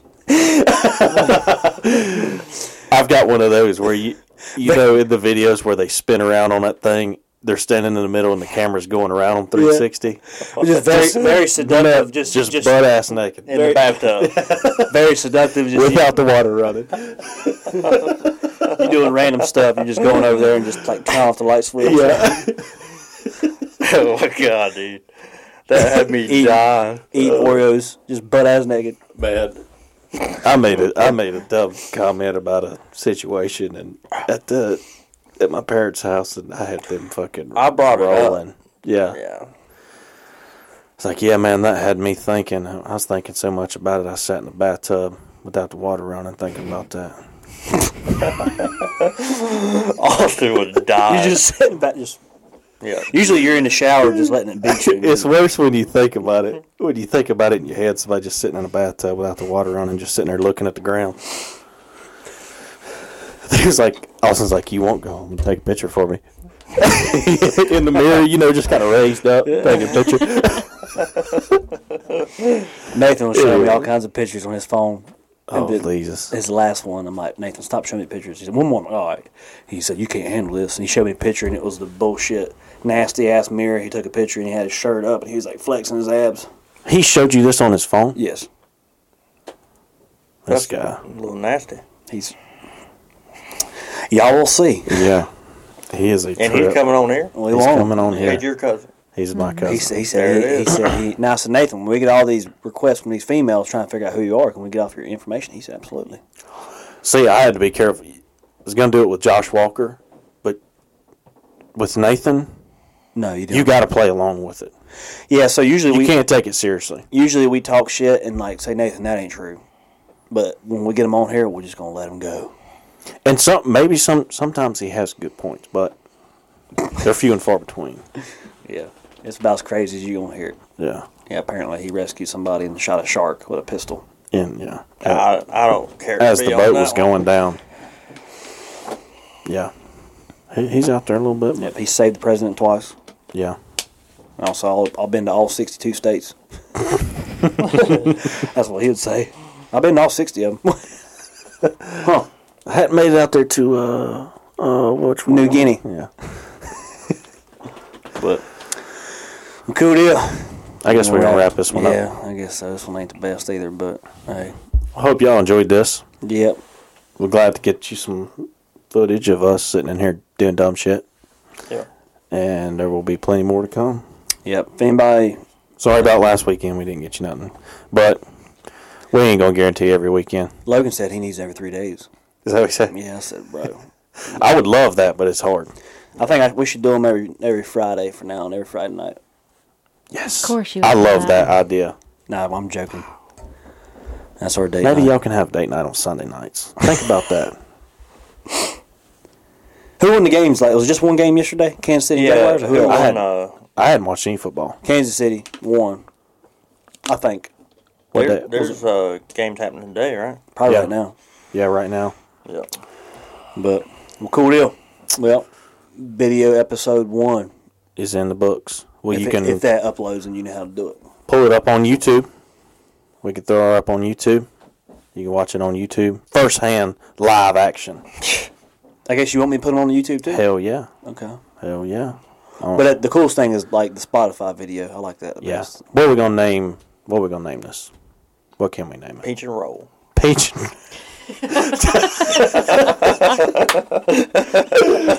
Speaker 3: I've got one of those where you you know, in the videos where they spin around on that thing, they're standing in the middle and the camera's going around them 360.
Speaker 2: Just very, [LAUGHS] very seductive. Just,
Speaker 3: just,
Speaker 2: just,
Speaker 3: butt ass naked.
Speaker 2: in the bathtub. very seductive. Just
Speaker 3: Without the water running.
Speaker 2: you're doing random stuff. You're just going over there and just like turn off the light switch.
Speaker 3: Yeah.
Speaker 1: [LAUGHS] oh my god, dude, that had [LAUGHS] me
Speaker 2: Eat.
Speaker 1: dying.
Speaker 2: Eat Oreos. Just butt ass naked.
Speaker 3: Man. I made it. I made a dumb comment about a situation and at the at my parents' house, and I had them fucking.
Speaker 2: I brought it up.
Speaker 3: rolling. Yeah.
Speaker 1: [LAUGHS]
Speaker 2: Yeah.
Speaker 3: It's like, yeah, man, that had me thinking. I was thinking so much about it. I sat in the bathtub without the water running, thinking about that.
Speaker 1: Austin would
Speaker 2: You
Speaker 1: die.
Speaker 2: just sitting back. Just
Speaker 1: yeah.
Speaker 2: usually you're in the shower, just letting [LAUGHS] it beat you.
Speaker 3: It's worse when you think about it. When you think about it in your head, somebody just sitting in a bathtub without the water running, just sitting there looking at the ground. He was like, Austin's like, you won't go home and take a picture for me. [LAUGHS] in the mirror, you know, just kind of raised up, taking a [LAUGHS] picture.
Speaker 2: Nathan was showing me all kinds of pictures on his phone.
Speaker 3: Oh,
Speaker 2: And the-
Speaker 3: Jesus.
Speaker 2: His last one, I'm like, Nathan, stop showing me pictures. He said, one more. All right. He said, you can't handle this. And he showed me a picture, and it was the bullshit, nasty ass mirror. He took a picture, and he had his shirt up, and he was like flexing his abs.
Speaker 3: He showed you this on his phone?
Speaker 2: Yes.
Speaker 3: This guy.
Speaker 1: a little nasty.
Speaker 2: He's. Y'all will see.
Speaker 3: Yeah. He is a
Speaker 1: And
Speaker 3: trip.
Speaker 1: he's coming on here.
Speaker 2: We
Speaker 3: He's
Speaker 2: won't.
Speaker 3: coming on here.
Speaker 1: Hey, your cousin.
Speaker 3: He's my cousin.
Speaker 2: He, said- he
Speaker 1: There
Speaker 2: said,
Speaker 1: it
Speaker 2: he, he
Speaker 1: is.
Speaker 2: said, he, now, I said, Nathan, when we get all these requests from these females trying to figure out who you are, can we get off your information? He said, absolutely.
Speaker 3: See, I had to be careful. I was going to do it with Josh Walker, but with Nathan,
Speaker 2: No, you didn't.
Speaker 3: you got to play along with it.
Speaker 2: yeah, so usually
Speaker 3: You
Speaker 2: we
Speaker 3: can't take it seriously.
Speaker 2: usually we talk shit and like say, Nathan, that ain't true. But when we get him on here, we're just going to let him go.
Speaker 3: And some maybe some sometimes he has good points, but they're few and far between.
Speaker 2: Yeah. It's about as crazy as you going to hear it.
Speaker 3: Yeah,
Speaker 2: Yeah, apparently he rescued somebody and shot a shark with a pistol.
Speaker 3: and yeah,
Speaker 1: I, I don't care. to
Speaker 3: as
Speaker 1: be
Speaker 3: the
Speaker 1: on
Speaker 3: boat
Speaker 1: that
Speaker 3: was
Speaker 1: one.
Speaker 3: going down. Yeah, he, he's out there a little bit.
Speaker 2: Yep, he saved the president twice.
Speaker 3: Yeah,
Speaker 2: And also, I'll, I've been to all 62 states. [LAUGHS] That's what he would say. I've been to all 60 of them. huh.
Speaker 3: I hadn't made it out there to uh uh which
Speaker 2: New Guinea.
Speaker 3: Yeah,
Speaker 2: But cool deal.
Speaker 3: I guess we're gonna wrap this one
Speaker 2: yeah,
Speaker 3: up.
Speaker 2: I guess so. This one ain't the best either, but hey.
Speaker 3: I hope y'all enjoyed this.
Speaker 2: Yep.
Speaker 3: We're glad to get you some footage of us sitting in here doing dumb shit,
Speaker 1: Yeah.
Speaker 3: and there will be plenty more to come.
Speaker 2: Yep. If anybody
Speaker 3: Sorry about last weekend. We didn't get you nothing, but we ain't gonna guarantee every weekend.
Speaker 2: Logan said he needs every three days.
Speaker 3: Is that what you said?
Speaker 2: Yeah, I said, bro. [LAUGHS]
Speaker 3: I would love that, but it's hard.
Speaker 2: I think I, we should do them every every Friday for now and every Friday night.
Speaker 3: Yes,
Speaker 5: Of course you
Speaker 3: I
Speaker 5: would
Speaker 3: love
Speaker 5: love
Speaker 3: that
Speaker 5: that.
Speaker 3: idea.
Speaker 2: No, I'm joking. That's our date.
Speaker 3: Maybe
Speaker 2: night.
Speaker 3: y'all can have date night on Sunday nights. Think about that.
Speaker 2: Who won the games? Like, it was just one game yesterday. Kansas City
Speaker 1: Yeah.
Speaker 2: Jaguars. Or who
Speaker 1: Who
Speaker 2: else?
Speaker 3: had-
Speaker 1: won? Uh,
Speaker 3: I hadn't watched any football.
Speaker 2: Kansas City won. I think
Speaker 3: What
Speaker 1: there,
Speaker 3: day?
Speaker 1: there's uh, games happening today, right?
Speaker 2: probably
Speaker 3: Yeah.
Speaker 2: right now.
Speaker 3: Yeah, right now.
Speaker 1: Yeah.
Speaker 2: But well, cool deal. Well, video episode one.
Speaker 3: Is in the books. Well,
Speaker 2: if,
Speaker 3: you
Speaker 2: it-
Speaker 3: can
Speaker 2: if that uploads and you know how to do it.
Speaker 3: pull it up on YouTube. We can throw it up on YouTube. You can watch it on YouTube. First hand live action.
Speaker 2: I guess you want me to put them on YouTube too.
Speaker 3: Hell yeah.
Speaker 2: Okay.
Speaker 3: Hell yeah.
Speaker 2: But uh, the coolest thing is like the Spotify video. I like that. the
Speaker 3: Yeah.
Speaker 2: best.
Speaker 3: What are we gonna name what are we gonna name this? What can we name it?
Speaker 1: Peach and roll.
Speaker 3: Peach. [LAUGHS] oh,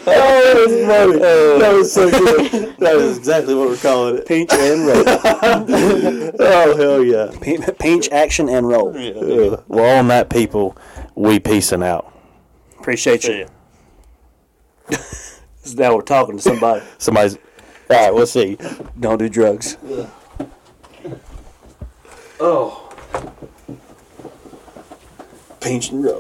Speaker 3: that was funny. That was so good. That is exactly what we're calling it.
Speaker 2: Pinch and roll.
Speaker 3: Oh, hell yeah.
Speaker 2: Pin- Pinch action and roll.
Speaker 3: Ugh. Well, on that, people, we peacing out.
Speaker 2: Appreciate you.
Speaker 1: Yeah.
Speaker 2: Now we're talking to somebody.
Speaker 3: Somebody's. All right, we'll see.
Speaker 2: Don't do drugs.
Speaker 3: Pinch and roll.